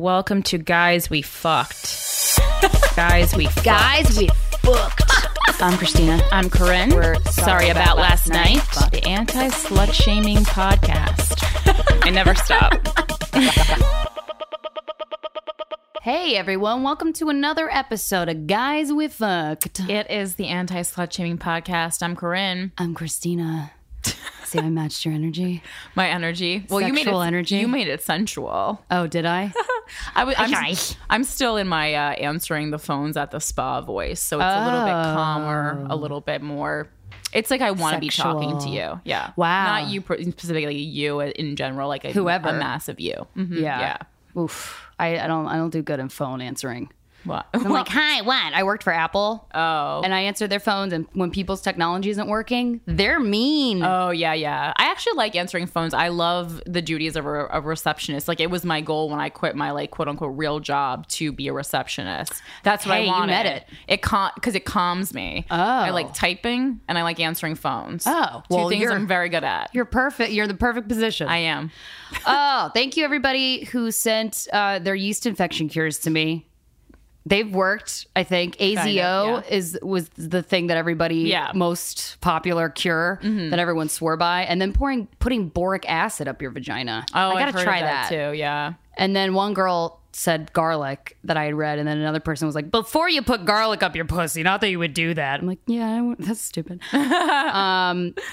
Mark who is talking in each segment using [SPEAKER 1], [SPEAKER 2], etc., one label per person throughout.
[SPEAKER 1] Welcome to Guys We Fucked. Guys We Fucked.
[SPEAKER 2] Guys, we booked. I'm Christina.
[SPEAKER 1] I'm Corinne.
[SPEAKER 2] We're
[SPEAKER 1] sorry, about, last night.
[SPEAKER 2] Fuck.
[SPEAKER 1] The anti slut shaming podcast. I never stop.
[SPEAKER 2] Hey everyone, welcome to another episode of Guys We Fucked.
[SPEAKER 1] It is the anti slut shaming podcast. I'm Corinne.
[SPEAKER 2] I'm Christina. See, I matched your energy.
[SPEAKER 1] My energy. Well, you
[SPEAKER 2] Sexual
[SPEAKER 1] made it.
[SPEAKER 2] energy?
[SPEAKER 1] You made it sensual.
[SPEAKER 2] Oh, did I?
[SPEAKER 1] I was. I'm,
[SPEAKER 2] Okay.
[SPEAKER 1] I'm still in my uh, answering the phones at the spa voice, so it's a little bit calmer, a little bit more. It's like I want to be talking to
[SPEAKER 2] Oh. Sexual.
[SPEAKER 1] you. Yeah.
[SPEAKER 2] Wow.
[SPEAKER 1] Not you per- specifically. You in general, like a,
[SPEAKER 2] Whoever.
[SPEAKER 1] a massive you. Mhm, Yeah.
[SPEAKER 2] Oof. I, I don't. I don't do good in phone answering.
[SPEAKER 1] What?
[SPEAKER 2] I'm like, hi, what? I worked for Apple,
[SPEAKER 1] oh.
[SPEAKER 2] and I answered their phones. And when people's technology isn't working, they're mean.
[SPEAKER 1] Oh yeah, yeah. I actually like answering phones. I love the duties of a, a receptionist. Like it was my goal when I quit my like quote unquote real job to be a receptionist. That's what I
[SPEAKER 2] Hey, you
[SPEAKER 1] wanted.
[SPEAKER 2] met it.
[SPEAKER 1] It because it calms me.
[SPEAKER 2] Oh.
[SPEAKER 1] I like typing and I like answering phones.
[SPEAKER 2] Oh,
[SPEAKER 1] Two
[SPEAKER 2] well,
[SPEAKER 1] things
[SPEAKER 2] you're-
[SPEAKER 1] I'm very good at.
[SPEAKER 2] You're perfect. You're the perfect position.
[SPEAKER 1] I am.
[SPEAKER 2] Oh, thank you everybody who sent uh, their yeast infection cures to me. They've worked, I think. AZO
[SPEAKER 1] yeah.
[SPEAKER 2] is was the thing that everybody
[SPEAKER 1] Yeah. Mm-hmm.
[SPEAKER 2] most popular cure that everyone swore by, and then pouring putting boric acid up your vagina.
[SPEAKER 1] Oh,
[SPEAKER 2] I
[SPEAKER 1] I've
[SPEAKER 2] gotta
[SPEAKER 1] heard of
[SPEAKER 2] try
[SPEAKER 1] that, too. Yeah.
[SPEAKER 2] And then one girl said garlic that I had read, and then another person was like, "Before you put garlic up your pussy, not that you would do that." I'm like, "Yeah, I won't- that's stupid." um,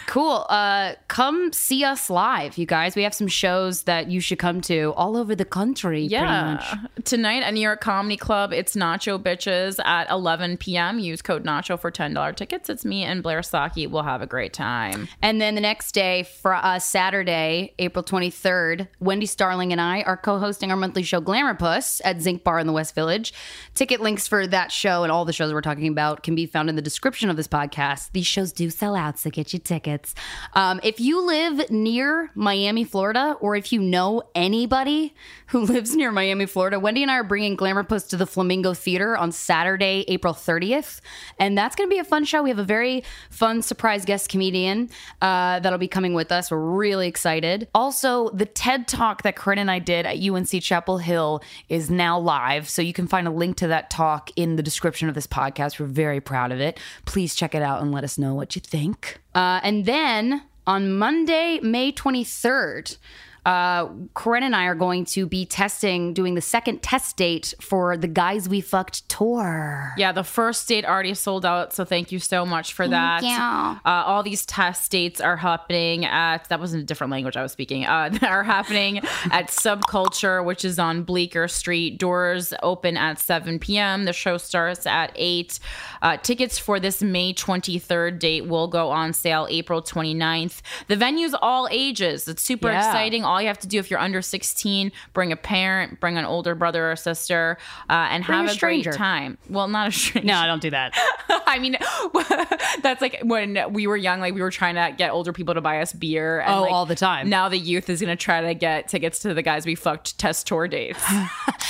[SPEAKER 2] cool. Uh, come see us live, you guys. We have some shows that you should come to all over the country. pretty much.
[SPEAKER 1] Yeah. Tonight at New York Comedy Club, it's Nacho Bitches at 11 p.m. Use code Nacho for $10 tickets. It's me and Blair Saki. We'll have a great time.
[SPEAKER 2] And then the next day, for uh, Saturday, April 23rd, Wendy Starling and I are co-hosting our monthly show Glamour Puss at Zinc Bar in the West Village. Ticket links for that show and all the shows we're talking about can be found in the description of this podcast. These shows do sell out, so get your tickets. Um, if you live near Miami, Florida, or if you know anybody who lives near Miami, Florida, Wendy and I are bringing Glamour Puss to the Flamingo Theater on Saturday, April 30th. And that's going to be a fun show. We have a very fun surprise guest comedian uh, that'll be coming with us. We're really excited.
[SPEAKER 3] Also, the TED Talk that Corinne and I did at UNC Chapel Hill is now live. So you can find a link to that talk in the description of this podcast. We're very proud of it. Please check it out and let us know what you think.
[SPEAKER 2] Uh, and then on Monday, May 23rd, uh, Corinne and I are going to be testing, doing the second test date for the Guys We Fucked tour.
[SPEAKER 1] Yeah, the first date already sold out, so thank you so much for that.
[SPEAKER 2] you.
[SPEAKER 1] Uh, all these test dates are happening at that wasn't a different language I was speaking. Uh, that are happening at Subculture, which is on Bleecker Street. Doors open at 7 p.m. The show starts at 8. Uh, tickets for this May 23rd date will go on sale April 29th. The venue's all ages. It's super
[SPEAKER 3] Yeah.
[SPEAKER 1] exciting. All you have to do if you're under 16, bring a parent, bring an older brother or sister, uh, and have
[SPEAKER 2] a
[SPEAKER 1] a,
[SPEAKER 2] stranger.
[SPEAKER 1] great time. Well, not a stranger.
[SPEAKER 3] No, don't do that.
[SPEAKER 1] I mean, that's like when we were young, like we were trying to get older people to buy us beer. And
[SPEAKER 3] Oh,
[SPEAKER 1] like,
[SPEAKER 3] all the time.
[SPEAKER 1] Now the youth is going to try to get tickets to the guys we fucked test tour dates.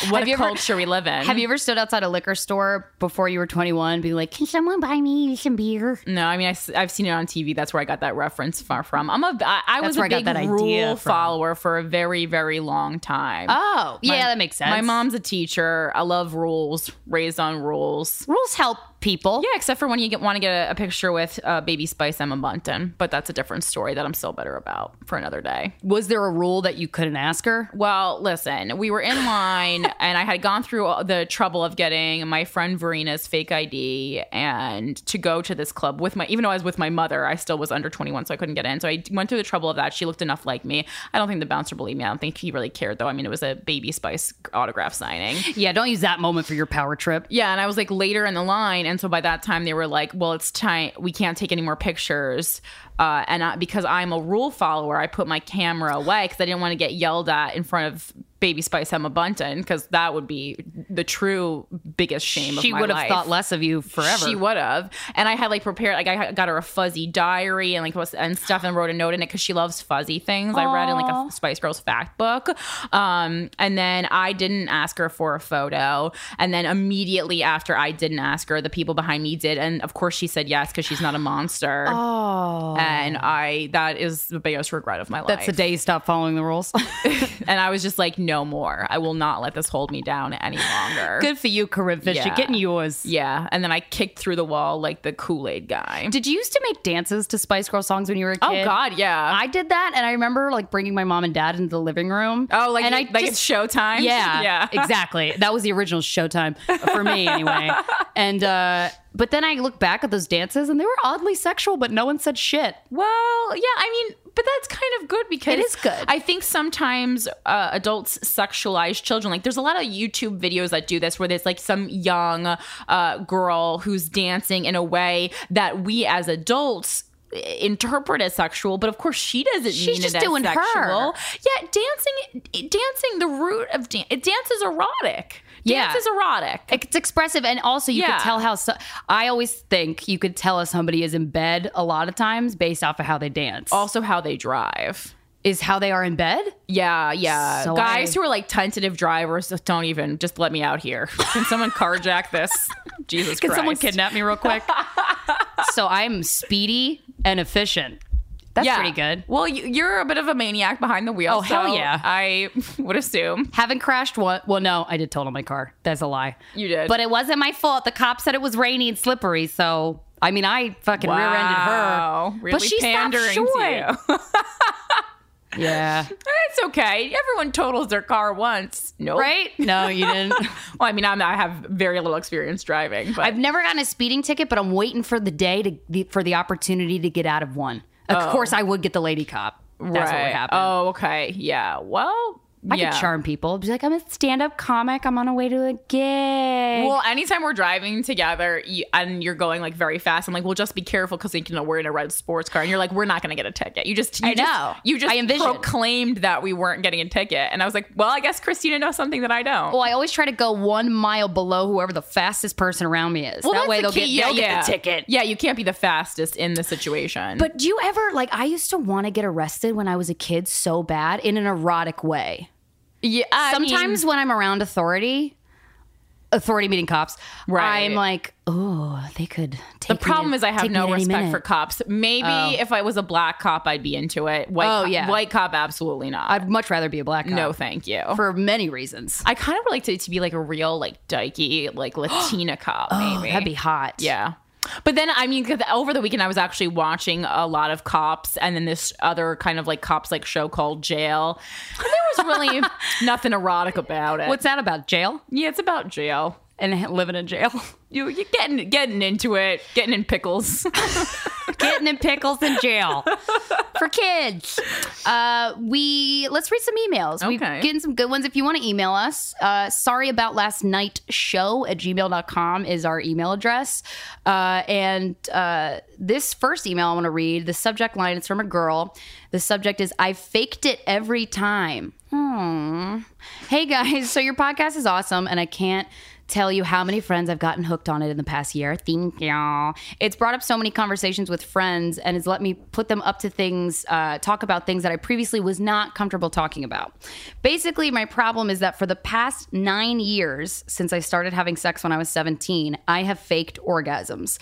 [SPEAKER 1] what
[SPEAKER 2] Have
[SPEAKER 1] a
[SPEAKER 2] you ever-
[SPEAKER 1] culture we live in.
[SPEAKER 2] Have you ever stood outside a liquor store before you were 21 being like, can someone buy me some beer?
[SPEAKER 1] No, I mean, I, have seen it on TV. That's where I got that reference far from. I'm a, I, I was
[SPEAKER 3] where
[SPEAKER 1] a
[SPEAKER 3] I got
[SPEAKER 1] big
[SPEAKER 3] that idea
[SPEAKER 1] rule
[SPEAKER 3] from.
[SPEAKER 1] follower for a very, very long time.
[SPEAKER 2] Oh, yeah, that makes sense.
[SPEAKER 1] My mom's a teacher. I love rules, raised on rules.
[SPEAKER 2] Rules help people.
[SPEAKER 1] Yeah, except for when you get, want to get a, a picture with uh, Baby Spice Emma Bunton, but that's a different story that I'm still bitter about for another day.
[SPEAKER 2] Was there a rule that you couldn't ask her?
[SPEAKER 1] Well, listen, we were in line and I had gone through all the trouble of getting my friend Verena's fake ID and to go to this club with my, even though I was with my mother, I still was under 21, so I couldn't get in. So I went through the trouble of that. She looked enough like me. I don't think the bouncer believed me. I don't think he really cared, though. I mean, it was a Baby Spice autograph signing.
[SPEAKER 2] Yeah, don't use that moment for your power trip.
[SPEAKER 1] Yeah, and I was like later in the line, and so by that time they were like, "Well, it's time. We can't take any more pictures." Uh, and I, because I'm a rule follower, I put my camera away because I didn't want to get yelled at in front of Baby Spice Emma Bunton because that would be the true biggest shame.
[SPEAKER 2] She
[SPEAKER 1] of my
[SPEAKER 2] would have
[SPEAKER 1] life.
[SPEAKER 2] thought less of you forever.
[SPEAKER 1] She would have. And I had like prepared, like I had- got her a fuzzy diary and like was- and stuff, and wrote a note in it because she loves fuzzy things. I read in like a Spice Girls fact book. Um, and then I didn't ask her for a photo. And then immediately after I didn't ask her, the people behind me did, and of course she said yes because she's not a monster.
[SPEAKER 2] Oh.
[SPEAKER 1] And I, that is the biggest regret of my life.
[SPEAKER 2] That's the day you stop following the rules.
[SPEAKER 1] and I was just like, no more. I will not let this hold me down any longer.
[SPEAKER 2] Good for you, Corinne Fisher.
[SPEAKER 1] Yeah.
[SPEAKER 2] Getting yours.
[SPEAKER 1] Yeah. And then I kicked through the wall like the Kool Aid guy.
[SPEAKER 2] Did you used to make dances to Spice Girl songs when you were a kid?
[SPEAKER 1] oh, God. Yeah.
[SPEAKER 2] I did that, and I remember like bringing my mom and dad into the living room.
[SPEAKER 1] oh, like,
[SPEAKER 2] and
[SPEAKER 1] it- like it's showtime?
[SPEAKER 2] Yeah,
[SPEAKER 1] Yeah.
[SPEAKER 2] exactly. That was the original Showtime for me, anyway. And uh, but then I look back at those dances, and they were oddly sexual, but no one said shit.
[SPEAKER 1] Well, yeah, I mean, but that's kind of good because
[SPEAKER 2] It is good.
[SPEAKER 1] I think sometimes uh, adults sexualize children. Like, there's a lot of YouTube videos that do this where there's like some young uh, girl who's dancing in a way that we as adults eh, interpret as sexual but of course she doesn't
[SPEAKER 2] She's
[SPEAKER 1] mean
[SPEAKER 2] just
[SPEAKER 1] it as
[SPEAKER 2] doing her.
[SPEAKER 1] sexual yeah dancing dancing the root of dance dance is erotic dance
[SPEAKER 2] Yeah.
[SPEAKER 1] is erotic
[SPEAKER 2] It's expressive, and also you
[SPEAKER 1] Yeah.
[SPEAKER 2] could tell how. So- I always think you could tell if somebody is in bed a lot of times based off of how they dance.
[SPEAKER 1] also how they drive
[SPEAKER 2] is how they are in bed.
[SPEAKER 1] Yeah, yeah.
[SPEAKER 2] So
[SPEAKER 1] Guys
[SPEAKER 2] I-
[SPEAKER 1] who are like tentative drivers, just don't even just let me out here. Can someone carjack this? Jesus Christ.
[SPEAKER 2] me real quick? so I'm speedy and efficient. That's
[SPEAKER 1] Yeah.
[SPEAKER 2] pretty good.
[SPEAKER 1] Well, you, you're a bit of a maniac behind the wheel.
[SPEAKER 2] Oh, hell
[SPEAKER 1] so
[SPEAKER 2] yeah.
[SPEAKER 1] I would assume.
[SPEAKER 2] Haven't crashed one. Well, no, I did total my car. That's a lie.
[SPEAKER 1] You did.
[SPEAKER 2] But it wasn't my fault. The cop said it was rainy and slippery. So, I mean, I fucking
[SPEAKER 1] Wow.
[SPEAKER 2] rear ended her.
[SPEAKER 1] Really
[SPEAKER 2] but she
[SPEAKER 1] pandering
[SPEAKER 2] stopped short.
[SPEAKER 1] to you.
[SPEAKER 2] Yeah.
[SPEAKER 1] it's okay. Everyone totals their car once. No.
[SPEAKER 2] Right? No, you didn't.
[SPEAKER 1] Well, I mean, I'm, I have very little experience driving, but
[SPEAKER 2] I've never gotten a speeding ticket, but I'm waiting for the day to the, for the opportunity to get out of one. Of course, I would get the lady cop. That's what would
[SPEAKER 1] Oh. Right.
[SPEAKER 2] happen.
[SPEAKER 1] Oh, okay. Yeah. Well,
[SPEAKER 2] I
[SPEAKER 1] yeah.
[SPEAKER 2] could charm people. Be like, I'm a stand up comic. I'm on a way to a gig.
[SPEAKER 1] Well, anytime we're driving together you, and you're going like very fast, I'm like, well, just be careful because you know we're in a red sports car, and you're like, we're not going to get a ticket. You just, you
[SPEAKER 2] I
[SPEAKER 1] just-
[SPEAKER 2] know.
[SPEAKER 1] you just
[SPEAKER 2] I envisioned.
[SPEAKER 1] proclaimed that we weren't getting a ticket, and I was like, well, I guess Christina knows something that I don't.
[SPEAKER 2] Well, I always try to go one mile below whoever the fastest person around me is. that way they'll, get, they'll get the ticket.
[SPEAKER 1] Yeah, you can't be the fastest in the situation.
[SPEAKER 2] But do you ever like? I used to want to get arrested when I was a kid so bad in an erotic way.
[SPEAKER 1] yeah, I mean-
[SPEAKER 2] Sometimes when I'm around authority, authority meeting cops,
[SPEAKER 1] Right.
[SPEAKER 2] I'm like, oh, they could.
[SPEAKER 1] the
[SPEAKER 2] Take
[SPEAKER 1] problem is I have no respect for
[SPEAKER 2] cops.
[SPEAKER 1] cops. Maybe if I was a black cop, I'd be into it. White,
[SPEAKER 2] Oh,
[SPEAKER 1] co-
[SPEAKER 2] yeah.
[SPEAKER 1] white cop, absolutely not.
[SPEAKER 2] I'd much rather be a black cop.
[SPEAKER 1] no, thank you.
[SPEAKER 2] for many reasons.
[SPEAKER 1] I kind of would like to, to be like a real like dykey like Latina cop.
[SPEAKER 2] Oh,
[SPEAKER 1] Maybe
[SPEAKER 2] that'd be hot.
[SPEAKER 1] yeah. But then I mean, 'cause over the weekend I was actually watching a lot of cops, and then this other kind of like cops like show called Jail. And there was really nothing erotic about it.
[SPEAKER 2] What's that about? Jail
[SPEAKER 1] yeah, it's about jail.
[SPEAKER 2] and living in jail,
[SPEAKER 1] You you getting getting into it, getting in pickles.
[SPEAKER 2] getting in pickles in jail for kids. Uh, we let's read some emails. We've
[SPEAKER 1] Okay.
[SPEAKER 2] getting some good ones. If you want to email us, uh, sorry about last night show at gmail.com is our email address. Uh, and uh, this first email I want to read the subject line is from a girl. The subject is I faked it every time. Hmm. Hey guys, so your podcast is awesome, and I can't tell you how many friends I've gotten hooked on it in the past year. Thank y'all. It's brought up so many conversations with friends and has let me put them up to things, uh, talk about things that I previously was not comfortable talking about. Basically, my problem is that for the past nine years since I started having sex when I was 17, I have faked orgasms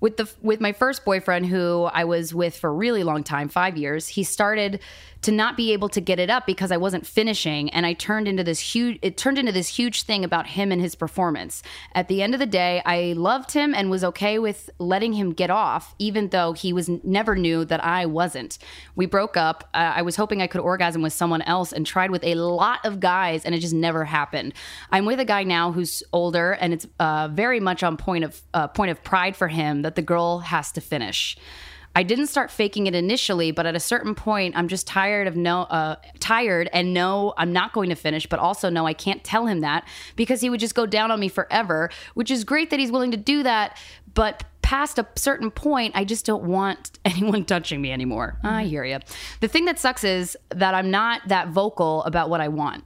[SPEAKER 2] with the with my first boyfriend who I was with for a really long time, 5 years, he started to not be able to get it up because I wasn't finishing and I turned into this huge it turned into this huge thing about him and his performance. At the end of the day, I loved him and was okay with letting him get off even though he was never knew that I wasn't. We broke up. Uh, I was hoping I could orgasm with someone else and tried with a lot of guys and it just never happened. I'm with a guy now who's older and it's uh, very much on point of uh, point of pride for him that the girl has to finish. I didn't start faking it initially, but at a certain point, I'm just tired of no, uh, tired and no, I'm not going to finish, but also no, I can't tell him that because he would just go down on me forever, which is great that he's willing to do that. But past a certain point, I just don't want anyone touching me anymore. I hear you. The thing that sucks is that I'm not that vocal about what I want.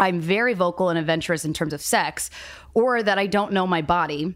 [SPEAKER 2] I'm very vocal and adventurous in terms of sex, or that I don't know my body.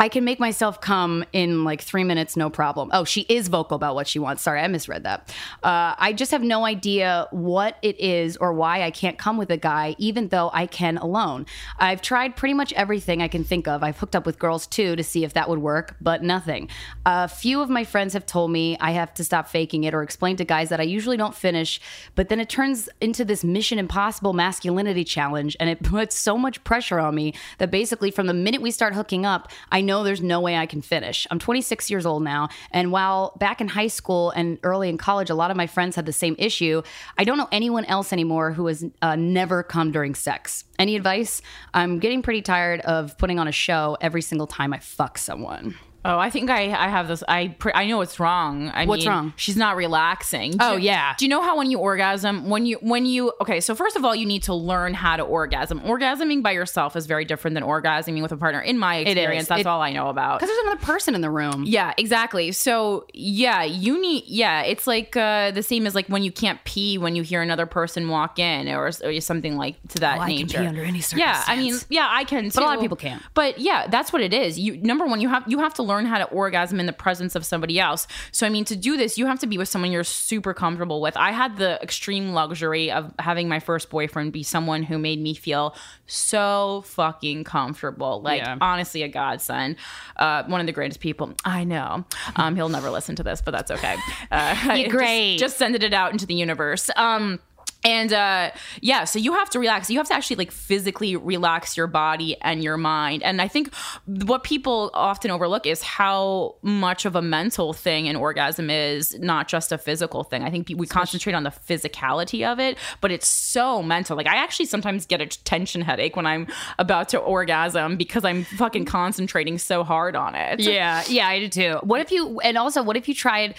[SPEAKER 2] I can make myself come in like three minutes, no problem. Oh, she is vocal about what she wants. Sorry, I misread that. Uh, I just have no idea what it is or why I can't come with a guy, even though I can alone. I've tried pretty much everything I can think of. I've hooked up with girls too to see if that would work, but nothing. A few of my friends have told me I have to stop faking it or explain to guys that I usually don't finish, but then it turns into this mission impossible masculinity challenge and it puts so much pressure on me that basically from the minute we start hooking up, I know there's no way I can finish. I'm 26 years old now, and while back in high school and early in college, a lot of my friends had the same issue, I don't know anyone else anymore who has uh, never come during sex. Any advice? I'm getting pretty tired of putting on a show every single time I fuck someone.
[SPEAKER 1] Oh, I think I, I have this. I pr- I know it's wrong. I
[SPEAKER 2] What's
[SPEAKER 1] mean,
[SPEAKER 2] wrong?
[SPEAKER 1] She's not relaxing. Do-
[SPEAKER 2] Oh, yeah.
[SPEAKER 1] Do you know how when you orgasm, when you when you okay? So first of all, you need to learn how to orgasm. Orgasming by yourself is very different than orgasming with a partner. In my experience, that's
[SPEAKER 2] It-
[SPEAKER 1] all I know about.
[SPEAKER 2] Because there's another person in the room.
[SPEAKER 1] Yeah, exactly. So yeah, you need yeah. It's like uh, the same as like when you can't pee when you hear another person walk in or, or something like to that
[SPEAKER 3] I can
[SPEAKER 1] nature.
[SPEAKER 3] pee under any
[SPEAKER 1] Yeah, I mean,
[SPEAKER 3] circumstance.
[SPEAKER 1] yeah, I can. But
[SPEAKER 2] a lot of people can't.
[SPEAKER 1] But yeah, that's what it is. You number one, you have you have to learn how to orgasm in the presence of somebody else. So I mean, to do this, you have to be with someone you're super comfortable with. I had the extreme luxury of having my first boyfriend be someone who made me feel so fucking comfortable. Like
[SPEAKER 2] Yeah.
[SPEAKER 1] honestly, a godsend. Uh, one of the greatest people I know. Um, he'll never listen to this, but that's okay. Uh, just-
[SPEAKER 2] great.
[SPEAKER 1] just sending it out into the universe. Um and uh yeah, so you have to relax. You have to actually like physically relax your body and your mind. And I think what people often overlook is how much of a mental thing an orgasm is, not just a physical thing. I think pe- we concentrate on the physicality of it, but it's so mental. Like I actually sometimes get a tension headache when I'm about to orgasm because I'm fucking concentrating so hard on it.
[SPEAKER 2] Yeah, yeah, I do too. What if you and also what if you tried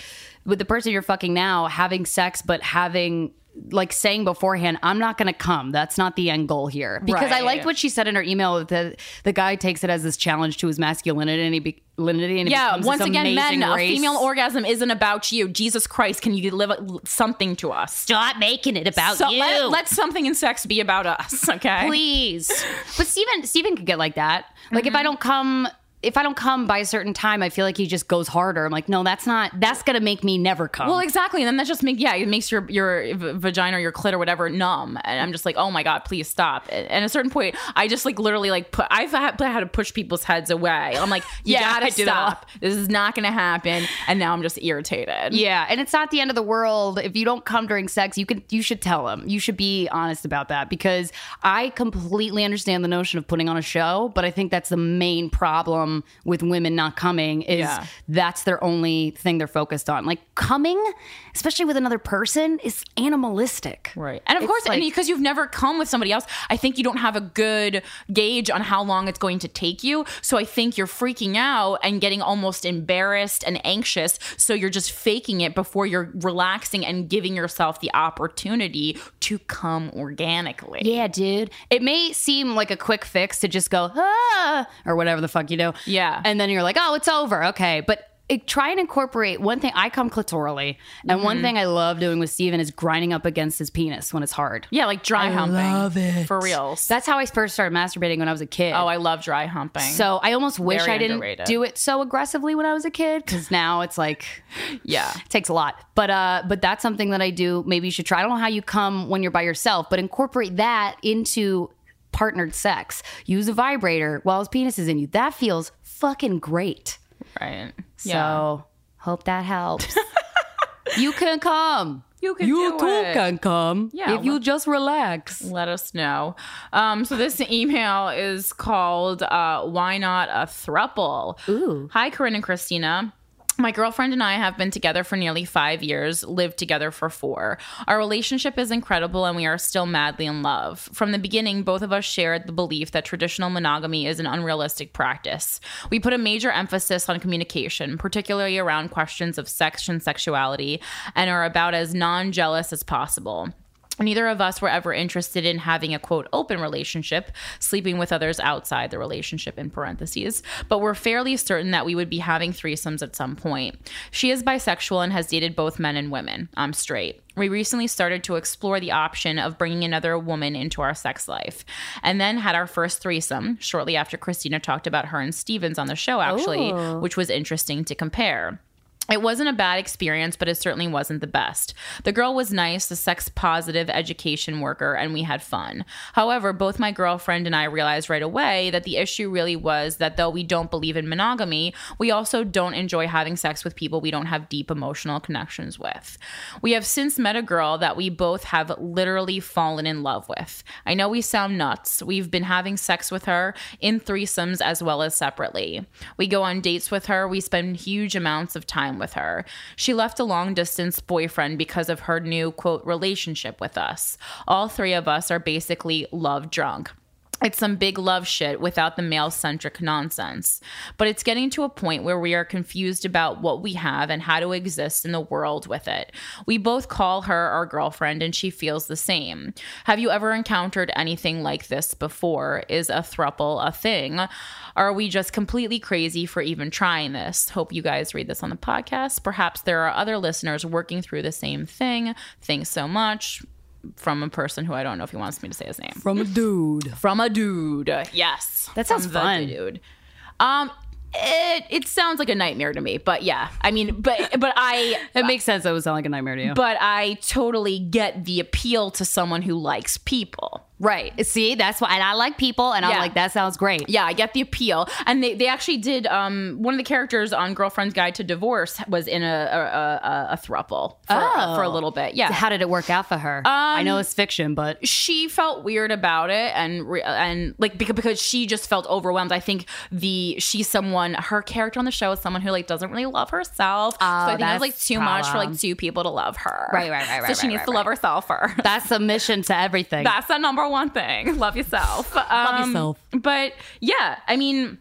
[SPEAKER 2] with the person you're fucking now having sex but having like saying beforehand, I'm not gonna come. That's not the end goal here. Because I
[SPEAKER 1] Right.
[SPEAKER 2] liked what she said in her email that the guy takes it as this challenge to his masculinity and he be, masculinity and it
[SPEAKER 1] Yeah,
[SPEAKER 2] becomes
[SPEAKER 1] once
[SPEAKER 2] this
[SPEAKER 1] again, men,
[SPEAKER 2] amazing
[SPEAKER 1] a
[SPEAKER 2] race.
[SPEAKER 1] female orgasm isn't about you. Jesus Christ, can you deliver something to us?
[SPEAKER 2] Stop making it about
[SPEAKER 1] So let, let something in sex be about us, okay?
[SPEAKER 2] please. But Steven Steven could get like that. Like
[SPEAKER 1] Mm-hmm.
[SPEAKER 2] if I don't come if I don't come by a certain time, I feel like he just goes harder. I'm like, no, that's not that's gonna make me never come.
[SPEAKER 1] Well, exactly, and then that just make yeah, it makes your your v- vagina or your clit or whatever numb, and I'm just like, oh my god, please stop. And and at a certain point, I just like literally like put I've had, had to push people's heads away. I'm like, you
[SPEAKER 2] Yeah, I
[SPEAKER 1] gotta
[SPEAKER 2] do that a lot.
[SPEAKER 1] stop. This is not gonna happen. And now I'm just irritated.
[SPEAKER 2] Yeah, and it's not the end of the world if you don't come during sex. You can you should tell him. You should be honest about that because I completely understand the notion of putting on a show, but I think that's the main problem with women not coming is
[SPEAKER 1] Yeah.
[SPEAKER 2] that's their only thing they're focused on. Like coming, especially with another person, is animalistic.
[SPEAKER 1] Right. And of
[SPEAKER 2] It's
[SPEAKER 1] course,
[SPEAKER 2] like-
[SPEAKER 1] because you've never come with somebody else, I think you don't have a good gauge on how long it's going to take you. So I think you're freaking out and getting almost embarrassed and anxious. So you're just faking it before you're relaxing and giving yourself the opportunity to come organically.
[SPEAKER 2] Yeah, dude. It may seem like a quick fix to just go, ah, or whatever the fuck you do.
[SPEAKER 1] Yeah.
[SPEAKER 2] And then you're like, oh, it's over. Okay. But it, try and incorporate one thing. I come clitorally. And
[SPEAKER 1] Mm-hmm.
[SPEAKER 2] one thing I love doing with Steven is grinding up against his penis when it's hard.
[SPEAKER 1] Yeah, like dry humping.
[SPEAKER 3] love it.
[SPEAKER 1] For reals.
[SPEAKER 2] That's how I first started masturbating when I was a kid.
[SPEAKER 1] oh, I love dry humping.
[SPEAKER 2] so I almost wish
[SPEAKER 1] Very
[SPEAKER 2] I didn't
[SPEAKER 1] underrated.
[SPEAKER 2] do it so aggressively when I was a kid because now it's like
[SPEAKER 1] yeah.
[SPEAKER 2] it takes a lot but uh but that's something that i do maybe you should try i don't know how you come when you're by yourself but incorporate that into partnered sex use a vibrator while his penis is in you that feels fucking great
[SPEAKER 1] Right.
[SPEAKER 2] so hope that helps you can come
[SPEAKER 1] You can do it.
[SPEAKER 2] come
[SPEAKER 1] Yeah,
[SPEAKER 2] if you just relax
[SPEAKER 1] Let us know. Um, so this email is called uh, "Why Not a Thruple."
[SPEAKER 2] Ooh.
[SPEAKER 1] Hi, Corinne and Christina. My girlfriend and I have been together for nearly five years, lived together for four. Our relationship is incredible and we are still madly in love. From the beginning, both of us shared the belief that traditional monogamy is an unrealistic practice. We put a major emphasis on communication, particularly around questions of sex and sexuality, and are about as non jealous as possible. Neither of us were ever interested in having a quote open relationship, sleeping with others outside the relationship in parentheses, but we're fairly certain that we would be having threesomes at some point. She is bisexual and has dated both men and women. I'm straight. We recently started to explore the option of bringing another woman into our sex life, and then had our first threesome shortly after Christina talked about her and Stevens on the show, actually, which was interesting to compare. It wasn't a bad experience, but it certainly wasn't the best. The girl was nice, a sex positive education worker, and we had fun. However, both my girlfriend and I realized right away that the issue really was that though we don't believe in monogamy, we also don't enjoy having sex with people we don't have deep emotional connections with. We have since met a girl that we both have literally fallen in love with. I know we sound nuts. We've been having sex with her in threesomes as well as separately. We go on dates with her, we spend huge amounts of time with her. She left a long distance boyfriend because of her new, quote, relationship with us. All three of us are basically love drunk. It's some big love shit without the male centric nonsense. But it's getting to a point where we are confused about what we have and how to exist in the world with it. We both call her our girlfriend and she feels the same. Have you ever encountered anything like this before? Is a thruple a thing? Are we just completely crazy for even trying this? Hope you guys read this on the podcast. Perhaps there are other listeners working through the same thing. Thanks so much. From a person who I don't know if he wants me to say his name
[SPEAKER 3] From a dude.
[SPEAKER 1] from a dude. Yes,
[SPEAKER 2] That sounds
[SPEAKER 1] From the
[SPEAKER 2] fun.
[SPEAKER 1] dude. Um, it it sounds like a nightmare to me, but yeah, I mean, but but I
[SPEAKER 2] It makes sense. That would sound like a nightmare to you.
[SPEAKER 1] but I totally get the appeal to someone who likes people.
[SPEAKER 2] right. See, that's why. And I like people, and I'm
[SPEAKER 1] Yeah.
[SPEAKER 2] like, that sounds great.
[SPEAKER 1] Yeah, I get the appeal. And they, they actually did. Um, one of the characters on Girlfriend's Guide to Divorce was in a a, a, a thruple for,
[SPEAKER 2] Oh.
[SPEAKER 1] for a little bit. Yeah,
[SPEAKER 2] How did it work out for her? I know it's fiction, but
[SPEAKER 1] she felt weird about it and re- and like because because she just felt overwhelmed. I think the she's someone her character on the show is someone who like doesn't really love herself. so I think it was like
[SPEAKER 2] Oh, that's
[SPEAKER 1] too much for like
[SPEAKER 2] problem.
[SPEAKER 1] two people to love her.
[SPEAKER 2] Right, right, right,
[SPEAKER 1] So
[SPEAKER 2] right,
[SPEAKER 1] she
[SPEAKER 2] right,
[SPEAKER 1] needs
[SPEAKER 2] right,
[SPEAKER 1] to love herself first.
[SPEAKER 2] that's a mission to everything.
[SPEAKER 1] That's the number one thing. Love yourself. Um,
[SPEAKER 2] yourself.
[SPEAKER 1] But yeah, I mean.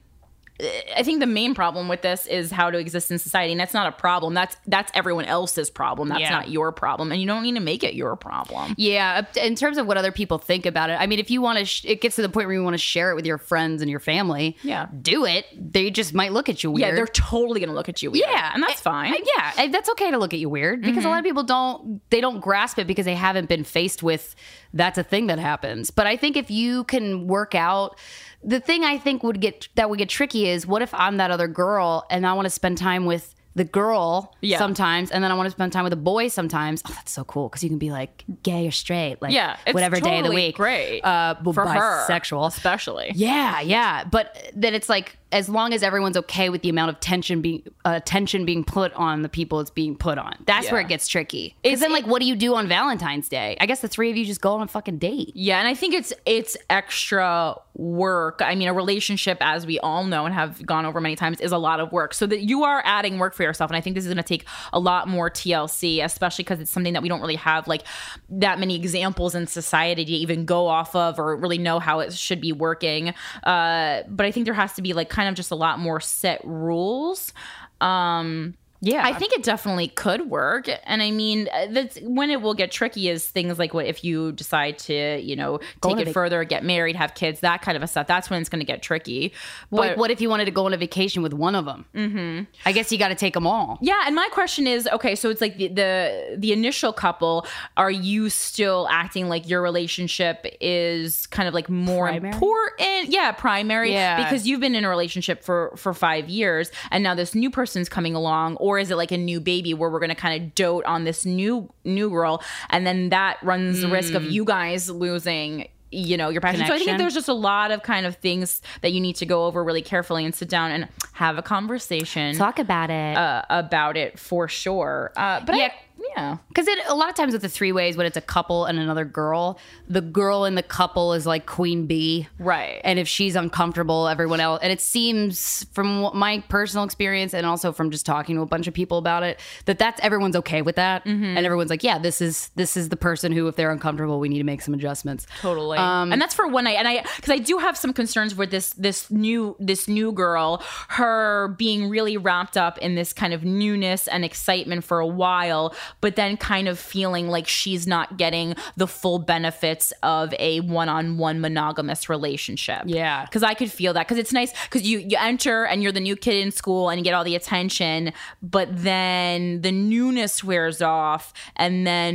[SPEAKER 1] I think the main problem with this is how to exist in society, and that's not a problem. That's that's everyone else's problem. That's
[SPEAKER 2] Yeah.
[SPEAKER 1] not your problem, and you don't need to make it your problem.
[SPEAKER 2] Yeah, in terms of what other people think about it, I mean, if you want to, sh- it gets to the point where you want to share it with your friends and your family.
[SPEAKER 1] Yeah.
[SPEAKER 2] do it. They just might look at you weird.
[SPEAKER 1] Yeah, they're totally gonna look at you. Weird, Eh,
[SPEAKER 2] Yeah,
[SPEAKER 1] and that's
[SPEAKER 2] I-
[SPEAKER 1] fine. Mm-hmm.
[SPEAKER 2] I- yeah, I- that's okay to look at you weird because a lot of people don't they don't grasp it because they haven't been faced with that's a thing that happens. But I think if you can work out the thing I think would get that would get tricky is what if I'm that other girl and I want to spend time with the girl
[SPEAKER 1] Yeah.
[SPEAKER 2] sometimes and then I want to spend time with a boy sometimes. Oh, that's so cool because you can be like gay or straight, like
[SPEAKER 1] Yeah, it's
[SPEAKER 2] whatever day of the
[SPEAKER 1] totally
[SPEAKER 2] week.
[SPEAKER 1] great
[SPEAKER 2] Uh well,
[SPEAKER 1] for her,
[SPEAKER 2] bisexual.
[SPEAKER 1] especially.
[SPEAKER 2] Yeah, yeah, but then it's like as long as everyone's okay with the amount of tension being uh, tension being put on the people it's being put on, that's where
[SPEAKER 1] Yeah.
[SPEAKER 2] it gets tricky. Is then like what do you do on Valentine's Day? I guess the three of you just go on a fucking date.
[SPEAKER 1] Yeah, and I think it's it's extra work. I mean, a relationship, as we all know and have gone over many times, is a lot of work. So that you are adding work for yourself, and I think this is going to take a lot more TLC, especially because it's something that we don't really have like that many examples in society to even go off of or really know how it should be working. Uh, but I think there has to be like kind of just a lot more set rules. Um,
[SPEAKER 2] Yeah,
[SPEAKER 1] I think it definitely could work. And I mean, uh, that's when it will get tricky is things like what if you decide to, you know, take
[SPEAKER 2] on a
[SPEAKER 1] it
[SPEAKER 2] vac-
[SPEAKER 1] further, get married, have kids, that kind of a stuff. That's when it's going to get tricky.
[SPEAKER 2] like what if you wanted to go on a vacation with one of them? Mm-hmm. I guess you got to take them all.
[SPEAKER 1] Yeah, and my question is, okay, so it's like the, the the initial couple, are you still acting like your relationship is kind of like more
[SPEAKER 2] Primary?
[SPEAKER 1] important? Yeah, primary.
[SPEAKER 2] Yeah.
[SPEAKER 1] Because you've been in a relationship for for five years and now this new person's coming along, or is it like a new baby where we're gonna kind of dote on this new new girl and then that runs the risk of you guys losing you know your passion. So I think
[SPEAKER 2] Mm. Connection.
[SPEAKER 1] there's just a lot of kind of things that you need to go over really carefully and sit down and have a conversation
[SPEAKER 2] Talk about it.
[SPEAKER 1] uh, about it for sure. Uh, but
[SPEAKER 2] Yeah.
[SPEAKER 1] yeah, yeah,
[SPEAKER 2] Because it a lot of times with the three ways, when it's a couple and another girl, the girl in the couple is like queen bee,
[SPEAKER 1] Right.
[SPEAKER 2] And if she's uncomfortable, everyone else. And it seems from what my personal experience and also from just talking to a bunch of people about it that that's everyone's okay with that,
[SPEAKER 1] Mm-hmm.
[SPEAKER 2] and everyone's like, yeah, this is this is the person who, if they're uncomfortable, we need to make some adjustments.
[SPEAKER 1] totally.
[SPEAKER 2] Um,
[SPEAKER 1] and that's for one night. And I, because I do have some concerns with this this new this new girl, her being really wrapped up in this kind of newness and excitement for a while, but then kind of feeling like she's not getting the full benefits of a one-on-one monogamous relationship.
[SPEAKER 3] Yeah.
[SPEAKER 1] Cuz I could feel that cuz it's nice cuz you you enter and you're the new kid in school and you get all the attention, but then the newness wears off and then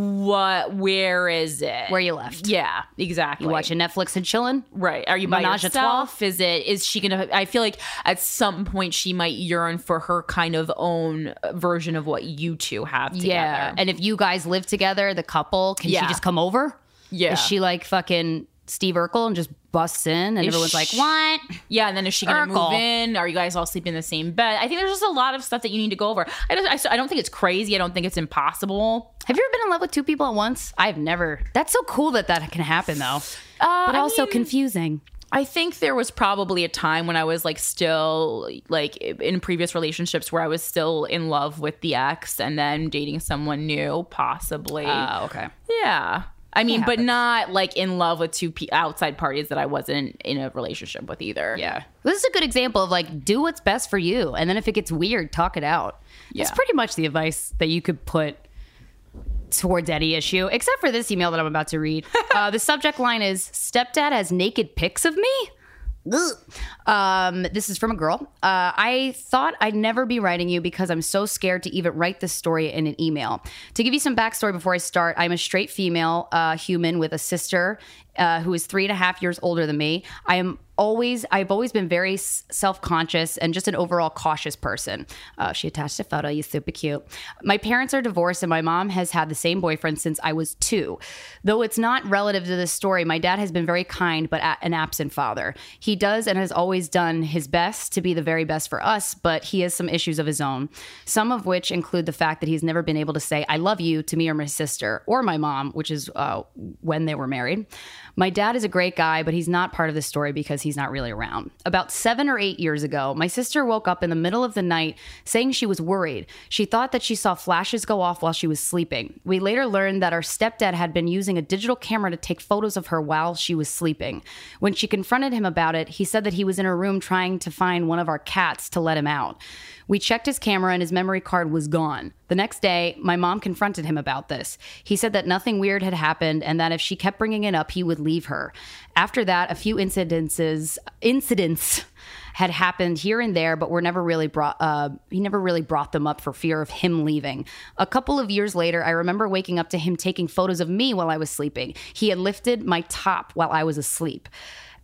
[SPEAKER 1] what where is it?
[SPEAKER 2] Where you left.
[SPEAKER 1] Yeah, exactly.
[SPEAKER 2] You watching Netflix and chilling?
[SPEAKER 1] Right. Are you by
[SPEAKER 2] Menage a
[SPEAKER 1] yourself? Is it? Is she gonna? I feel like at some point she might yearn for her kind of own version of what you two have together.
[SPEAKER 2] Yeah. And if you guys live together, the couple, can
[SPEAKER 1] Yeah.
[SPEAKER 2] she just come over?
[SPEAKER 1] Yeah.
[SPEAKER 2] Is she like fucking Steve Urkel and just busts in and everyone's like,
[SPEAKER 1] she-
[SPEAKER 2] what?
[SPEAKER 1] yeah. And then is she gonna
[SPEAKER 2] Urkel.
[SPEAKER 1] move in? Are you guys all sleeping in the same bed? I think there's just a lot of stuff that you need to go over. I don't. I, s- I don't think it's crazy. I don't think it's impossible.
[SPEAKER 2] Have you ever been in love with two people at once? I've never. That's so cool that that can happen though.
[SPEAKER 1] Uh,
[SPEAKER 2] But
[SPEAKER 1] I
[SPEAKER 2] also
[SPEAKER 1] mean-
[SPEAKER 2] confusing.
[SPEAKER 1] I think there was probably a time when I was like still like in previous relationships where I was still in love with the ex and then dating someone new, possibly.
[SPEAKER 2] Oh, okay.
[SPEAKER 1] Yeah. I mean, but not like in love with two pe- outside parties that I wasn't in a relationship with either.
[SPEAKER 2] Yeah. This is a good example of like, do what's best for you. And then if it gets weird, talk it out.
[SPEAKER 1] Yeah.
[SPEAKER 2] That's pretty much the advice that you could put towards any issue, except for this email that I'm about to read. uh, the subject line is Stepdad has naked pics of me? Ugh. Um, this is from a girl. Uh, I thought I'd never be writing you because I'm so scared to even write this story in an email. To give you some backstory before I start, I'm a straight female uh, human with a sister uh, who is three and a half years older than me. I am always, I've always been very self conscious and just an overall cautious person. Uh, she attached a photo. You're super cute. My parents are divorced, and my mom has had the same boyfriend since I was two. Though it's not relative to this story, my dad has been very kind, but a- an absent father. He does and has always done his best to be the very best for us, but he has some issues of his own, some of which include the fact that he's never been able to say, I love you to me or my sister or my mom, which is uh, when they were married. My dad is a great guy, but he's not part of this story because he's not really around. About seven or eight years ago, my sister woke up in the middle of the night saying she was worried. She thought that she saw flashes go off while she was sleeping. We later learned that our stepdad had been using a digital camera to take photos of her while she was sleeping. When she confronted him about it, he said that he was in her room trying to find one of our cats to let him out. We checked his camera and his memory card was gone. The next day, my mom confronted him about this. He said that nothing weird had happened and that if she kept bringing it up, he would leave her. After that, a few incidences, incidents had happened here and there, but were never really brought. Uh, he never really brought them up for fear of him leaving. A couple of years later, I remember waking up to him taking photos of me while I was sleeping. He had lifted my top while I was asleep.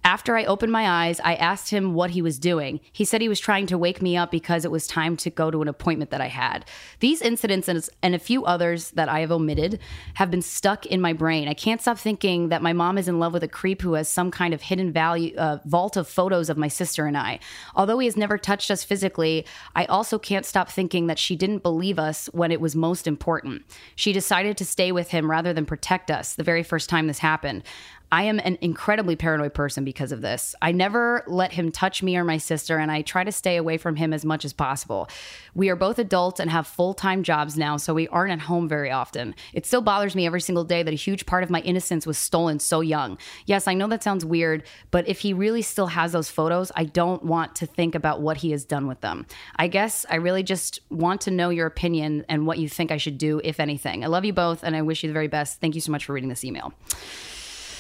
[SPEAKER 2] After I opened my eyes, I asked him what he was doing. He said he was trying to wake me up because it was time to go to an appointment that I had. These incidents and, and a few others that I have omitted have been stuck in my brain. I can't stop thinking that my mom is in love with a creep who has some kind of hidden value uh, vault of photos of my sister and I. Although he has never touched us physically, I also can't stop thinking that she didn't believe us when it was most important. She decided to stay with him rather than protect us the very first time this happened. I am an incredibly paranoid person because of this. I never let him touch me or my sister, and I try to stay away from him as much as possible. We are both adults and have full time jobs now, so we aren't at home very often. It still bothers me every single day that a huge part of my innocence was stolen so young. Yes, I know that sounds weird, but if he really still has those photos, I don't want to think about what he has done with them. I guess I really just want to know your opinion and what you think I should do, if anything. I love you both, and I wish you the very best. Thank you so much for reading this email.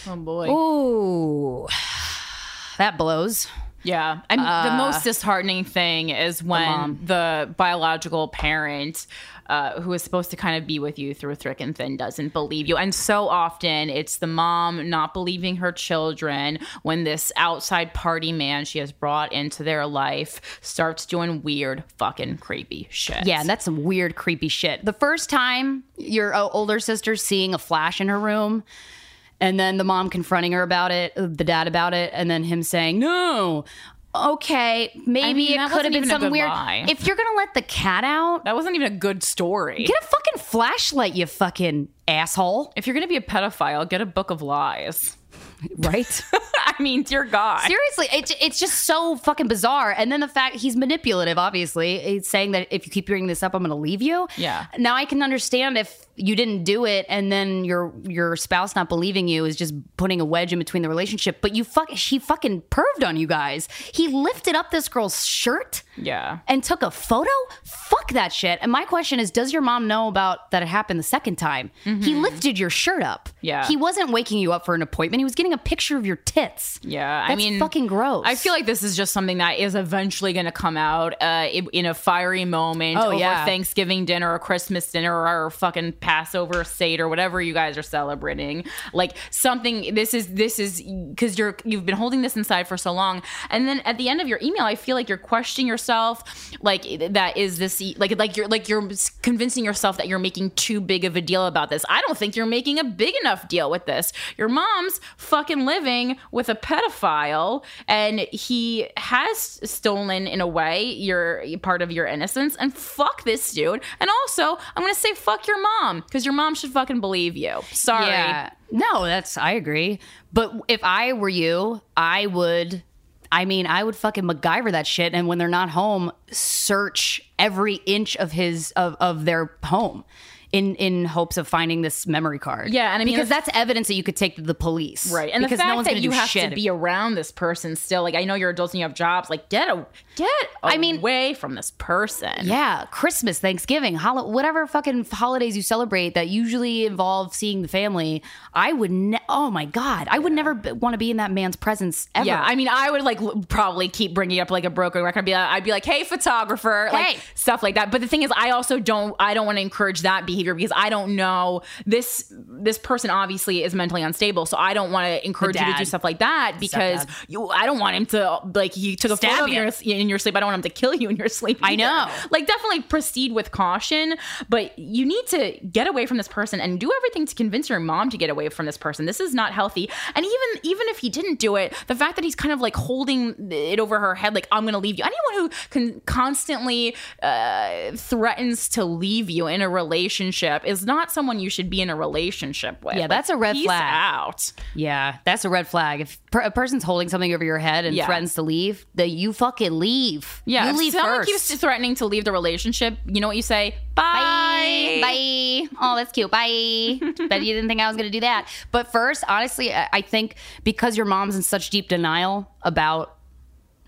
[SPEAKER 1] Oh boy.
[SPEAKER 2] Ooh, that blows.
[SPEAKER 1] Yeah. I mean, the
[SPEAKER 2] Uh,
[SPEAKER 1] most disheartening thing is when the, biological parent uh, who is supposed to kind of be with you through thick and thin doesn't believe you. And so often it's the mom not believing her children when this outside party man she has brought into their life starts doing weird, fucking creepy shit.
[SPEAKER 2] Yeah, and that's some weird, creepy shit. The first time your o- older sister's seeing a flash in her room, and then the mom confronting her about it, uh, the dad about it, and then him saying, "No, okay, maybe
[SPEAKER 1] mean, that
[SPEAKER 2] it could
[SPEAKER 1] wasn't
[SPEAKER 2] have been
[SPEAKER 1] even a
[SPEAKER 2] something
[SPEAKER 1] good
[SPEAKER 2] weird."
[SPEAKER 1] lie.
[SPEAKER 2] If you're gonna let the cat out,
[SPEAKER 1] That wasn't even a good story.
[SPEAKER 2] get a fucking flashlight, you fucking asshole.
[SPEAKER 1] if you're going to be a pedophile, get a book of lies.
[SPEAKER 2] Right?
[SPEAKER 1] I mean, dear God.
[SPEAKER 2] Seriously, it, it's just so fucking bizarre. And then the fact he's eh, manipulative, obviously, he's saying that if you keep bringing this up, I'm going to leave you.
[SPEAKER 1] Yeah.
[SPEAKER 2] Now I can understand if you didn't do it and then your your spouse not believing you is just putting a wedge in between the relationship but you fuck she fucking perved on you guys he lifted up this girl's shirt
[SPEAKER 1] Yeah.
[SPEAKER 2] and took a photo fuck that shit and my question is does your mom know about that it happened the second time he lifted your shirt up
[SPEAKER 1] Mm-hmm. Yeah.
[SPEAKER 2] he wasn't waking you up for an appointment he was getting a picture of your tits
[SPEAKER 1] Yeah, I
[SPEAKER 2] That's
[SPEAKER 1] mean,
[SPEAKER 2] fucking gross.
[SPEAKER 1] I feel like this is just something that is eventually going to come out uh, in, in a fiery moment
[SPEAKER 2] Oh,
[SPEAKER 1] over
[SPEAKER 2] yeah.
[SPEAKER 1] Thanksgiving dinner or Christmas dinner or fucking Passover Seder or whatever you guys are celebrating. Like something. This is this is because you're you've been holding this inside for so long, and then at the end of your email, I feel like you're questioning yourself. Like that is this e, like like you're like you're convincing yourself that you're making too big of a deal about this. I don't think you're making a big enough deal with this. Your mom's fucking living with a pedophile and he has stolen in a way your part of your innocence and fuck this dude. And also, I'm going to say fuck your mom cuz your mom should fucking believe you. Sorry.
[SPEAKER 2] Yeah. No, that's I agree. But if I were you, I would I mean, I would fucking MacGyver that shit and when they're not home, search every inch of his of, of their home in in hopes of finding this memory card.
[SPEAKER 1] Yeah, and I mean, if-
[SPEAKER 2] because that's evidence that you could take to the police.
[SPEAKER 1] Right. And
[SPEAKER 2] because
[SPEAKER 1] the fact that
[SPEAKER 2] gonna
[SPEAKER 1] you
[SPEAKER 2] do
[SPEAKER 1] have
[SPEAKER 2] shit
[SPEAKER 1] to
[SPEAKER 2] if-
[SPEAKER 1] be around this person still, like I know you're adults and you have jobs, like get a, get
[SPEAKER 2] I mean-
[SPEAKER 1] away from this person.
[SPEAKER 2] Yeah, Christmas, Thanksgiving, hol- whatever fucking holidays you celebrate that usually involve seeing the family. I would, ne- oh my god, I would never b- want to be in that man's presence ever.
[SPEAKER 1] Yeah, I mean, I would like l- probably keep bringing up like a broken record. I'd be like, I'd be like, hey, photographer, like
[SPEAKER 2] Hey.
[SPEAKER 1] stuff like that. But the thing is, I also don't, I don't want to encourage that behavior because I don't know this. This person obviously is mentally unstable, so I don't want to encourage you to do
[SPEAKER 2] dad.
[SPEAKER 1] stuff like that because
[SPEAKER 2] Stepdad.
[SPEAKER 1] you, I don't want him to like he took a
[SPEAKER 2] Stab
[SPEAKER 1] photo of
[SPEAKER 2] you.
[SPEAKER 1] your, in your sleep. I don't want him to kill you in your sleep.
[SPEAKER 2] I
[SPEAKER 1] either.
[SPEAKER 2] know.
[SPEAKER 1] Like, definitely proceed with caution, but you need to get away from this person and do everything to convince your mom to get away from this person. This is not healthy. And even even if he didn't do it, the fact that he's kind of like holding it over her head, like I'm going to leave you. Anyone who can constantly uh, threatens to leave you in a relationship is not someone you should be in a relationship with.
[SPEAKER 2] Yeah,
[SPEAKER 1] Like,
[SPEAKER 2] that's a red
[SPEAKER 1] peace
[SPEAKER 2] flag.
[SPEAKER 1] Out.
[SPEAKER 2] Yeah, that's a red flag. If per- a person's holding something over your head and
[SPEAKER 1] Yeah.
[SPEAKER 2] threatens to leave, then you fucking leave.
[SPEAKER 1] Yeah,
[SPEAKER 2] you leave
[SPEAKER 1] if someone
[SPEAKER 2] first.
[SPEAKER 1] keeps threatening to leave the relationship, you know what you say? Bye.
[SPEAKER 2] Bye. Bye. Oh, that's cute. Bye. Bet you didn't think I was going to do that. But first, honestly, I-, I think because your mom's in such deep denial about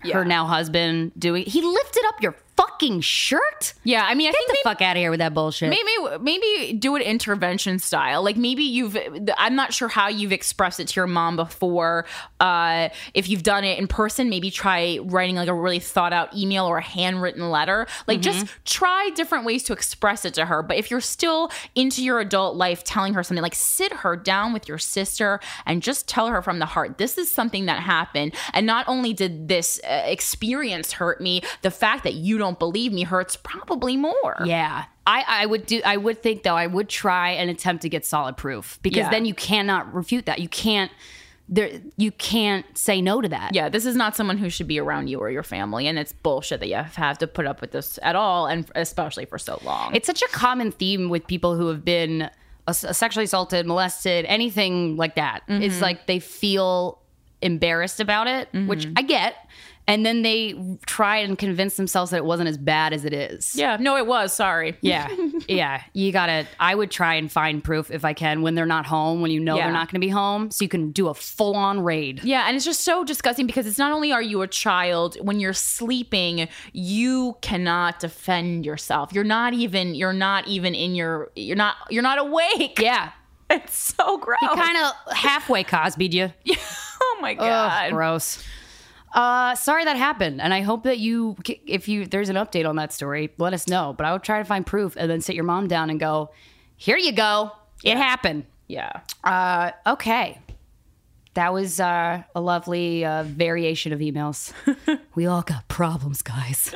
[SPEAKER 1] Yeah.
[SPEAKER 2] her now husband doing, he lifted up your fucking shirt.
[SPEAKER 1] Yeah, I mean, I
[SPEAKER 2] Get
[SPEAKER 1] think
[SPEAKER 2] the
[SPEAKER 1] maybe
[SPEAKER 2] fuck out of here with that bullshit.
[SPEAKER 1] maybe maybe do it intervention style like maybe you've i'm not sure how you've expressed it to your mom before uh if you've done it in person maybe try writing like a really thought out email or a handwritten letter like just try different ways to express it to her but if you're still into your adult life telling her something like sit her down with your sister and just tell her from the heart this is something that happened and not only did this uh, experience hurt me the fact that you don't believe me hurts probably more
[SPEAKER 2] Yeah. I, I would do I would think though I would try and attempt to get solid proof because
[SPEAKER 1] Yeah.
[SPEAKER 2] then you cannot refute that. You can't there you can't say no to that.
[SPEAKER 1] yeah, this is not someone who should be around you or your family, and it's bullshit that you have to put up with this at all, and especially for so long.
[SPEAKER 2] It's such a common theme with people who have been ass- sexually assaulted, molested, anything like that. It's like they feel embarrassed about it, which I get, and then they try and convince themselves that it wasn't as bad as it is.
[SPEAKER 1] yeah, no, it was. Sorry.
[SPEAKER 2] Yeah. Yeah. You got to, I would try and find proof if I can when they're not home, when you know
[SPEAKER 1] Yeah.
[SPEAKER 2] they're not going to be home. So you can do a full on raid.
[SPEAKER 1] Yeah, and it's just so disgusting because it's not only are you a child, when you're sleeping, you cannot defend yourself. You're not even you're not even in your you're not you're not awake.
[SPEAKER 2] Yeah. Oh.
[SPEAKER 1] It's so gross.
[SPEAKER 2] Kind of halfway Cosby'd you.
[SPEAKER 1] oh my god.
[SPEAKER 2] Ugh, gross. Uh, sorry that happened, and I hope that you, if you, there's an update on that story, let us know. But I would try to find proof, and then sit your mom down and go, "Here you go, it happened."
[SPEAKER 1] yeah.
[SPEAKER 2] Uh, okay, that was uh, a lovely uh, variation of emails. we all got problems, guys.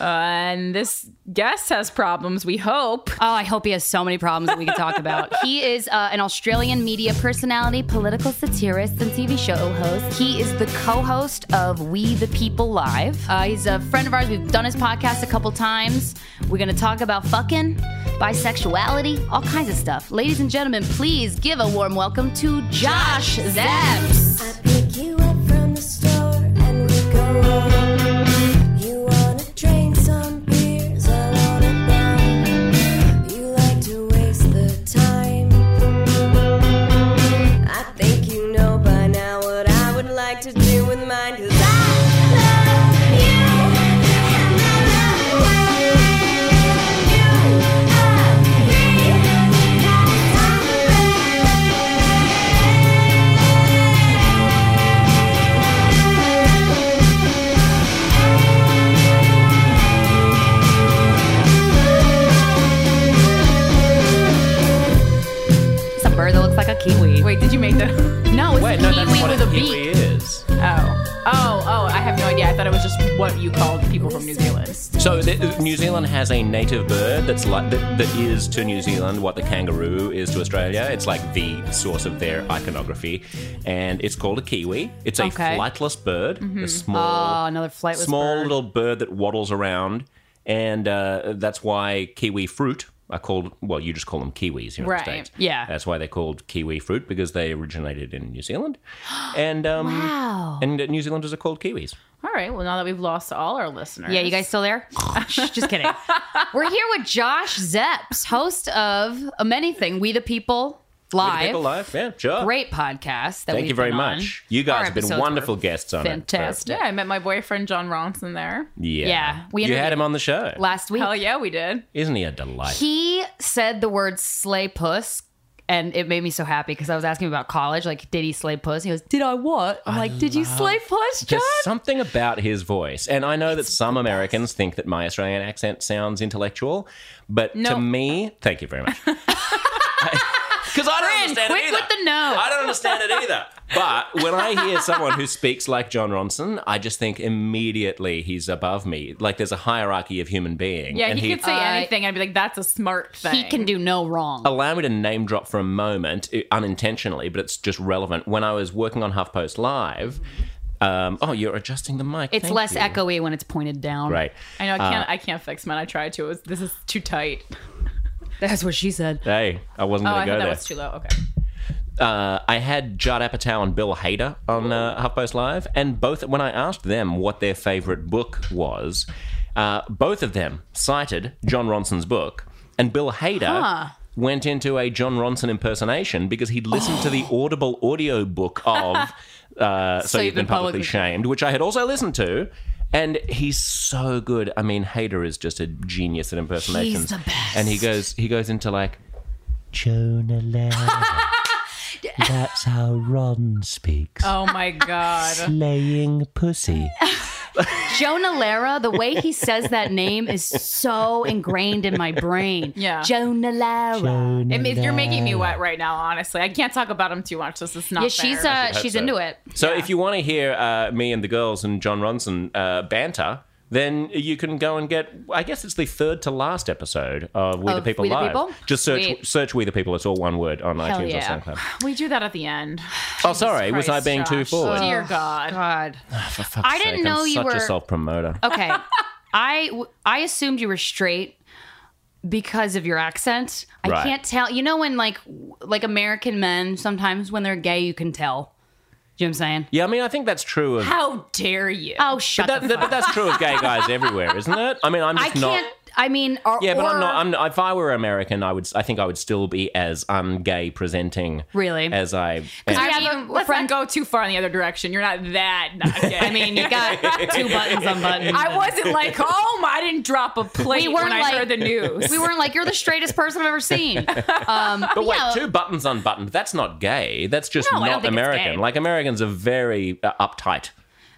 [SPEAKER 2] Oh,
[SPEAKER 1] And this guest has problems, we hope.
[SPEAKER 2] Oh, I hope he has so many problems that we can talk about. he is uh, an Australian media personality, political satirist, and TV show host. He is the co-host of We the People Live. Uh, he's a friend of ours. We've done his podcast a couple times. We're going to talk about fucking, bisexuality, all kinds of stuff. Ladies and gentlemen, please give a warm welcome to Josh Zepps.
[SPEAKER 4] I pick you up from the store and we go home. You wanna drink some beers, I wanna bum. You like to waste the with mine. 'Cause I love you, and I love the way you love me. That's all.
[SPEAKER 2] It's a bird that looks like a kiwi.
[SPEAKER 1] Wait, did you make the? No, it's
[SPEAKER 5] Wait,
[SPEAKER 1] kiwi
[SPEAKER 5] no, that's what
[SPEAKER 1] with a
[SPEAKER 5] a kiwi
[SPEAKER 1] beak.
[SPEAKER 5] is.
[SPEAKER 1] Oh, oh, oh! I have no idea. I thought it was just what you called people from New Zealand.
[SPEAKER 5] So the, New Zealand has a native bird that's like that, that is to New Zealand what the kangaroo is to Australia. It's like the source of their iconography, and it's called a kiwi. It's a
[SPEAKER 1] Okay. Mm-hmm. Ah,
[SPEAKER 5] flightless bird, a small,
[SPEAKER 2] Oh, another flightless
[SPEAKER 5] small
[SPEAKER 2] bird.
[SPEAKER 5] little bird that waddles around, and uh, that's why kiwi fruit are called. Well, you just call them kiwis here
[SPEAKER 1] Right.
[SPEAKER 5] in the states.
[SPEAKER 3] Yeah.
[SPEAKER 5] that's why they're called kiwi fruit because they originated in New Zealand, and um,
[SPEAKER 2] Wow.
[SPEAKER 5] and New Zealanders are called kiwis.
[SPEAKER 1] All right. Well, now that we've lost all our listeners,
[SPEAKER 2] Yeah, you guys still there? Shh, Just kidding. We're here with Josh Zepps, host of um, anything, We the People Live.
[SPEAKER 5] Pickle life, yeah, sure.
[SPEAKER 2] Great podcast. That
[SPEAKER 5] Thank
[SPEAKER 2] we've
[SPEAKER 5] you very
[SPEAKER 2] been on.
[SPEAKER 5] much. You
[SPEAKER 2] Our
[SPEAKER 5] guys have been
[SPEAKER 2] episodes were
[SPEAKER 5] wonderful guests on
[SPEAKER 2] Fantastic.
[SPEAKER 1] Yeah, I met my boyfriend John Ronson there.
[SPEAKER 5] it. Yeah.
[SPEAKER 2] Yeah, we
[SPEAKER 5] you
[SPEAKER 2] interviewed-
[SPEAKER 5] had him on the show.
[SPEAKER 2] Last week,
[SPEAKER 1] Hell yeah, we did.
[SPEAKER 5] Isn't he a delight?
[SPEAKER 2] he said the word slay puss. And it made me so happy because I was asking him about college. Like, did he slay puss? He goes, Did I what? I'm like, Did you slay puss, John?
[SPEAKER 5] There's something about his voice. And I know that some Americans think that my Australian accent sounds intellectual, but
[SPEAKER 1] No.
[SPEAKER 5] to me, thank you very much. Because I don't understand
[SPEAKER 2] quick
[SPEAKER 5] it either.
[SPEAKER 2] with the no.
[SPEAKER 5] I don't understand it either. But when I hear someone who speaks like John Ronson, I just think immediately he's above me. Like there's a hierarchy of human being.
[SPEAKER 1] Yeah,
[SPEAKER 5] and
[SPEAKER 1] he, could say
[SPEAKER 2] Uh,
[SPEAKER 1] anything. I'd be like, that's a smart thing.
[SPEAKER 2] He can do no wrong.
[SPEAKER 5] allow me to name drop for a moment i- unintentionally, but it's just relevant. When I was working on HuffPost Live, um, oh, you're adjusting the mic.
[SPEAKER 2] it's
[SPEAKER 5] Thank
[SPEAKER 2] less
[SPEAKER 5] you.
[SPEAKER 2] echoey when it's pointed down.
[SPEAKER 5] Right.
[SPEAKER 1] I know. I can't. I can't fix mine. I tried to. It was, this is too tight.
[SPEAKER 2] That's what she said.
[SPEAKER 5] Hey, I wasn't
[SPEAKER 1] Oh,
[SPEAKER 5] going
[SPEAKER 1] I
[SPEAKER 5] to
[SPEAKER 1] thought
[SPEAKER 5] go
[SPEAKER 1] that
[SPEAKER 5] there.
[SPEAKER 1] was too low. Okay.
[SPEAKER 5] uh, I had Judd Apatow and Bill Hader on uh, HuffPost Live, and both when I asked them what their favorite book was, uh, both of them cited John Ronson's book, and Bill Hader. Went into a John Ronson impersonation because he'd listened to the
[SPEAKER 1] Oh.
[SPEAKER 5] Audible audio book of uh, so, You've Been, Publicly Shamed, which I had also listened to. And he's so good. I mean, Hader is just a genius at impersonations.
[SPEAKER 2] the best.
[SPEAKER 5] And he goes, he goes into like, Jonah Lamb. That's how Ron speaks.
[SPEAKER 1] Oh my god.
[SPEAKER 5] Slaying pussy.
[SPEAKER 2] Jonah Lara, the way he says that name is so ingrained in my brain.
[SPEAKER 1] Yeah.
[SPEAKER 2] Jonah Lara.
[SPEAKER 1] It means you're making me wet right now. Honestly, I can't talk about him too much. This is not.
[SPEAKER 2] yeah, she's
[SPEAKER 1] fair.
[SPEAKER 2] uh, she's
[SPEAKER 5] so.
[SPEAKER 2] into it.
[SPEAKER 5] So if you want to hear uh, me and the girls and John Ronson uh, banter, then you can go and get. I guess it's the third to last episode of We the
[SPEAKER 2] Of
[SPEAKER 5] People
[SPEAKER 2] We the
[SPEAKER 5] Live.
[SPEAKER 2] People?
[SPEAKER 5] Just search
[SPEAKER 2] Sweet.
[SPEAKER 5] search We the People. It's all one word on iTunes
[SPEAKER 2] yeah.
[SPEAKER 5] or SoundCloud.
[SPEAKER 1] we do that at the end.
[SPEAKER 5] oh, sorry, was I
[SPEAKER 1] Christ,
[SPEAKER 5] being too
[SPEAKER 1] Josh.
[SPEAKER 5] forward?
[SPEAKER 1] Dear God.
[SPEAKER 2] God.
[SPEAKER 5] For fuck's
[SPEAKER 2] I didn't
[SPEAKER 5] sake, I'm
[SPEAKER 2] know you
[SPEAKER 5] such
[SPEAKER 2] were-
[SPEAKER 5] a self promoter.
[SPEAKER 2] Okay. I w- I assumed you were straight because of your accent. I
[SPEAKER 5] Right.
[SPEAKER 2] can't tell. You know when like w- like American men sometimes when they're gay you can tell. Do you know what I'm saying?
[SPEAKER 5] Yeah, I mean, I think that's true of.
[SPEAKER 1] How dare you?
[SPEAKER 2] Oh shut
[SPEAKER 5] that,
[SPEAKER 2] the
[SPEAKER 5] that- but that's true of gay guys everywhere, isn't it? I mean, I'm
[SPEAKER 2] I
[SPEAKER 5] just
[SPEAKER 2] can't.
[SPEAKER 5] not.
[SPEAKER 2] I mean, or,
[SPEAKER 5] Yeah, but
[SPEAKER 2] or-
[SPEAKER 5] I'm not. I'm not, if I were American, I would. I think I would still be as un-gay presenting.
[SPEAKER 2] Really?
[SPEAKER 5] As I. am.
[SPEAKER 2] I
[SPEAKER 1] I
[SPEAKER 2] have
[SPEAKER 1] mean,
[SPEAKER 2] a
[SPEAKER 1] let's
[SPEAKER 2] friend-
[SPEAKER 1] not go too far in the other direction. You're not that. Not gay.
[SPEAKER 2] I mean, you got two buttons unbuttoned.
[SPEAKER 1] I wasn't like, oh, my, I didn't drop a plate
[SPEAKER 2] We
[SPEAKER 1] when
[SPEAKER 2] weren't
[SPEAKER 1] I
[SPEAKER 2] like-
[SPEAKER 1] heard the news.
[SPEAKER 2] we weren't like you're the straightest person I've ever seen. Um,
[SPEAKER 5] but wait,
[SPEAKER 2] yeah.
[SPEAKER 5] two buttons unbuttoned. That's not gay. That's just
[SPEAKER 1] No, I don't
[SPEAKER 5] not
[SPEAKER 1] think it's
[SPEAKER 5] American.
[SPEAKER 1] gay.
[SPEAKER 5] Like Americans are very uh, uptight.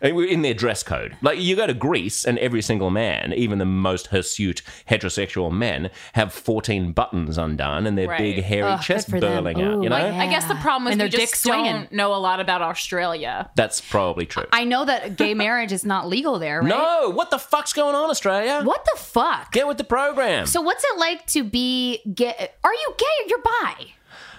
[SPEAKER 5] I mean, In their dress code, like you go to Greece, and every single man, even the most hirsute heterosexual men, have fourteen buttons undone and their
[SPEAKER 1] Right.
[SPEAKER 5] big hairy
[SPEAKER 2] Ugh, good
[SPEAKER 5] chest
[SPEAKER 2] for them.
[SPEAKER 5] burling
[SPEAKER 2] Ooh,
[SPEAKER 5] out. You know,
[SPEAKER 2] I-
[SPEAKER 1] I guess the problem is we
[SPEAKER 2] And their
[SPEAKER 1] just
[SPEAKER 2] dick's
[SPEAKER 1] don't
[SPEAKER 2] swinging.
[SPEAKER 1] know a lot about Australia.
[SPEAKER 5] that's probably true.
[SPEAKER 2] I know that gay marriage is not legal there, right?
[SPEAKER 5] no, what the fuck's going on, Australia?
[SPEAKER 2] What the fuck?
[SPEAKER 5] Get with the program.
[SPEAKER 2] So what's it like to be gay? Are you gay? You're bi.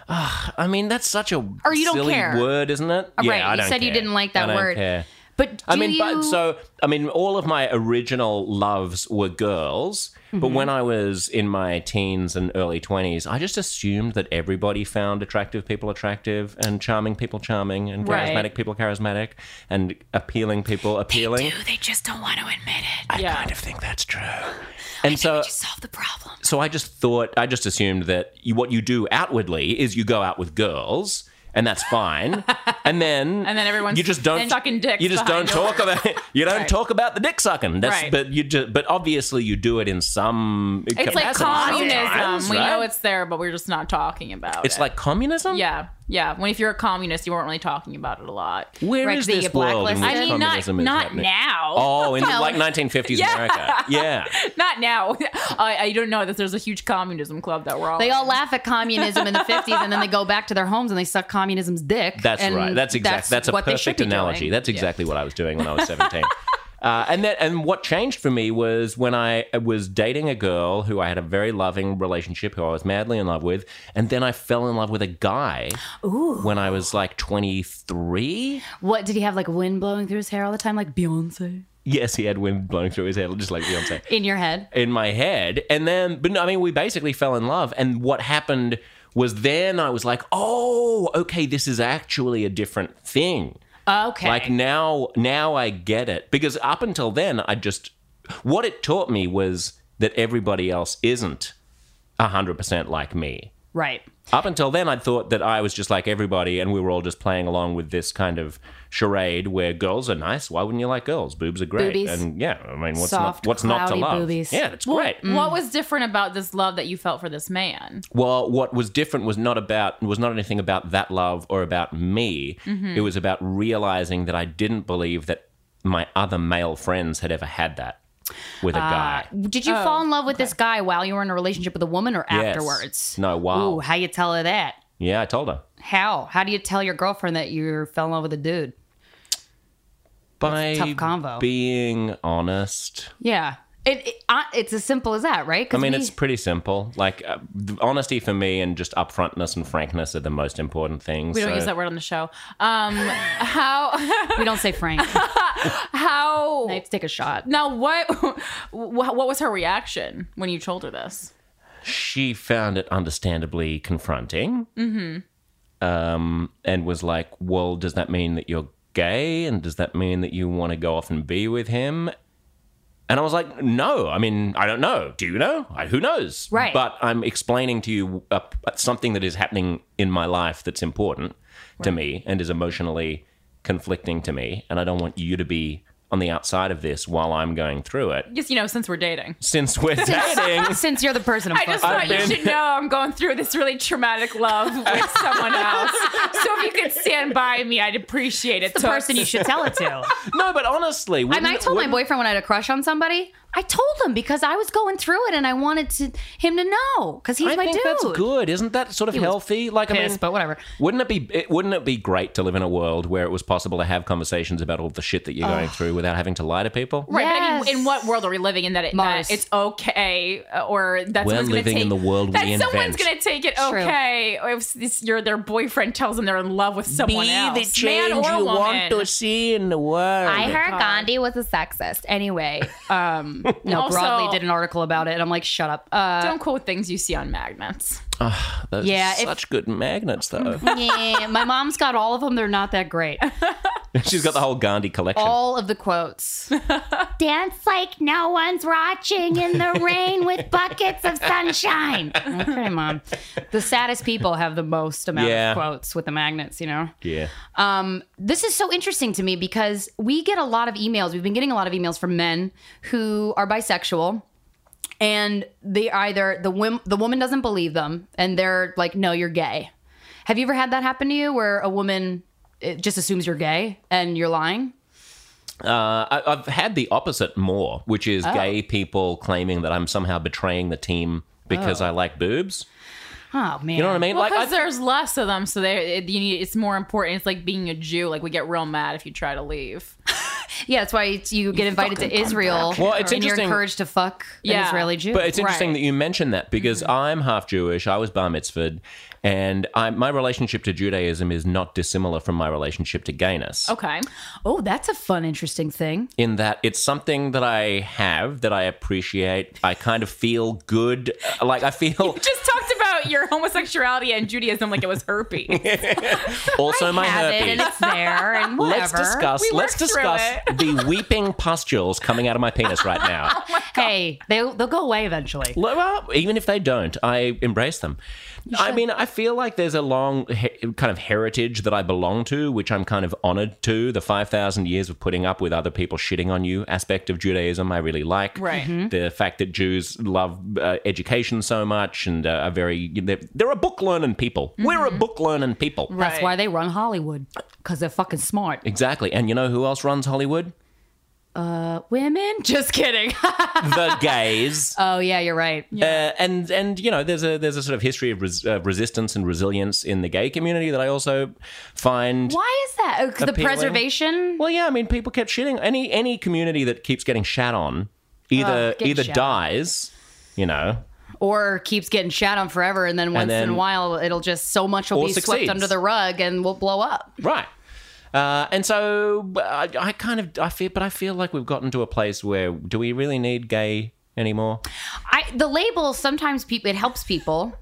[SPEAKER 5] I mean, that's such a
[SPEAKER 2] Or you don't
[SPEAKER 5] silly
[SPEAKER 2] care.
[SPEAKER 5] word, isn't it?
[SPEAKER 2] Oh,
[SPEAKER 5] yeah,
[SPEAKER 2] right.
[SPEAKER 5] I
[SPEAKER 2] You
[SPEAKER 5] don't
[SPEAKER 2] said you
[SPEAKER 5] care.
[SPEAKER 2] didn't like that
[SPEAKER 5] I don't
[SPEAKER 2] word.
[SPEAKER 5] care.
[SPEAKER 2] But do
[SPEAKER 5] I mean,
[SPEAKER 2] you,
[SPEAKER 5] but so I mean, all of my original loves were girls,
[SPEAKER 2] Mm-hmm.
[SPEAKER 5] but when I was in my teens and early twenties, I just assumed that everybody found attractive people attractive, and charming people charming, and
[SPEAKER 1] Right.
[SPEAKER 5] charismatic people charismatic, and appealing people appealing.
[SPEAKER 2] they just don't want to admit it.
[SPEAKER 5] I
[SPEAKER 1] Yeah.
[SPEAKER 5] kind of think that's true. And
[SPEAKER 1] uh,
[SPEAKER 5] so,
[SPEAKER 2] Solve the problem.
[SPEAKER 5] so I just thought, I just assumed that you, what you do outwardly is you go out with girls and that's fine. and then
[SPEAKER 1] And then everyone's
[SPEAKER 5] you just don't
[SPEAKER 1] then sucking dicks
[SPEAKER 5] You just don't
[SPEAKER 1] behind
[SPEAKER 5] talk about it. you don't talk about the dick sucking. That's
[SPEAKER 1] Right.
[SPEAKER 5] but you just but obviously you do it in some
[SPEAKER 1] It's like communism. we
[SPEAKER 5] right?
[SPEAKER 1] know it's there, but we're just not talking about
[SPEAKER 5] It's
[SPEAKER 1] it.
[SPEAKER 5] like communism.
[SPEAKER 1] yeah, yeah. When if you're a communist, you weren't really talking about it a lot.
[SPEAKER 5] Where
[SPEAKER 2] Right,
[SPEAKER 5] is
[SPEAKER 2] that you
[SPEAKER 5] this world? in
[SPEAKER 2] blacklist
[SPEAKER 5] which
[SPEAKER 1] I mean, not
[SPEAKER 5] communism is
[SPEAKER 1] not
[SPEAKER 5] happening?
[SPEAKER 1] now.
[SPEAKER 5] Oh, in like 1950s America. Yeah.
[SPEAKER 1] Not now. I, I don't know that there's a huge communism club that we're all.
[SPEAKER 2] They
[SPEAKER 1] in.
[SPEAKER 2] all laugh at communism in the 50s and then they go back to their homes and they suck communism's dick.
[SPEAKER 5] That's
[SPEAKER 2] and
[SPEAKER 5] right. That's exact. That's, a
[SPEAKER 2] what they should
[SPEAKER 5] perfect
[SPEAKER 2] be
[SPEAKER 5] analogy.
[SPEAKER 2] doing.
[SPEAKER 5] That's exactly what I was doing when I was seventeen. Uh, and that, and what changed for me was when I was dating a girl who I had a very loving relationship, who I was madly in love with, and then I fell in love with a guy when I was like twenty three.
[SPEAKER 2] What did he have like wind blowing through his hair all the time like Beyonce
[SPEAKER 5] Yes, he had wind blowing through his head, just like Beyonce.
[SPEAKER 2] in your head?
[SPEAKER 5] in my head. And then, but no, I mean, we basically fell in love. And what happened was then I was like, oh, okay, this is actually a different thing.
[SPEAKER 1] okay.
[SPEAKER 5] Like now, now I get it. Because up until then, I just, what it taught me was that everybody else isn't 100% like me.
[SPEAKER 2] Right.
[SPEAKER 5] Up until then, I thought that I was just like everybody, and we were all just playing along with this kind of charade where girls are nice. Why wouldn't you like girls? Boobs are great,
[SPEAKER 2] Boobies.
[SPEAKER 5] and yeah, I mean, what's
[SPEAKER 2] Soft,
[SPEAKER 5] not what's not to
[SPEAKER 2] cloudy
[SPEAKER 5] love?
[SPEAKER 2] boobies.
[SPEAKER 5] Yeah, it's great.
[SPEAKER 1] what was different about this love that you felt for this man?
[SPEAKER 5] Well, what was different was not about was not anything about that love or about me. It was about realizing that I didn't believe that my other male friends had ever had that with a guy.
[SPEAKER 2] Did you fall in love with this guy while you were in a relationship with a woman or
[SPEAKER 5] Yes.
[SPEAKER 2] afterwards?
[SPEAKER 5] No, wow.
[SPEAKER 2] Ooh, how you tell her that?
[SPEAKER 5] Yeah, I told her.
[SPEAKER 2] How? How do you tell your girlfriend that you fell in love with a dude?
[SPEAKER 5] By
[SPEAKER 2] tough convo.
[SPEAKER 5] being honest.
[SPEAKER 2] Yeah. It, it I, it's as simple as that, right?
[SPEAKER 5] I mean, it's pretty simple. Like uh, th- honesty for me and just upfrontness and frankness are the most important things.
[SPEAKER 1] We don't use that word on the show. Um, how
[SPEAKER 2] we don't say Frank.
[SPEAKER 1] how
[SPEAKER 2] Let's take a shot.
[SPEAKER 1] now what wh- what was her reaction when you told her this?
[SPEAKER 5] she found it understandably confronting. Mm-hmm. Um, and was like, well, does that mean that you're gay? And does that mean that you want to go off and be with him? And I was like, no, I mean, I don't know. Do you know? I, who knows?
[SPEAKER 2] Right.
[SPEAKER 5] But I'm explaining to you uh, something that is happening in my life that's important to me and is emotionally conflicting to me. And I don't want you to be on the outside of this while I'm going through it.
[SPEAKER 1] Just you know, since we're dating.
[SPEAKER 5] Since we're dating,
[SPEAKER 2] Since you're the person I'm
[SPEAKER 1] I just thought
[SPEAKER 2] fucking.
[SPEAKER 1] you
[SPEAKER 5] been-
[SPEAKER 1] should know I'm going through this really traumatic love with someone else. So if you could stand by me, I'd appreciate it.
[SPEAKER 2] the person you should tell it to.
[SPEAKER 5] no, but honestly,
[SPEAKER 2] And I told my boyfriend when I had a crush on somebody, I told him because I was going through it and I wanted to him to know because he's
[SPEAKER 5] I
[SPEAKER 2] my
[SPEAKER 5] think
[SPEAKER 2] dude.
[SPEAKER 5] that's good. Isn't that sort of
[SPEAKER 2] was
[SPEAKER 5] healthy? Like, I mean,
[SPEAKER 2] pissed, but whatever.
[SPEAKER 5] Wouldn't it be? It, wouldn't it be great to live in a world where it was possible to have conversations about all the shit that you're going through without having to lie to people?
[SPEAKER 1] Right, but I
[SPEAKER 2] Yes.
[SPEAKER 1] mean, in what world are we living in that, it,
[SPEAKER 2] Mars.
[SPEAKER 1] that it's okay, uh, or that
[SPEAKER 5] We're
[SPEAKER 1] someone's gonna
[SPEAKER 5] living in
[SPEAKER 1] take-
[SPEAKER 5] the world
[SPEAKER 1] that
[SPEAKER 5] we
[SPEAKER 1] someone's
[SPEAKER 5] invent.
[SPEAKER 1] going to take it
[SPEAKER 2] True.
[SPEAKER 1] okay if this, your their boyfriend tells them they're in love with someone else, man or woman.
[SPEAKER 5] see in the world.
[SPEAKER 2] I heard Gandhi was a sexist. Anyway, um, no,
[SPEAKER 1] Also-
[SPEAKER 2] Broadly did an article about it, and I'm like, shut up. Uh,
[SPEAKER 1] Don't quote things you see on magnets.
[SPEAKER 5] Those
[SPEAKER 2] Yeah,
[SPEAKER 5] yeah,
[SPEAKER 2] if-
[SPEAKER 5] such good magnets though.
[SPEAKER 2] yeah, my mom's got all of them. They're not that great.
[SPEAKER 5] She's got the whole Gandhi collection.
[SPEAKER 2] All of the quotes.
[SPEAKER 4] Dance like no one's watching in the rain with buckets of sunshine.
[SPEAKER 2] Okay, mom. The saddest people have the most amount
[SPEAKER 5] Yeah.
[SPEAKER 2] of quotes with the magnets. You know.
[SPEAKER 5] yeah.
[SPEAKER 2] Um, this is so interesting to me because we get a lot of emails. We've been getting a lot of emails from men who are bisexual, and they either the wom- the woman doesn't believe them, and they're like, "No, you're gay." Have you ever had that happen to you, where a woman eh, just assumes you're gay and you're lying?
[SPEAKER 5] I, I've had the opposite more, which is
[SPEAKER 2] Oh.
[SPEAKER 5] gay people claiming that I'm somehow betraying the team because I like boobs.
[SPEAKER 2] Oh man,
[SPEAKER 5] You know what I mean?
[SPEAKER 1] Because
[SPEAKER 5] I,
[SPEAKER 1] there's less of them, so they it, you need, it's more important. It's like being a Jew. Like we get real mad if you try to leave.
[SPEAKER 2] Yeah, that's why it's, you get invited to Israel,
[SPEAKER 5] Well, it's
[SPEAKER 2] and you're
[SPEAKER 5] interesting-
[SPEAKER 2] encouraged to fuck an
[SPEAKER 1] Yeah.
[SPEAKER 2] Israeli Jew.
[SPEAKER 5] But it's interesting
[SPEAKER 1] Right.
[SPEAKER 5] that you mentioned that because I'm half Jewish. I was bar mitzvahed, and I, my relationship to Judaism is not dissimilar from my relationship to gayness.
[SPEAKER 1] Okay,
[SPEAKER 2] oh, that's a fun, interesting thing.
[SPEAKER 5] In that it's something that I have that I appreciate. I kind of feel good. Like I feel.
[SPEAKER 1] just talked about about your homosexuality and Judaism like it was herpes.
[SPEAKER 5] Also, my
[SPEAKER 3] have it
[SPEAKER 5] herpes.
[SPEAKER 3] and it's there and whatever.
[SPEAKER 5] Let's discuss.
[SPEAKER 1] We
[SPEAKER 5] let's
[SPEAKER 1] worked through
[SPEAKER 5] discuss
[SPEAKER 1] it.
[SPEAKER 5] the weeping pustules coming out of my penis right now.
[SPEAKER 2] Hey, they, they'll go away eventually.
[SPEAKER 5] Well, well, even if they don't, I embrace them. I mean, I feel like there's a long he- kind of heritage that I belong to, which I'm kind of honored to. The 5,000 years of putting up with other people shitting on you aspect of Judaism, I really like.
[SPEAKER 1] Right.
[SPEAKER 5] The fact that Jews love uh, education so much and uh, are very, they're, they're a book learning people. We're a book learning people.
[SPEAKER 2] That's
[SPEAKER 1] Mm-hmm. Right.
[SPEAKER 2] why they run Hollywood because they're fucking smart.
[SPEAKER 5] Exactly. And you know who else runs Hollywood?
[SPEAKER 2] Women? Just kidding.
[SPEAKER 5] The gays.
[SPEAKER 2] oh, yeah, you're right.
[SPEAKER 5] Uh, and and you know there's a there's a sort of history of res- uh, resistance and resilience in the gay community that I also find.
[SPEAKER 2] Why is that? Oh, 'cause the
[SPEAKER 5] Appealing.
[SPEAKER 2] preservation?
[SPEAKER 5] Well, yeah, I mean people kept shitting any any community that keeps getting shat on either
[SPEAKER 2] gets
[SPEAKER 5] either
[SPEAKER 2] Oh, shat on.
[SPEAKER 5] dies, you know,
[SPEAKER 2] Or keeps getting shat on forever, and then once
[SPEAKER 5] then-
[SPEAKER 2] in a while, it'll just so much will
[SPEAKER 5] Or
[SPEAKER 2] be swept
[SPEAKER 5] succeeds.
[SPEAKER 2] under the rug and we'll blow up.
[SPEAKER 5] right. Uh, and so I, I kind of I feel, but I feel like we've gotten to a place where do we really need gay anymore?
[SPEAKER 2] I The label sometimes people it helps people,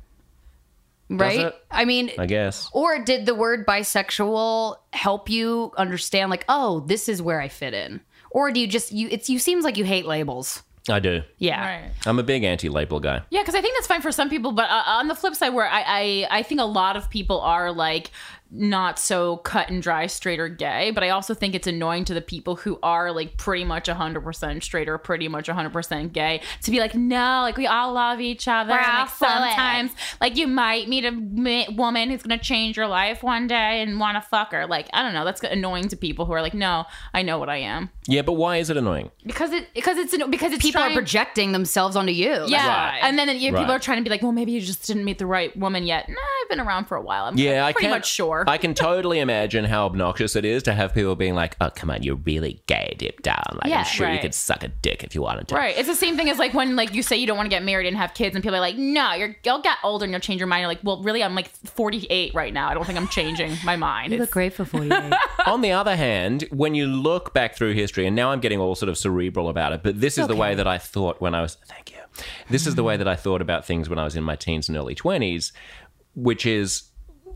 [SPEAKER 2] right?
[SPEAKER 5] it?
[SPEAKER 2] I mean,
[SPEAKER 5] I guess.
[SPEAKER 2] or did the word bisexual help you understand, like, oh, this is where I fit in? Or do you just you? It's you seems like you hate labels.
[SPEAKER 5] I do.
[SPEAKER 2] Yeah.
[SPEAKER 1] Right.
[SPEAKER 5] I'm a big anti-label guy.
[SPEAKER 1] Yeah, because I think that's fine for some people, but uh, on the flip side, where I, I I think a lot of people are like not so cut and dry straight or gay, but I also think it's annoying to the people who are like pretty much 100% straight or pretty much 100% gay to be like, no, like we all love each other. and,
[SPEAKER 2] all
[SPEAKER 1] like,
[SPEAKER 2] for it.
[SPEAKER 1] sometimes, like you might meet a m- woman who's gonna change your life one day and want to fuck her. Like I don't know, that's annoying to people who are like, no, I know what I am
[SPEAKER 5] Yeah, but why is it annoying?
[SPEAKER 1] because it because it's an- because it's
[SPEAKER 2] People are
[SPEAKER 1] trying-
[SPEAKER 2] projecting themselves onto you. That's
[SPEAKER 1] yeah,
[SPEAKER 5] Right.
[SPEAKER 1] and then you know,
[SPEAKER 5] Right.
[SPEAKER 1] people are trying to be like, "Well, maybe you just didn't meet the right woman yet." Nah, I've been around for a while. I'm
[SPEAKER 5] Yeah, I
[SPEAKER 1] pretty
[SPEAKER 5] can,
[SPEAKER 1] much sure.
[SPEAKER 5] I can totally imagine how obnoxious it is to have people being like, "Oh, come on, you're really gay deep down. Like,
[SPEAKER 2] Yeah,
[SPEAKER 5] I'm sure you
[SPEAKER 1] right.
[SPEAKER 5] could suck a dick if you wanted to."
[SPEAKER 1] right? It's the same thing as like when like you say you don't want to get married and have kids, and people are like, "No, you're you'll get older and you'll change your mind." You're like, "Well, really, I'm like 48 right now. I don't think I'm changing my mind." It's-
[SPEAKER 2] great for 48.
[SPEAKER 5] On the other hand, when you look back through history, and now I'm getting all sort of cerebral about it, but this is the way that I thought when I was. Thank you. This is the way that I thought about things when I was in my teens and early twenties, which is.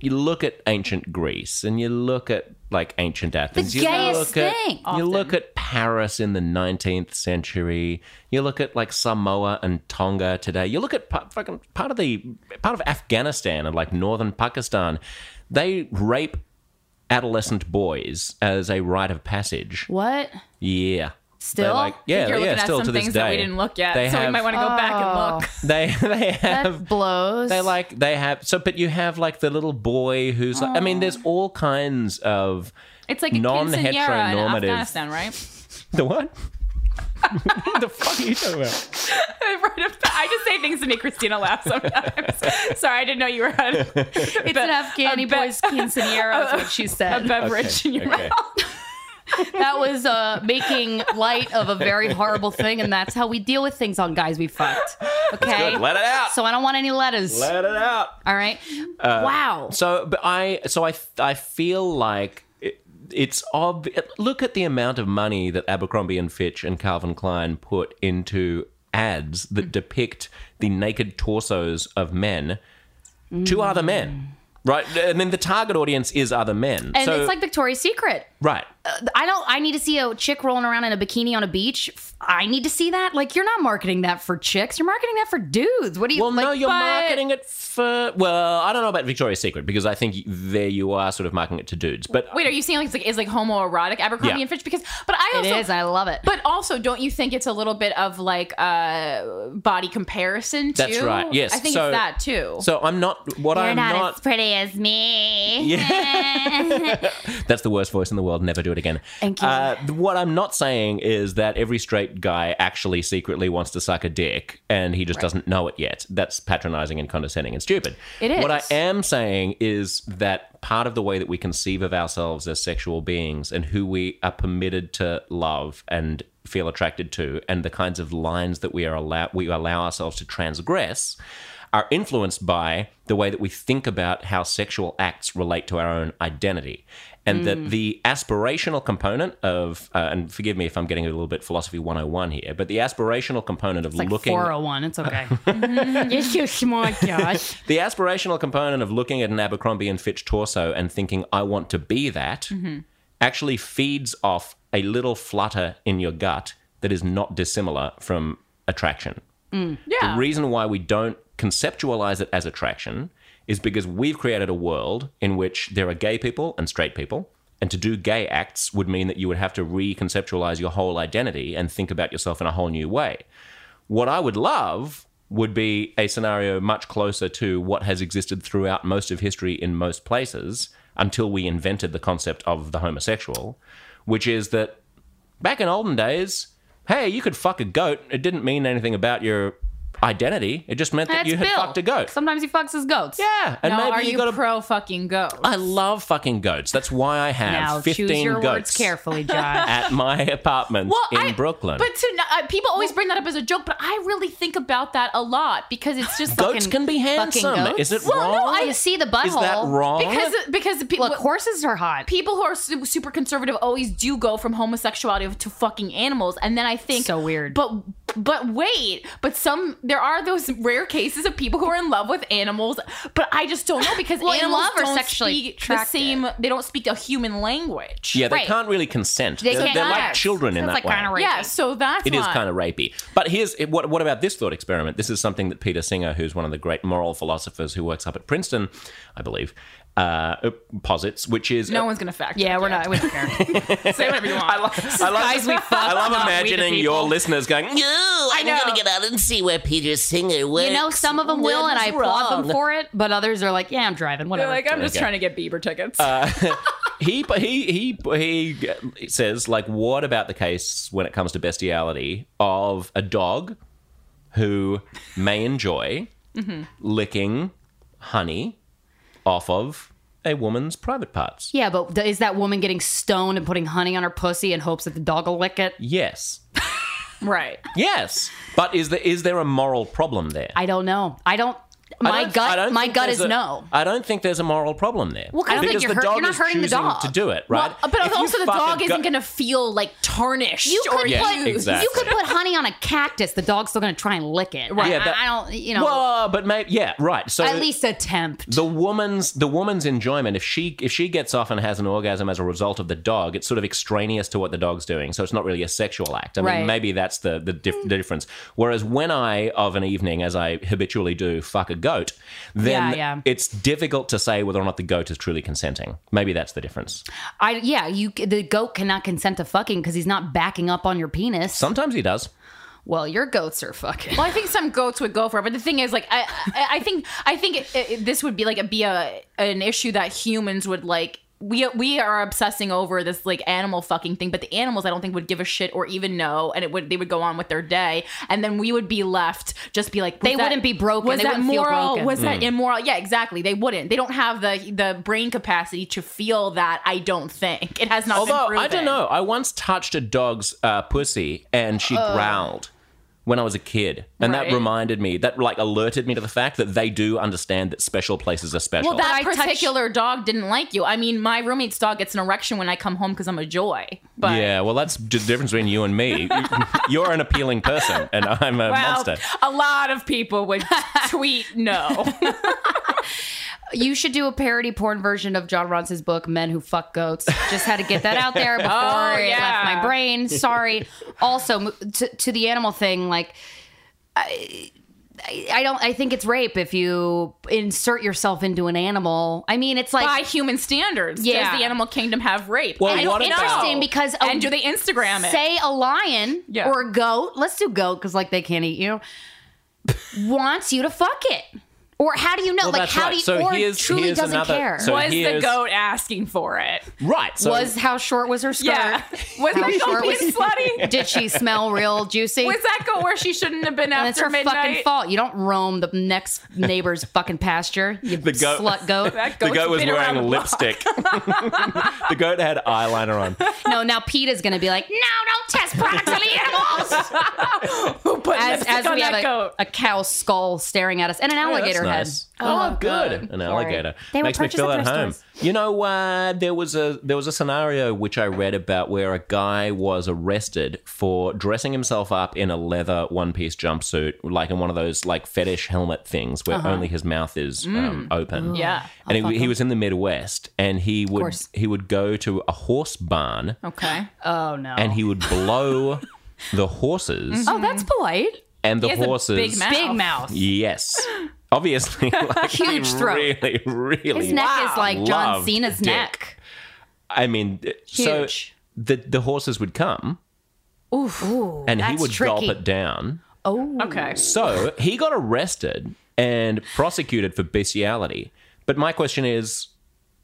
[SPEAKER 5] You look at ancient Greece and you look at like ancient Athens. you
[SPEAKER 2] gayest
[SPEAKER 5] look at-
[SPEAKER 2] thing.
[SPEAKER 5] You look at Paris in the 19th century. You look at like Samoa and Tonga today. You look at pa- fucking part of the part of Afghanistan and like northern Pakistan. They rape adolescent boys as a rite of passage.
[SPEAKER 2] what?
[SPEAKER 5] Yeah.
[SPEAKER 2] Still?
[SPEAKER 5] They're like, yeah,
[SPEAKER 1] you're
[SPEAKER 5] yeah,
[SPEAKER 1] looking
[SPEAKER 5] still
[SPEAKER 1] at
[SPEAKER 5] to
[SPEAKER 1] some
[SPEAKER 5] this
[SPEAKER 1] things
[SPEAKER 5] day.
[SPEAKER 1] that we didn't look yet,
[SPEAKER 5] They
[SPEAKER 1] so
[SPEAKER 5] have, Oh.
[SPEAKER 1] we might want to go back and look.
[SPEAKER 5] They they have
[SPEAKER 2] That blows.
[SPEAKER 5] they like they have so, but you have like the little boy who's like, I mean, there's all kinds of
[SPEAKER 1] It's like a quinceanera in
[SPEAKER 5] non-heteronormative.
[SPEAKER 1] Afghanistan, right?
[SPEAKER 5] the what? the fuck are you talking about?
[SPEAKER 1] Right up- I just say things to make Christina laugh sometimes. Sorry, I didn't know you were on
[SPEAKER 2] it's an Afghani
[SPEAKER 1] bet-
[SPEAKER 2] boy's quinceanera, is what she
[SPEAKER 1] a
[SPEAKER 2] said.
[SPEAKER 1] beverage in your mouth.
[SPEAKER 2] That was uh, making light of a very horrible thing, and that's how we deal with things on guys we fucked. Okay?
[SPEAKER 5] Good, let it out.
[SPEAKER 2] So I don't want any letters.
[SPEAKER 5] Let it out.
[SPEAKER 2] all right? wow.
[SPEAKER 5] So, but I, so I, I feel like it, it's obvious. Look at the amount of money that Abercrombie and Fitch and Calvin Klein put into ads that depict the naked torsos of men to other men. Right, I mean the target audience is other men.
[SPEAKER 2] Mm. And
[SPEAKER 5] so,
[SPEAKER 2] it's like Victoria's Secret.
[SPEAKER 5] right,
[SPEAKER 2] I don't. I need to see a chick rolling around in a bikini on a beach. F- I need to see that. Like you're not marketing that for chicks. You're marketing that for dudes. What do you?
[SPEAKER 5] Well,
[SPEAKER 2] like,
[SPEAKER 5] no, you're
[SPEAKER 2] but-
[SPEAKER 5] marketing it for. Well, I don't know about Victoria's Secret because I think there you are sort of marketing it to dudes. But
[SPEAKER 1] Wait, are you saying like it's like, is like homoerotic Abercrombie
[SPEAKER 5] Yeah.
[SPEAKER 1] and Fitch? Because, but I
[SPEAKER 2] It
[SPEAKER 1] also,
[SPEAKER 2] is. I love it.
[SPEAKER 1] but also, don't you think it's a little bit of like uh body comparison too?
[SPEAKER 5] That's right, yes.
[SPEAKER 1] I think
[SPEAKER 5] So-
[SPEAKER 1] it's that too.
[SPEAKER 5] so I'm not. What I'm not.
[SPEAKER 2] pretty as me.
[SPEAKER 5] That's the worst voice in the world. Never do it again. Thank you. Uh, what I'm not saying is that every straight guy actually secretly wants to suck a dick and he just doesn't know it yet. That's patronizing and condescending and stupid. It
[SPEAKER 1] is.
[SPEAKER 5] What I am saying is that part of the way that we conceive of ourselves as sexual beings and who we are permitted to love and feel attracted to and the kinds of lines that we are allow we allow ourselves to transgress are influenced by the way that we think about how sexual acts relate to our own identity. And that the aspirational component of, uh, and forgive me if I'm getting a little bit philosophy 101 here, but the aspirational component of
[SPEAKER 3] Like
[SPEAKER 5] looking
[SPEAKER 3] 401. It's okay.
[SPEAKER 2] Mm-hmm.
[SPEAKER 1] Yes, you smart Josh.
[SPEAKER 5] the aspirational component of looking at an Abercrombie and Fitch torso and thinking, I want to be that, actually feeds off a little flutter in your gut that is not dissimilar from attraction.
[SPEAKER 1] Yeah.
[SPEAKER 5] The reason why we don't conceptualize it as attraction is because we've created a world in which there are gay people and straight people. And to do gay acts would mean that you would have to reconceptualize your whole identity and think about yourself in a whole new way. What I would love would be a scenario much closer to what has existed throughout most of history in most places until we invented the concept of the homosexual, which is that back in olden days, hey, you could fuck a goat. It didn't mean anything about your identity. It just meant that
[SPEAKER 3] That's
[SPEAKER 5] you had
[SPEAKER 3] Bill.
[SPEAKER 5] fucked a goat.
[SPEAKER 3] Sometimes he fucks his goats.
[SPEAKER 5] yeah, and
[SPEAKER 1] Now,
[SPEAKER 5] maybe
[SPEAKER 1] are
[SPEAKER 5] you,
[SPEAKER 1] you,
[SPEAKER 5] got a.
[SPEAKER 1] pro fucking go?
[SPEAKER 5] I love fucking goats. That's why I have
[SPEAKER 3] Now
[SPEAKER 5] fifteen
[SPEAKER 3] choose your
[SPEAKER 5] goats
[SPEAKER 3] words carefully, Josh.
[SPEAKER 5] at my apartment in Brooklyn.
[SPEAKER 1] But to not- uh, people always bring that up as a joke, but I really think about that a lot because it's just
[SPEAKER 5] goats
[SPEAKER 1] fucking-
[SPEAKER 5] can be handsome.
[SPEAKER 3] goats?
[SPEAKER 5] Is it
[SPEAKER 1] Well,
[SPEAKER 5] wrong?
[SPEAKER 1] no,
[SPEAKER 2] I see the butthole.
[SPEAKER 5] Is that wrong?
[SPEAKER 1] because because people
[SPEAKER 2] Look, horses are hot.
[SPEAKER 1] people who are su- super conservative always do go from homosexuality to fucking animals and then i think
[SPEAKER 3] So weird.
[SPEAKER 1] but but wait but some there are those rare cases of people who are in love with animals but i just don't know because
[SPEAKER 2] Well, in
[SPEAKER 1] animals
[SPEAKER 2] love or
[SPEAKER 1] don't
[SPEAKER 2] sexually
[SPEAKER 1] speak the
[SPEAKER 2] attracted.
[SPEAKER 1] same they don't speak a human language
[SPEAKER 5] yeah, they
[SPEAKER 2] Right.
[SPEAKER 5] can't really consent. They are
[SPEAKER 2] can't
[SPEAKER 5] they're like
[SPEAKER 2] ask.
[SPEAKER 5] children in
[SPEAKER 3] Sounds like
[SPEAKER 5] that way.
[SPEAKER 3] kinda
[SPEAKER 1] yeah so that's
[SPEAKER 5] It is
[SPEAKER 1] why.
[SPEAKER 5] kind of rapey. But here's what what about this thought experiment? This is something that Peter Singer, who's one of the great moral philosophers who works up at Princeton, I believe, uh, posits, which is
[SPEAKER 1] no one's gonna fact
[SPEAKER 3] yeah,
[SPEAKER 1] check
[SPEAKER 3] we're not.
[SPEAKER 1] that.
[SPEAKER 3] We don't care.
[SPEAKER 1] say whatever you want
[SPEAKER 5] I, lo- I love,
[SPEAKER 3] guys we fucked,
[SPEAKER 5] I love
[SPEAKER 3] not we the
[SPEAKER 5] imagining your
[SPEAKER 3] people.
[SPEAKER 5] listeners going, "Yeah,
[SPEAKER 6] I'm gonna get out and see where Peter Singer works.
[SPEAKER 2] You know, some of them will, and I applaud them for it. But others are like, "Yeah, I'm driving.
[SPEAKER 1] They're
[SPEAKER 2] Whatever."
[SPEAKER 1] like i'm just
[SPEAKER 5] Okay. Uh,
[SPEAKER 1] trying to get bieber tickets
[SPEAKER 5] he he he he says like what about the case when it comes to bestiality of a dog who may enjoy
[SPEAKER 2] Mm-hmm.
[SPEAKER 5] licking honey off of a woman's private parts
[SPEAKER 2] yeah, but th- is that woman getting stoned and putting honey on her pussy in hopes that the dog will lick it?
[SPEAKER 5] yes
[SPEAKER 1] right
[SPEAKER 5] yes but is there is there a moral problem there
[SPEAKER 2] I don't know. I don't. My
[SPEAKER 5] I don't- I
[SPEAKER 2] gut.
[SPEAKER 5] don't
[SPEAKER 2] my
[SPEAKER 5] think
[SPEAKER 2] gut
[SPEAKER 5] there's
[SPEAKER 2] is
[SPEAKER 5] a-
[SPEAKER 2] no.
[SPEAKER 5] I don't think there's a moral problem there. Well,
[SPEAKER 2] 'cause I don't think
[SPEAKER 5] because
[SPEAKER 2] you're
[SPEAKER 5] the
[SPEAKER 2] hurt-
[SPEAKER 5] dog
[SPEAKER 2] you're not
[SPEAKER 5] is
[SPEAKER 2] hurting the
[SPEAKER 5] choosing
[SPEAKER 2] dog.
[SPEAKER 5] to do it, right?
[SPEAKER 1] Well, but
[SPEAKER 5] If you
[SPEAKER 1] also the
[SPEAKER 5] fuck a
[SPEAKER 1] dog isn't
[SPEAKER 5] goat-
[SPEAKER 1] gonna feel like tarnished
[SPEAKER 2] You
[SPEAKER 1] or
[SPEAKER 2] could
[SPEAKER 5] Yeah,
[SPEAKER 2] put.
[SPEAKER 5] exactly.
[SPEAKER 2] You could put honey on a cactus. The dog's still going to try and lick it. Right.
[SPEAKER 5] Yeah,
[SPEAKER 2] I-
[SPEAKER 5] that-
[SPEAKER 2] I, don't. You know.
[SPEAKER 5] Well, but maybe yeah, right. So
[SPEAKER 2] at least attempt.
[SPEAKER 5] the woman's the woman's enjoyment if she if she gets off and has an orgasm as a result of the dog it's sort of extraneous to what the dog's doing so it's not really a sexual act i
[SPEAKER 2] Right. Hmm.
[SPEAKER 5] mean maybe that's the the, dif- the difference whereas when i of an evening as i habitually do fuck a goat then
[SPEAKER 2] Yeah, yeah.
[SPEAKER 5] it's difficult to say whether or not the goat is truly consenting maybe that's the difference
[SPEAKER 2] I yeah. You the goat cannot consent to fucking because he's not backing up on your penis.
[SPEAKER 5] sometimes he does
[SPEAKER 2] well, your goats are fucking.
[SPEAKER 1] Well, I think some goats would go for it, but the thing is, like, I, I, I think, I think it, it, this would be like a be a an issue that humans would like. We we are obsessing over this like animal fucking thing, but the animals I don't think would give a shit or even know, and it would they would go on with their day, and then we would be left just be like was
[SPEAKER 2] They
[SPEAKER 1] that-
[SPEAKER 2] wouldn't be broken.
[SPEAKER 1] Was
[SPEAKER 2] They
[SPEAKER 1] that
[SPEAKER 2] wouldn't feel
[SPEAKER 1] moral?
[SPEAKER 2] broken.
[SPEAKER 1] was that
[SPEAKER 5] Hmm.
[SPEAKER 1] immoral? Yeah, exactly. They wouldn't. They don't have the the brain capacity to feel that. I don't think it has not. been
[SPEAKER 5] Although
[SPEAKER 1] proven.
[SPEAKER 5] I don't know, I once touched a dog's uh, pussy and she growled when I was a kid, and
[SPEAKER 1] Right.
[SPEAKER 5] that reminded me that like alerted me to the fact that they do understand that special places are special.
[SPEAKER 1] Well, that
[SPEAKER 2] But I touched-
[SPEAKER 1] particular dog didn't like you. I mean, my roommate's dog gets an erection when I come home because I'm a joy. But
[SPEAKER 5] yeah, well, that's the difference between you and me. You're an appealing person, and I'm a
[SPEAKER 1] well,
[SPEAKER 5] monster.
[SPEAKER 1] a lot of people would tweet no.
[SPEAKER 2] You should do a parody porn version of John Ronson's book, Men Who Fuck Goats. Just had to get that out there before
[SPEAKER 1] Oh,
[SPEAKER 2] it
[SPEAKER 1] yeah.
[SPEAKER 2] left my brain. Sorry. Also, mo- to, to the animal thing, like, I, I don't, I think it's rape if you insert yourself into an animal. I mean, it's like,
[SPEAKER 1] By human standards,
[SPEAKER 2] Yeah.
[SPEAKER 1] does the animal kingdom have rape?
[SPEAKER 5] Well,
[SPEAKER 1] I don't
[SPEAKER 5] what
[SPEAKER 1] know.
[SPEAKER 2] interesting because a-
[SPEAKER 1] and do they Instagram it?
[SPEAKER 2] say a lion
[SPEAKER 1] Yeah.
[SPEAKER 2] or a goat, let's do goat because, like, they can't eat you, wants you to fuck it. Or how do you know?
[SPEAKER 5] Well,
[SPEAKER 2] like,
[SPEAKER 5] that's
[SPEAKER 2] how
[SPEAKER 5] right.
[SPEAKER 2] do you,
[SPEAKER 5] So
[SPEAKER 2] or
[SPEAKER 5] here's-
[SPEAKER 2] truly
[SPEAKER 5] here's
[SPEAKER 2] doesn't
[SPEAKER 5] another-
[SPEAKER 2] care?
[SPEAKER 5] so-
[SPEAKER 1] was the
[SPEAKER 5] here's-
[SPEAKER 1] goat asking for it?
[SPEAKER 5] Right. So
[SPEAKER 2] was how short was her skirt?
[SPEAKER 1] Yeah, was
[SPEAKER 2] How
[SPEAKER 1] the
[SPEAKER 2] short
[SPEAKER 1] goat being
[SPEAKER 2] was-
[SPEAKER 1] slutty?
[SPEAKER 2] Did she smell real juicy?
[SPEAKER 1] Was that goat where she shouldn't have been
[SPEAKER 2] and
[SPEAKER 1] after
[SPEAKER 2] it's her
[SPEAKER 1] midnight?
[SPEAKER 2] fucking fault. You don't roam the next neighbor's fucking pasture. You
[SPEAKER 5] The goat-
[SPEAKER 2] slut goat.
[SPEAKER 1] That
[SPEAKER 5] the
[SPEAKER 1] goat's
[SPEAKER 5] goat was
[SPEAKER 1] been around the
[SPEAKER 5] wearing
[SPEAKER 1] block.
[SPEAKER 5] lipstick. the goat had eyeliner on.
[SPEAKER 2] no, now Pete is gonna be like, no, don't test
[SPEAKER 3] practically animals. Who put
[SPEAKER 2] As,
[SPEAKER 3] lipstick
[SPEAKER 2] as
[SPEAKER 3] on
[SPEAKER 2] we have
[SPEAKER 3] that
[SPEAKER 2] a,
[SPEAKER 3] goat?
[SPEAKER 2] a cow skull staring at us and an alligator
[SPEAKER 5] That's
[SPEAKER 2] head.
[SPEAKER 5] nice. Oh, good. An alligator.
[SPEAKER 2] They were
[SPEAKER 5] Makes me
[SPEAKER 2] purchased
[SPEAKER 5] feel
[SPEAKER 2] at
[SPEAKER 5] at
[SPEAKER 2] thrift
[SPEAKER 5] home. You know, uh, there was a there was a scenario which I read about where a guy was arrested for dressing himself up in a leather one piece jumpsuit, like in one of those like fetish helmet things where only his mouth is um, open.
[SPEAKER 1] Yeah.
[SPEAKER 5] And he, he was in the Midwest, and he would
[SPEAKER 2] course.
[SPEAKER 5] he would go to a horse barn,
[SPEAKER 1] Okay.
[SPEAKER 3] Oh no.
[SPEAKER 5] and he would blow the horses,
[SPEAKER 2] Oh, that's
[SPEAKER 1] Mm-hmm.
[SPEAKER 2] polite.
[SPEAKER 5] and the
[SPEAKER 1] He has a
[SPEAKER 5] horses
[SPEAKER 1] big mouth.
[SPEAKER 3] Big mouth.
[SPEAKER 5] Yes. Obviously, like,
[SPEAKER 2] Huge
[SPEAKER 5] he
[SPEAKER 2] throat.
[SPEAKER 5] Really, really.
[SPEAKER 2] His neck is like John
[SPEAKER 5] Loved
[SPEAKER 2] Cena's
[SPEAKER 5] dick.
[SPEAKER 2] neck.
[SPEAKER 5] I mean, uh, so
[SPEAKER 2] Huge.
[SPEAKER 5] the the horses would come,
[SPEAKER 2] Ooh,
[SPEAKER 5] and he
[SPEAKER 2] that's
[SPEAKER 5] would
[SPEAKER 2] tricky.
[SPEAKER 5] gulp it down.
[SPEAKER 2] Oh.
[SPEAKER 1] Okay.
[SPEAKER 5] So he got arrested and prosecuted for bestiality. But my question is,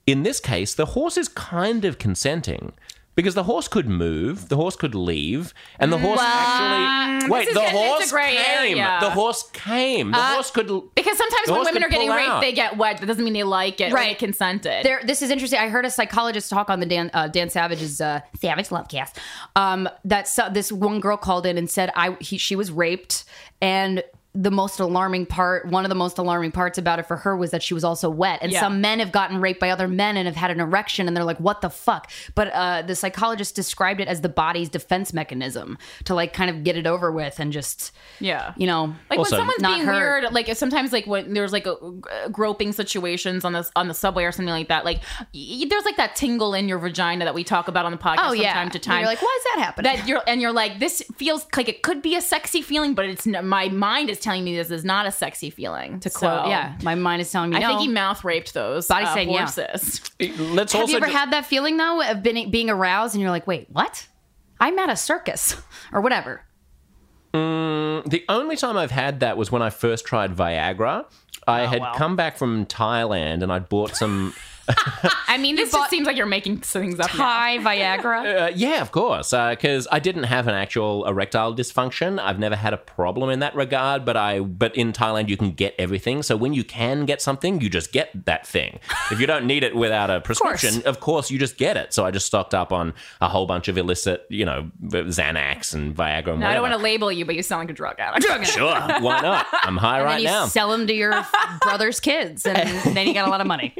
[SPEAKER 5] in this case, the horse is kind of consenting. Because the horse could move, the horse could leave, and the
[SPEAKER 2] Mm,
[SPEAKER 5] horse actually wait.
[SPEAKER 1] is
[SPEAKER 5] The
[SPEAKER 1] getting into
[SPEAKER 5] horse
[SPEAKER 1] grey
[SPEAKER 5] came.
[SPEAKER 1] area.
[SPEAKER 5] The horse came. The
[SPEAKER 2] Uh,
[SPEAKER 5] horse could. l-
[SPEAKER 1] Because sometimes
[SPEAKER 5] The
[SPEAKER 1] when
[SPEAKER 5] horse
[SPEAKER 1] women
[SPEAKER 5] could
[SPEAKER 1] are getting
[SPEAKER 5] pull
[SPEAKER 1] raped,
[SPEAKER 5] out.
[SPEAKER 1] they get wet. That doesn't mean they like it. or
[SPEAKER 2] Right.
[SPEAKER 1] they consented.
[SPEAKER 2] There, this is interesting. I heard a psychologist talk on the Dan uh, Dan Savage's uh, Savage Lovecast. Um, that so, this one girl called in and said I he, she was raped, and the most alarming part, one of the most alarming parts about it for her was that she was also wet. And
[SPEAKER 1] Yeah.
[SPEAKER 2] some men have gotten raped by other men and have had an erection, and they're like, "What the fuck?" But uh, the psychologist described it as the body's defense mechanism to like kind of get it over with and just
[SPEAKER 1] yeah.
[SPEAKER 2] you know
[SPEAKER 1] Like
[SPEAKER 5] Also-
[SPEAKER 1] when someone's
[SPEAKER 2] Not
[SPEAKER 1] being
[SPEAKER 2] hurt.
[SPEAKER 1] weird, like if sometimes like when there's like a, uh, groping situations on the on the subway or something like that, like y- there's like that tingle in your vagina that we talk about on the podcast
[SPEAKER 2] oh
[SPEAKER 1] from
[SPEAKER 2] yeah,
[SPEAKER 1] time to time.
[SPEAKER 2] You're like, why is that happening?
[SPEAKER 1] that you're and you're like this feels like it could be a sexy feeling, but it's n- my mind is telling me this is not a sexy feeling. To
[SPEAKER 2] so yeah, my mind is telling me.
[SPEAKER 1] I
[SPEAKER 2] no.
[SPEAKER 1] think he mouth raped those
[SPEAKER 2] Body
[SPEAKER 1] uh,
[SPEAKER 2] saying yeah.
[SPEAKER 1] horses.
[SPEAKER 5] Let's
[SPEAKER 2] Have
[SPEAKER 5] also
[SPEAKER 2] you ever
[SPEAKER 5] ju-
[SPEAKER 2] had that feeling though of being being aroused and you're like, wait, what? I'm at a circus or whatever.
[SPEAKER 5] The only time I've had that was when I first tried Viagra. I had come back from Thailand and I'd bought some.
[SPEAKER 1] I mean, this just seems like you're making things up. now.
[SPEAKER 2] Hi, Viagra.
[SPEAKER 5] Uh, yeah, of course, because I didn't have an actual erectile dysfunction. I've never had a problem in that regard. But I, but in Thailand, you can get everything. So when you can get something, you just get that thing. If you don't need it without a prescription, of course, you just get it. So I just stocked up on a whole bunch of illicit, you know, Xanax and Viagra. And
[SPEAKER 1] Now, I don't want
[SPEAKER 5] whatever.
[SPEAKER 1] to label you, but you sound like a drug addict.
[SPEAKER 5] Sure, why not? I'm high
[SPEAKER 2] And
[SPEAKER 5] right
[SPEAKER 2] then you
[SPEAKER 5] now.
[SPEAKER 2] sell them to your brother's kids, and then you got a lot of money.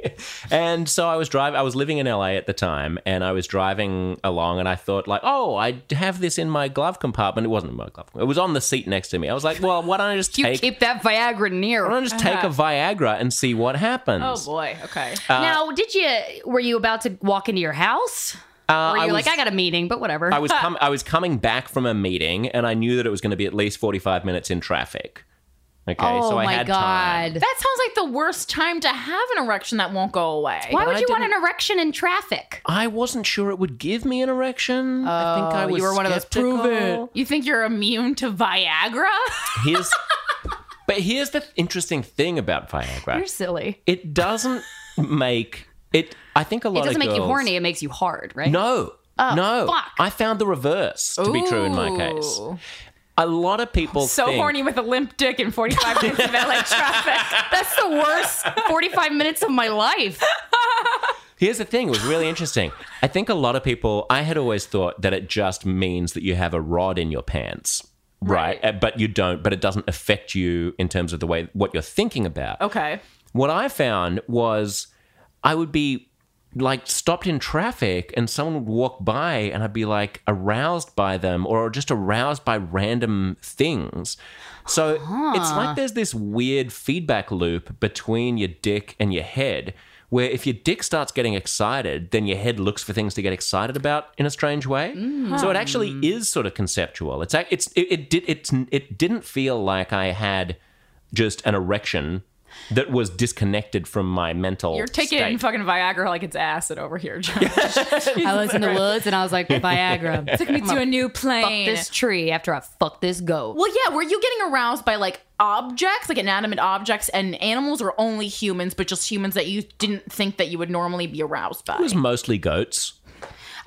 [SPEAKER 5] And so I was driving. I was living in LA at the time, and I was driving along, and I thought like, oh, I have this in my glove compartment. It wasn't in my glove. compartment. It was on the seat next to me. I was like, well, why don't I just
[SPEAKER 2] You
[SPEAKER 5] take?
[SPEAKER 2] keep Uh-huh. that Viagra
[SPEAKER 5] why
[SPEAKER 2] near.
[SPEAKER 5] don't I just take a Viagra and see what happens?
[SPEAKER 1] Oh boy. Okay.
[SPEAKER 2] now, did you? Were you about to walk into your house?
[SPEAKER 5] Uh,
[SPEAKER 2] Or
[SPEAKER 5] I
[SPEAKER 2] you're
[SPEAKER 5] was-
[SPEAKER 2] like, "Ah." I got a meeting, but whatever.
[SPEAKER 5] I was com- I was coming back from a meeting, and I knew that it was going to be at least forty five minutes in traffic. Okay,
[SPEAKER 2] oh
[SPEAKER 5] so I
[SPEAKER 2] my
[SPEAKER 5] had time.
[SPEAKER 2] god!
[SPEAKER 1] That sounds like the worst time to have an erection that won't go away.
[SPEAKER 2] Why would
[SPEAKER 5] I
[SPEAKER 2] you want an
[SPEAKER 5] didn't-
[SPEAKER 2] erection in traffic?
[SPEAKER 5] I wasn't sure it would give me an erection. I think I was.
[SPEAKER 2] Oh, you were one of those
[SPEAKER 5] skeptical.
[SPEAKER 2] prove it.
[SPEAKER 1] You think you're immune to Viagra?
[SPEAKER 5] Here's, but here's the interesting thing about Viagra.
[SPEAKER 2] You're silly.
[SPEAKER 5] it doesn't make it. I think a lot
[SPEAKER 2] It doesn't
[SPEAKER 5] of
[SPEAKER 2] make you
[SPEAKER 5] girls-
[SPEAKER 2] horny. It makes you hard, right?
[SPEAKER 5] No, no.
[SPEAKER 2] fuck.
[SPEAKER 5] I found the reverse to be true in my case.
[SPEAKER 1] Ooh.
[SPEAKER 5] A lot of people
[SPEAKER 1] So
[SPEAKER 5] think,
[SPEAKER 1] horny with a limp dick in 45 minutes of LA traffic.
[SPEAKER 2] That's the worst 45 minutes of my life.
[SPEAKER 5] Here's the thing. It was really interesting. I think a lot of people. I had always thought that it just means that you have a rod in your pants. Right. Uh, but you don't, but it doesn't affect you in terms of the way what you're thinking about.
[SPEAKER 1] Okay.
[SPEAKER 5] what I found was I would be like stopped in traffic and someone would walk by and I'd be like aroused by them or just aroused by random things. So it's like there's this weird feedback loop between your dick and your head. Where if your dick starts getting excited, then your head looks for things to get excited about in a strange way. So it actually is sort of conceptual. It's ac- it's it, it did it's it didn't feel like I had just an erection that was disconnected from my mental.
[SPEAKER 1] You're taking
[SPEAKER 5] state.
[SPEAKER 1] fucking Viagra like it's acid over here, John.
[SPEAKER 2] I was in the woods and I was like, Viagra. Took me
[SPEAKER 1] to a new plane.
[SPEAKER 2] this tree after I fucked this goat.
[SPEAKER 1] well, yeah, were you getting aroused by like objects, like inanimate objects and animals or only humans, but just humans that you didn't think that you would normally be aroused by?
[SPEAKER 5] It was mostly goats.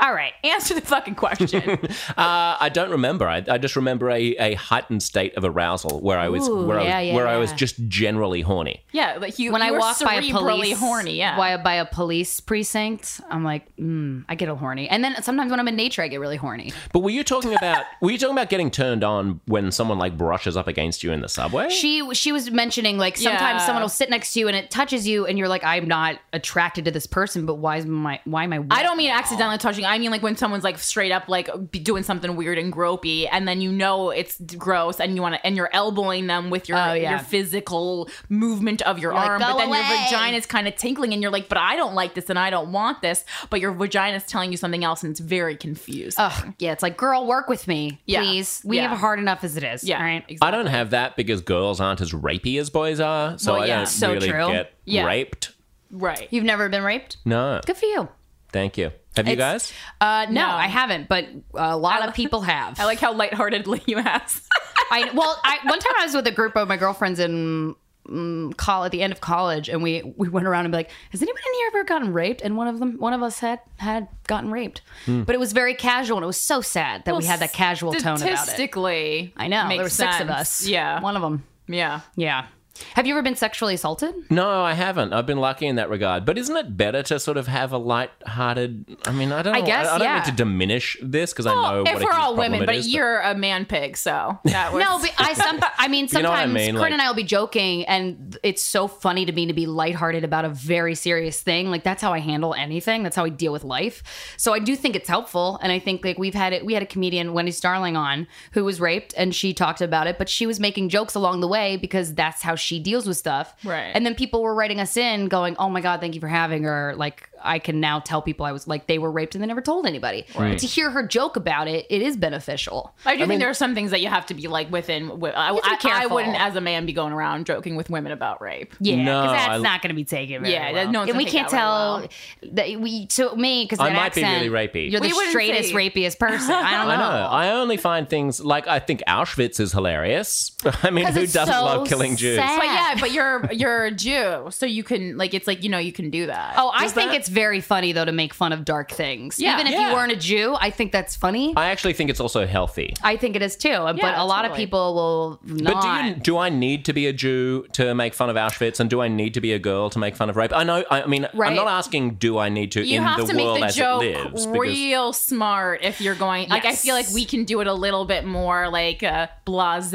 [SPEAKER 3] All right.
[SPEAKER 1] Answer the fucking question.
[SPEAKER 5] Uh, I don't remember. I, I just remember a, a heightened state of arousal where I was
[SPEAKER 3] Ooh,
[SPEAKER 5] where
[SPEAKER 3] yeah,
[SPEAKER 5] I was,
[SPEAKER 3] yeah,
[SPEAKER 5] where I was
[SPEAKER 3] yeah.
[SPEAKER 5] just generally horny.
[SPEAKER 1] yeah, like you.
[SPEAKER 2] when
[SPEAKER 1] you
[SPEAKER 2] I
[SPEAKER 1] were
[SPEAKER 2] walk by a
[SPEAKER 1] cerebrally
[SPEAKER 2] police
[SPEAKER 1] horny. Yeah.
[SPEAKER 2] why- by a police precinct, I'm like, mm, I get all horny. And then sometimes when I'm in nature, I get really horny.
[SPEAKER 5] But were you talking about were you talking about getting turned on when someone like brushes up against you in the subway?
[SPEAKER 2] She she was mentioning like sometimes
[SPEAKER 1] Yeah.
[SPEAKER 2] someone will sit next to you and it touches you and you're like, I'm not attracted to this person, but why is my why am I?
[SPEAKER 1] I don't mean accidentally touching. I mean like when someone's like straight up like be doing something weird and gropey, and then you know it's d- gross, and you want to, and you're elbowing them with your
[SPEAKER 2] Oh, yeah.
[SPEAKER 1] your physical movement of your
[SPEAKER 2] like,
[SPEAKER 1] arm, but
[SPEAKER 2] "Go
[SPEAKER 1] then your
[SPEAKER 2] away."
[SPEAKER 1] vagina's kind of tinkling, and you're like, but I don't like this, and I don't want this, but your vagina's telling you something else, and it's very confused.
[SPEAKER 2] Ugh, yeah, it's like, girl, work with me,
[SPEAKER 1] Yeah.
[SPEAKER 2] please. We
[SPEAKER 1] Yeah.
[SPEAKER 2] have hard enough as it is.
[SPEAKER 1] yeah,
[SPEAKER 2] all right.
[SPEAKER 1] exactly.
[SPEAKER 5] I don't have that because girls aren't as rapey as boys are, so
[SPEAKER 1] Well,
[SPEAKER 5] I
[SPEAKER 1] yeah.
[SPEAKER 5] don't
[SPEAKER 1] So
[SPEAKER 5] really
[SPEAKER 2] true.
[SPEAKER 5] get
[SPEAKER 1] Yeah.
[SPEAKER 5] raped.
[SPEAKER 1] right.
[SPEAKER 2] You've never been raped?
[SPEAKER 5] No,
[SPEAKER 2] Good for you.
[SPEAKER 5] thank you. Have you
[SPEAKER 2] It's-
[SPEAKER 5] guys?
[SPEAKER 2] Uh, no,
[SPEAKER 1] No.
[SPEAKER 2] I haven't, but a lot of people have.
[SPEAKER 1] I like how lightheartedly you asked.
[SPEAKER 2] I well, I one time I was with a group of my girlfriends in mm call at the end of college, and we we went around and be like, "Has anyone in here ever gotten raped?" And one of them, one of us had had gotten raped, but it was very casual, and it was so sad that we had that casual tone about it.
[SPEAKER 1] Statistically,
[SPEAKER 2] I know
[SPEAKER 1] makes
[SPEAKER 2] there were six of
[SPEAKER 1] sense.
[SPEAKER 2] us.
[SPEAKER 1] Yeah,
[SPEAKER 2] one of them.
[SPEAKER 1] yeah.
[SPEAKER 2] Yeah. Have you ever been sexually assaulted?
[SPEAKER 5] No, I haven't. I've been lucky in that regard. But isn't it better to sort of have a light-hearted? I mean, I don't. know,
[SPEAKER 2] guess,
[SPEAKER 5] I, I don't
[SPEAKER 2] yeah.
[SPEAKER 5] mean to diminish this because I know
[SPEAKER 1] if
[SPEAKER 5] what a
[SPEAKER 1] we're
[SPEAKER 5] huge
[SPEAKER 1] all women,
[SPEAKER 5] problem it
[SPEAKER 1] but
[SPEAKER 5] is,
[SPEAKER 1] you're a man pig, so that was
[SPEAKER 2] No, but I some I mean
[SPEAKER 5] know what I
[SPEAKER 2] sometimes Corinne
[SPEAKER 5] mean, like-
[SPEAKER 2] and I will be joking and it's so funny to me to be lighthearted about a very serious thing. Like that's how I handle anything. That's how I deal with life. So I do think it's helpful and I think like we've had it we had a comedian Wendy Starling on who was raped and she talked about it, but she was making jokes along the way because that's how she deals with stuff.
[SPEAKER 1] Right.
[SPEAKER 2] And then people were writing us in going, "Oh my god, thank you for having her." Like I can now tell people I was like they were raped and they never told anybody. But to hear her joke about it, it is beneficial.
[SPEAKER 1] I do think there are some things that you have to be like within. wi- I,
[SPEAKER 2] have to be
[SPEAKER 1] I- I
[SPEAKER 2] careful.
[SPEAKER 1] wouldn't, as a man, be going around joking with women about rape.
[SPEAKER 2] Yeah, because
[SPEAKER 5] No,
[SPEAKER 2] that's
[SPEAKER 5] I-
[SPEAKER 2] not going to be taken. Very
[SPEAKER 1] Yeah, that-
[SPEAKER 2] well.
[SPEAKER 1] no, it's
[SPEAKER 2] and we
[SPEAKER 1] gonna
[SPEAKER 2] can't
[SPEAKER 1] take that
[SPEAKER 2] tell
[SPEAKER 1] very
[SPEAKER 2] that we to me because
[SPEAKER 5] I
[SPEAKER 2] that
[SPEAKER 5] might be
[SPEAKER 2] accent,
[SPEAKER 5] really rapey.
[SPEAKER 2] You're
[SPEAKER 1] We
[SPEAKER 2] the
[SPEAKER 1] wouldn't
[SPEAKER 2] straightest
[SPEAKER 1] say-
[SPEAKER 2] rapiest person. I
[SPEAKER 5] I
[SPEAKER 2] don't
[SPEAKER 5] know.
[SPEAKER 2] know.
[SPEAKER 5] I only find things like I think Auschwitz is hilarious. I mean,
[SPEAKER 2] 'Cause
[SPEAKER 5] who
[SPEAKER 2] it's
[SPEAKER 5] doesn't
[SPEAKER 2] so
[SPEAKER 5] love killing Jews?
[SPEAKER 2] sad.
[SPEAKER 1] But yeah, but you're you're a Jew, so you can like it's like you know you can do that.
[SPEAKER 2] Oh, I think
[SPEAKER 5] that-
[SPEAKER 2] it's very funny though to make fun of dark things.
[SPEAKER 1] Yeah.
[SPEAKER 2] Even if
[SPEAKER 5] Yeah.
[SPEAKER 2] you weren't a Jew, I think that's funny. I,
[SPEAKER 5] I actually think it's also healthy.
[SPEAKER 2] think it is too. but a lot of
[SPEAKER 1] totally.
[SPEAKER 2] people will not.
[SPEAKER 5] But do you, do I need to be a Jew to make fun of Auschwitz, and do I need to be a girl to make fun of rape? I know. I mean,
[SPEAKER 2] Right.
[SPEAKER 5] I'm not asking. Do I need to
[SPEAKER 1] you
[SPEAKER 5] in
[SPEAKER 1] have
[SPEAKER 5] the
[SPEAKER 1] to
[SPEAKER 5] world
[SPEAKER 1] make the
[SPEAKER 5] as
[SPEAKER 1] joke
[SPEAKER 5] it lives?
[SPEAKER 1] real smart if you're going. Like I feel like
[SPEAKER 2] Yes.
[SPEAKER 1] we can do it a little bit more like uh, blase.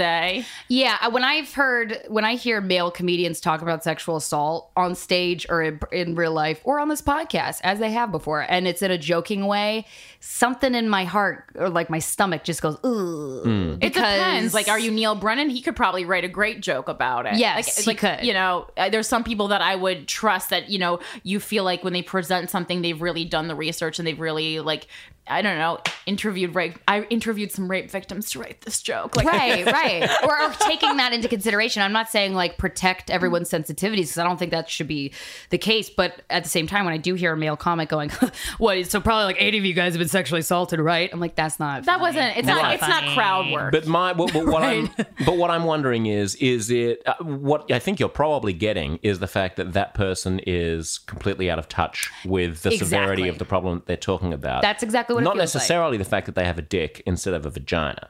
[SPEAKER 2] Yeah, I- when I've heard when I hear male comedians talk about sexual assault on stage or in, in real life or on this podcast as they have before, and it's in a joking way, something in my heart or like my stomach just goes ooh.
[SPEAKER 1] It depends. Like, are you Neil Brennan? He could probably write a great joke about it.
[SPEAKER 2] Yes,
[SPEAKER 1] like, it's
[SPEAKER 2] he
[SPEAKER 1] like,
[SPEAKER 2] could.
[SPEAKER 1] You know, uh, there's some people that I would trust that you know you feel like when they present something, they've really done the research and they've really like I don't know interviewed rape. I interviewed some rape victims to write this joke. Like,
[SPEAKER 2] right, right, or, or taking that into consideration. I'm not saying like protect everyone's sensitivities because I don't think that should be the case. But at the same time, when I do hear a male comic going, "What?" So probably like eight of you guys have been sexually assaulted, right? I'm like, that's not.
[SPEAKER 1] that wasn't. It's not.
[SPEAKER 5] Right.
[SPEAKER 1] It's not crowd work.
[SPEAKER 5] But my what, what, what I'm but what I'm wondering is is it uh, what I think you're probably getting is the fact that that person is completely out of touch with the
[SPEAKER 2] Exactly.
[SPEAKER 5] severity of the problem that they're talking about.
[SPEAKER 2] That's exactly what it
[SPEAKER 5] Not
[SPEAKER 2] feels like.
[SPEAKER 5] necessarily the fact that they have a dick instead of a vagina,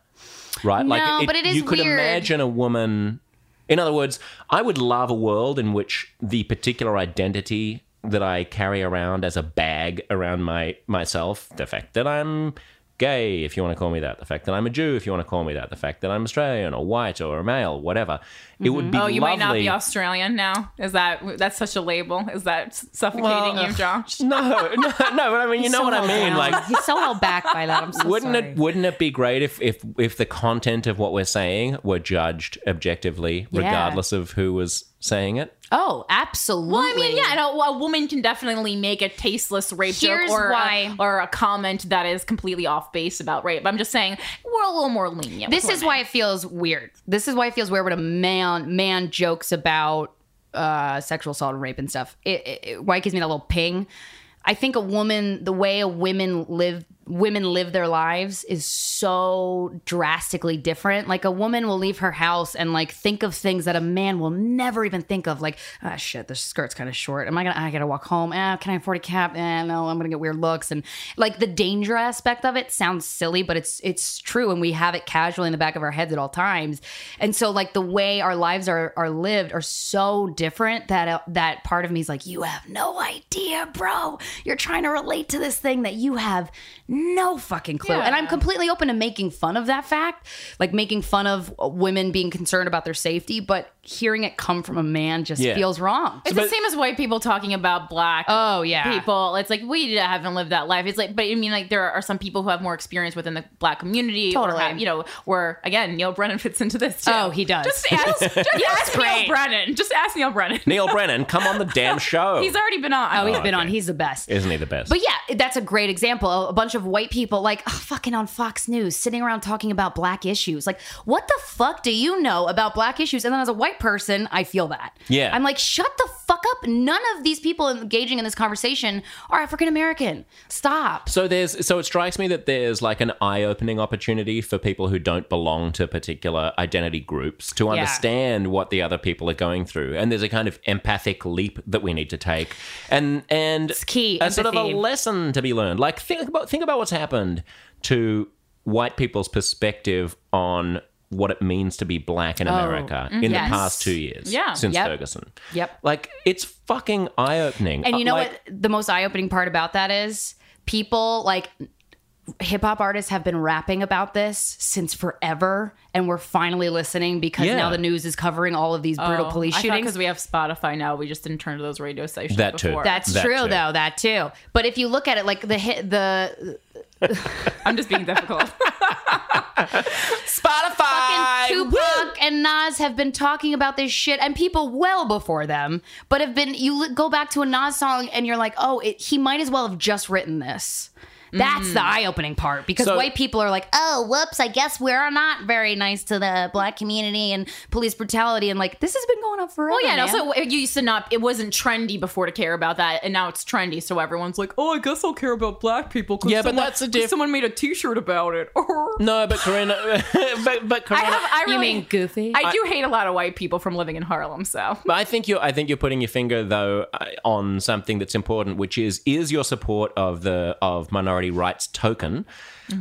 [SPEAKER 5] right?
[SPEAKER 2] No, but it is
[SPEAKER 5] you could
[SPEAKER 2] weird.
[SPEAKER 5] imagine a woman. In other words, I would love a world in which the particular identity that I carry around as a bag around my myself, the fact that I'm gay, if you want to call me that, the fact that I'm a Jew, if you want to call me that, the fact that I'm Australian or white or a male, whatever, it would be
[SPEAKER 1] oh, you might not
[SPEAKER 5] lovely-
[SPEAKER 1] be Australian now. Is that that's such a label? Is that suffocating
[SPEAKER 5] Well,
[SPEAKER 1] you, Josh?
[SPEAKER 5] no, no, no. But I mean, you know what I mean. Like,
[SPEAKER 2] Oh, he's so held back by that. I'm so
[SPEAKER 5] wouldn't
[SPEAKER 2] sorry.
[SPEAKER 5] it wouldn't it be great if if if the content of what we're saying were judged objectively regardless of who was saying it
[SPEAKER 2] Oh, absolutely.
[SPEAKER 1] Well, I mean, yeah, and a, a woman can definitely make a tasteless rape joke
[SPEAKER 2] Here's
[SPEAKER 1] or
[SPEAKER 2] why.
[SPEAKER 1] A, or a comment that is completely off base about rape. I'm just saying we're a little more lenient.
[SPEAKER 2] This is why it feels weird. This is why it feels weird when a man man jokes about uh, sexual assault and rape and stuff. It, it, it- why it gives me that little ping. I think a woman, the way a women live women live their lives is so drastically different. Like a woman will leave her house and like think of things that a man will never even think of. Like, ah, shit, this skirt's kind of short. Am I gonna? I gotta walk home. Ah, can I afford a cab? Eh, no, I'm gonna get weird looks. And like the danger aspect of it sounds silly, but it's it's true, and we have it casually in the back of our heads at all times. And so like the way our lives are are lived are so different that uh, that part of me is like, you have no idea, bro. You're trying to relate to this thing that you have no fucking clue. And I'm completely open to making fun of that fact, like making fun of uh, women being concerned about their safety, but hearing it come from a man just
[SPEAKER 5] Yeah.
[SPEAKER 2] feels wrong.
[SPEAKER 1] It's the same as white people talking about black.
[SPEAKER 2] Oh, yeah.
[SPEAKER 1] people. It's like we haven't lived that life. It's like, but I mean, like there are some people who have more experience within the black community. or
[SPEAKER 2] Totally.
[SPEAKER 1] have, you know, where again, Neil Brennan fits into this. Too.
[SPEAKER 2] Oh, he does.
[SPEAKER 1] Just ask, just ask Neil Brennan. Just ask Neil Brennan.
[SPEAKER 5] Neil Brennan, come on the damn show.
[SPEAKER 1] He's already been on.
[SPEAKER 2] Oh, he's been
[SPEAKER 5] okay.
[SPEAKER 2] on. He's the best.
[SPEAKER 5] Isn't he the best?
[SPEAKER 2] But yeah, that's a great example. A bunch of white people, like oh, fucking on Fox News, sitting around talking about black issues. Like, what the fuck do you know about black issues? And then as a white person, I feel that.
[SPEAKER 5] Yeah.
[SPEAKER 2] I'm like, shut the fuck up. None of these people engaging in this conversation are African American. Stop.
[SPEAKER 5] So there's so it strikes me that there's like an eye-opening opportunity for people who don't belong to particular identity groups to understand what the other people are going through, and there's a kind of empathic leap that we need to take, and and it's
[SPEAKER 2] key,
[SPEAKER 5] a sort of a
[SPEAKER 2] empathy.
[SPEAKER 5] lesson to be learned. Like think about think about what's happened to white people's perspective on what it means to be black in America in
[SPEAKER 2] Oh, mm-hmm. yes.
[SPEAKER 5] the past two years,
[SPEAKER 1] Yeah.
[SPEAKER 5] since
[SPEAKER 2] Yep.
[SPEAKER 5] Ferguson.
[SPEAKER 2] Yep.
[SPEAKER 5] like it's fucking eye-opening. Uh,
[SPEAKER 2] And you know
[SPEAKER 5] Like,
[SPEAKER 2] what the most eye opening part about that is? People like hip hop artists have been rapping about this since forever, and we're finally listening because
[SPEAKER 5] Yeah.
[SPEAKER 2] now the news is covering all of these brutal police shootings.
[SPEAKER 1] because we have Spotify now. We just didn't turn to those radio stations.
[SPEAKER 5] That too.
[SPEAKER 1] before.
[SPEAKER 2] That's
[SPEAKER 5] That
[SPEAKER 2] true,
[SPEAKER 5] too.
[SPEAKER 2] though. That too. But if you look at it, like the hit, the
[SPEAKER 1] I'm just being difficult.
[SPEAKER 2] fucking Tupac and Nas have been talking about this shit, and people well before them, but have been. You li- go back to a Nas song, and you're like, oh, it, he might as well have just written this. That's
[SPEAKER 1] Mm.
[SPEAKER 2] the eye-opening part because
[SPEAKER 5] So-
[SPEAKER 2] white people are like, "Oh, whoops! I guess we're not very nice to the black community and police brutality." And like, this has been going on forever.
[SPEAKER 1] Well, Oh, yeah, and
[SPEAKER 2] man.
[SPEAKER 1] also it used to not. It wasn't trendy before to care about that, and now it's trendy. So everyone's like, "Oh, I guess I'll care about black people." 'cause
[SPEAKER 5] Yeah, but
[SPEAKER 1] someone-
[SPEAKER 5] that's a
[SPEAKER 1] 'cause
[SPEAKER 5] diff-
[SPEAKER 1] Someone made a T-shirt about it.
[SPEAKER 5] No, but Corinna, but, but
[SPEAKER 1] I
[SPEAKER 5] Corinna,
[SPEAKER 1] have. I really,
[SPEAKER 2] you mean goofy?
[SPEAKER 1] I do hate a lot of white people from living in Harlem. So
[SPEAKER 5] But I think you're I think you're putting your finger though uh, on something that's important, which is is your support of the of minority rights token,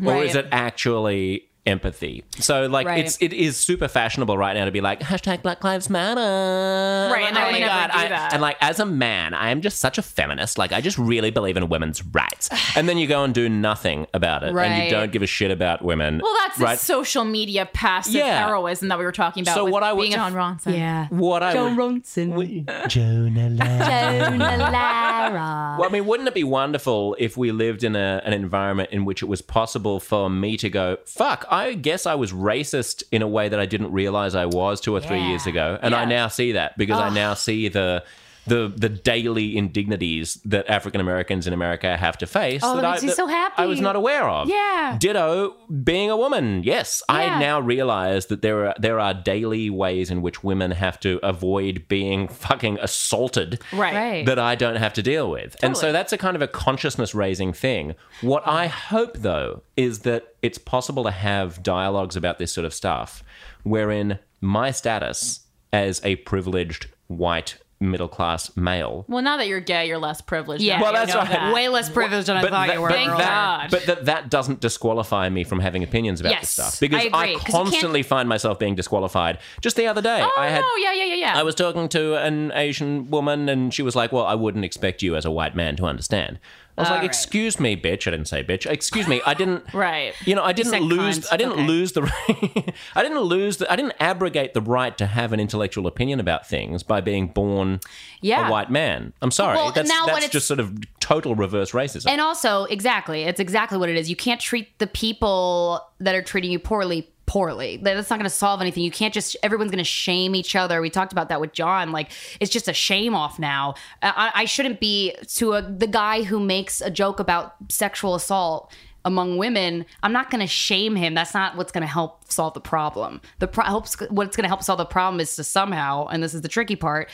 [SPEAKER 5] or is
[SPEAKER 1] Right.
[SPEAKER 5] it actually empathy? So like
[SPEAKER 2] Right.
[SPEAKER 5] it's it is super fashionable right now to be like hashtag Black Lives Matter, oh right?
[SPEAKER 1] and I would never do that.
[SPEAKER 5] and like as a man, I am just such a feminist. Like I just really believe in women's rights, and then you go and do nothing about it, and
[SPEAKER 2] Right.
[SPEAKER 5] you don't give a shit about women.
[SPEAKER 1] Well, that's
[SPEAKER 5] right.
[SPEAKER 1] the social media passive
[SPEAKER 5] Yeah.
[SPEAKER 1] heroism that we were talking about.
[SPEAKER 5] So
[SPEAKER 1] with
[SPEAKER 5] what I would
[SPEAKER 1] being
[SPEAKER 5] def-
[SPEAKER 1] John Ronson.
[SPEAKER 2] yeah.
[SPEAKER 5] what I would-
[SPEAKER 2] Jonah Lara.
[SPEAKER 5] Well, I mean, wouldn't it be wonderful if we lived in a, an environment in which it was possible for me to go, fuck, I guess I was racist in a way that I didn't realize I was two or three years ago. And I now see that because I now see the. The, the daily indignities that African Americans in America have to face
[SPEAKER 2] Oh, that
[SPEAKER 5] I,
[SPEAKER 2] makes me so happy.
[SPEAKER 5] I was not aware of.
[SPEAKER 2] Yeah.
[SPEAKER 5] Ditto being a woman. Yes,
[SPEAKER 2] Yeah.
[SPEAKER 5] I now realize that there are there are daily ways in which women have to avoid being fucking assaulted
[SPEAKER 1] Right.
[SPEAKER 2] Right.
[SPEAKER 5] that I don't have to deal with. And so that's a kind of a consciousness raising thing. What I hope though is that it's possible to have dialogues about this sort of stuff wherein my status as a privileged white middle class male
[SPEAKER 1] Well, now that you're gay, you're less privileged.
[SPEAKER 2] Yeah.
[SPEAKER 1] Now
[SPEAKER 5] Well,
[SPEAKER 1] you
[SPEAKER 5] that's
[SPEAKER 1] know
[SPEAKER 5] right.
[SPEAKER 1] that.
[SPEAKER 2] Way less privileged than I thought
[SPEAKER 5] that,
[SPEAKER 2] you were.
[SPEAKER 5] but
[SPEAKER 1] Thank
[SPEAKER 2] earlier.
[SPEAKER 1] God.
[SPEAKER 5] that, but that that doesn't disqualify me from having opinions about
[SPEAKER 2] Yes,
[SPEAKER 5] this stuff because
[SPEAKER 2] I agree, 'cause you can't-
[SPEAKER 5] constantly find myself being disqualified. Just the other day,
[SPEAKER 1] Oh
[SPEAKER 5] I had
[SPEAKER 1] no! Yeah, yeah, yeah, yeah.
[SPEAKER 5] I was talking to an Asian woman, and she was like, "Well, I wouldn't expect you as a white man to understand." I was like,
[SPEAKER 2] right.
[SPEAKER 5] "Excuse me, bitch." I didn't say bitch. Excuse me. I didn't.
[SPEAKER 1] Right.
[SPEAKER 5] You know, I didn't
[SPEAKER 2] said
[SPEAKER 5] lose.
[SPEAKER 2] cunt.
[SPEAKER 5] I didn't
[SPEAKER 2] Okay.
[SPEAKER 5] lose the. I didn't lose. The, I didn't abrogate the right to have an intellectual opinion about things by being born
[SPEAKER 2] Yeah.
[SPEAKER 5] a white man. I'm sorry.
[SPEAKER 2] Well,
[SPEAKER 5] that's
[SPEAKER 2] now when
[SPEAKER 5] that's
[SPEAKER 2] it's-
[SPEAKER 5] just sort of total reverse racism.
[SPEAKER 2] And also, exactly, it's exactly what it is. You can't treat the people that are treating you poorly poorly. That- That's not going to solve anything. You can't just everyone's going to shame each other. We talked about that with John. Like it's just a shame off now. I, I shouldn't be to a, the guy who makes a joke about sexual assault among women. I'm not going to shame him. That's not what's going to help solve the problem. The pro- helps what's going to help solve the problem is to somehow, and this is the tricky part,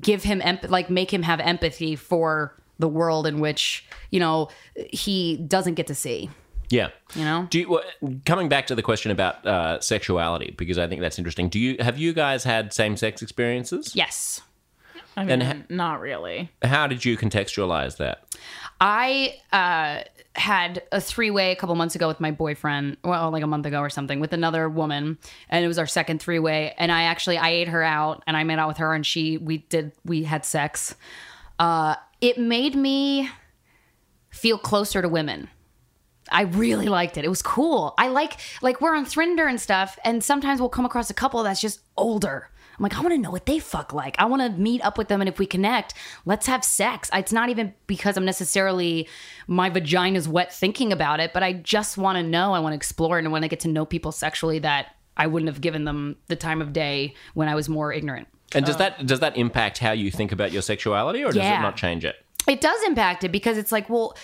[SPEAKER 2] give him emp- like make him have empathy for the world in which you know he doesn't get to see
[SPEAKER 5] Yeah.
[SPEAKER 3] You know?
[SPEAKER 5] Do you, well, coming back to the question about uh, sexuality because I think that's interesting. Do you have you guys had same sex experiences?
[SPEAKER 3] Yes.
[SPEAKER 1] I mean,
[SPEAKER 5] And ha-
[SPEAKER 1] not really.
[SPEAKER 5] How did you contextualize that?
[SPEAKER 2] I uh, had a three way a couple months ago with my boyfriend, well, like a month ago or something, with another woman, and it was our second three way. And I actually I ate her out, and I made out with her, and she we did we had sex. Uh, it made me feel closer to women. I really liked it. It was cool. I like like we're on Thrinder and stuff, and sometimes we'll come across a couple that's just older. I'm like, I want to know what they fuck like. I want to meet up with them, and if we connect, let's have sex. It's not even because I'm necessarily my vagina's wet thinking about it, but I just want to know. I want to explore and I want to get to know people sexually that I wouldn't have given them the time of day when I was more ignorant.
[SPEAKER 5] And does that does that impact how you think about your sexuality, or does
[SPEAKER 2] Yeah.
[SPEAKER 5] it not change it?
[SPEAKER 2] it does impact it because it's like well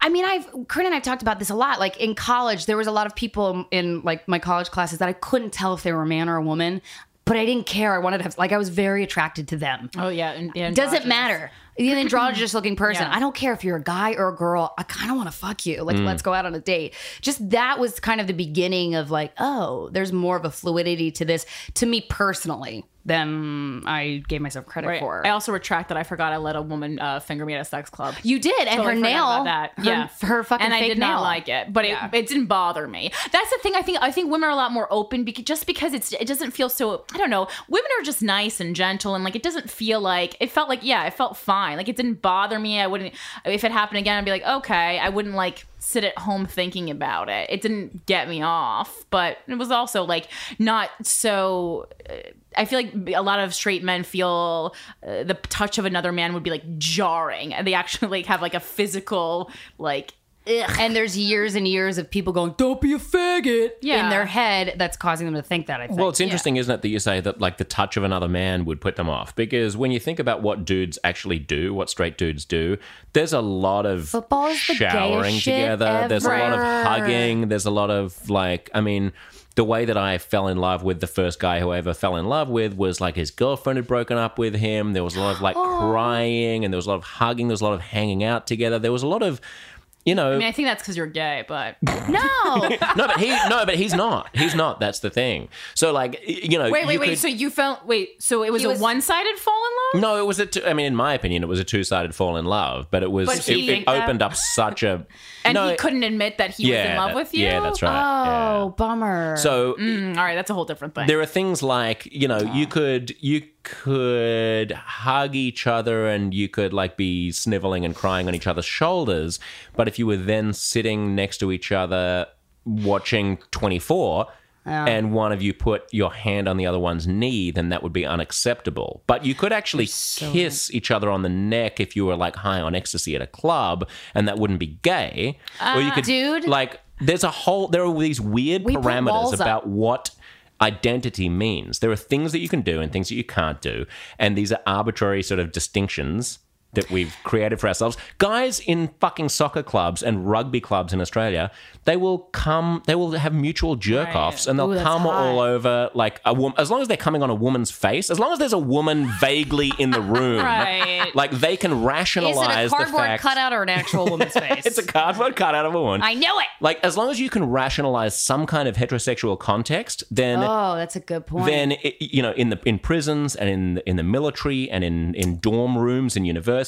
[SPEAKER 2] i mean i've karen and i've talked about this a lot like in college there was a lot of people in like my college classes that i couldn't tell if they were a man or a woman but i didn't care i wanted to have like i was very attracted to them
[SPEAKER 1] Oh yeah, and, and
[SPEAKER 2] doesn't matter the androgynous looking person
[SPEAKER 1] Yeah.
[SPEAKER 2] i don't care if you're a guy or a girl i kind of want to fuck you like let's go out on a date just that was kind of the beginning of like oh there's more of a fluidity to this to me personally than i gave myself credit
[SPEAKER 1] Right.
[SPEAKER 2] for
[SPEAKER 1] I also retract that I forgot I let a woman uh, finger me at a sex club.
[SPEAKER 2] you did, and
[SPEAKER 1] Totally
[SPEAKER 2] her
[SPEAKER 1] forgot
[SPEAKER 2] nail,
[SPEAKER 1] about that
[SPEAKER 2] her-
[SPEAKER 1] yeah
[SPEAKER 2] her, fucking
[SPEAKER 1] and I
[SPEAKER 2] fake
[SPEAKER 1] did
[SPEAKER 2] nail.
[SPEAKER 1] not like it, but
[SPEAKER 2] Yeah.
[SPEAKER 1] it, it didn't bother me. That's the thing. I think I think women are a lot more open because just because it's it doesn't feel so. I don't know. Women are just nice and gentle, and like it doesn't feel like it felt like yeah, it felt fine. Like it didn't bother me. I wouldn't if it happened again. I'd be like okay. I wouldn't like sit at home thinking about it. It didn't get me off, but it was also like not so. uh, I feel like a lot of straight men feel uh, the touch of another man would be like jarring, and they actually like have like a physical like
[SPEAKER 2] And there's years and years of people going, "Don't be a faggot,"
[SPEAKER 1] Yeah.
[SPEAKER 2] in their head that's causing them to think that. I think.
[SPEAKER 5] Well, it's interesting, isn't it, that you say that like the touch of another man would put them off? Because when you think about what dudes actually do, what straight dudes do, there's a lot of
[SPEAKER 2] Football is the gayest
[SPEAKER 5] showering
[SPEAKER 2] shit
[SPEAKER 5] together. There's a lot of
[SPEAKER 2] ever.
[SPEAKER 5] hugging. There's a lot of like, I mean. The way that I fell in love with the first guy who I ever fell in love with was like his girlfriend had broken up with him. There was a lot of like crying and there was a lot of hugging. There was a lot of hanging out together. There was a lot of, you know,
[SPEAKER 1] I mean, I think that's because you're gay, but
[SPEAKER 2] no,
[SPEAKER 5] no, but he, no, but he's not. He's not. That's the thing. So like, y- you know,
[SPEAKER 1] wait, wait,
[SPEAKER 5] you
[SPEAKER 1] wait.
[SPEAKER 5] could-
[SPEAKER 1] So you felt wait. So it was a
[SPEAKER 2] was-
[SPEAKER 1] one-sided fall in love.
[SPEAKER 5] No, it was a. Two, I mean, in my opinion, it was a two-sided fall in love, but it was
[SPEAKER 1] But
[SPEAKER 5] it,
[SPEAKER 1] he-
[SPEAKER 5] it opened up such a.
[SPEAKER 1] And
[SPEAKER 5] Mm, no,
[SPEAKER 1] he couldn't admit that he
[SPEAKER 5] yeah,
[SPEAKER 1] was in love
[SPEAKER 5] that-
[SPEAKER 1] with you.
[SPEAKER 5] Yeah, that's right. yeah.
[SPEAKER 2] oh bummer.
[SPEAKER 5] So
[SPEAKER 1] Mm, all right, that's a whole different thing.
[SPEAKER 5] there are things like you know you could you could hug each other and you could like be sniveling and crying on each other's shoulders, but if you were then sitting next to each other watching Twenty Four. And one of you put your hand on the other one's knee, then that would be unacceptable. But you could actually kiss each other on the neck if you were like high on ecstasy at a club, and that wouldn't be gay. or you could,
[SPEAKER 2] Uh, dude.
[SPEAKER 5] like, there's a whole, there are these weird
[SPEAKER 2] We put walls
[SPEAKER 5] parameters
[SPEAKER 2] up.
[SPEAKER 5] about what identity means. There are things that you can do and things that you can't do, and these are arbitrary sort of distinctions that we've created for ourselves. Guys in fucking soccer clubs and rugby clubs in Australia, they will come, they will have mutual jerk offs, and they'll
[SPEAKER 2] Ooh, that's
[SPEAKER 5] come
[SPEAKER 2] hot.
[SPEAKER 5] all over like a woman. As long as they're coming on a woman's face, as long as there's a woman vaguely in the room,
[SPEAKER 1] Right.
[SPEAKER 5] like they can
[SPEAKER 2] is it
[SPEAKER 5] rationalize
[SPEAKER 2] a
[SPEAKER 5] the
[SPEAKER 2] cardboard
[SPEAKER 5] fact
[SPEAKER 2] cutout or an actual woman's face?
[SPEAKER 5] it's a cardboard cutout of a woman.
[SPEAKER 2] I knew it.
[SPEAKER 5] like as long as you can rationalize some kind of heterosexual context, then
[SPEAKER 2] Oh, that's a good point.
[SPEAKER 5] then i- you know in the in prisons and in in the military and in in dorm rooms and universities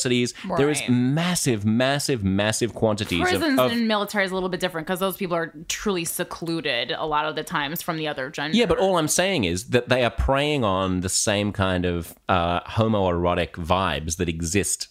[SPEAKER 5] there is
[SPEAKER 1] Right.
[SPEAKER 5] massive massive massive quantities
[SPEAKER 1] prisons
[SPEAKER 5] of, of
[SPEAKER 1] and military is a little bit different because those people are truly secluded a lot of the times from the other gender.
[SPEAKER 5] yeah, but all I'm saying is that they are preying on the same kind of uh, homoerotic vibes that exist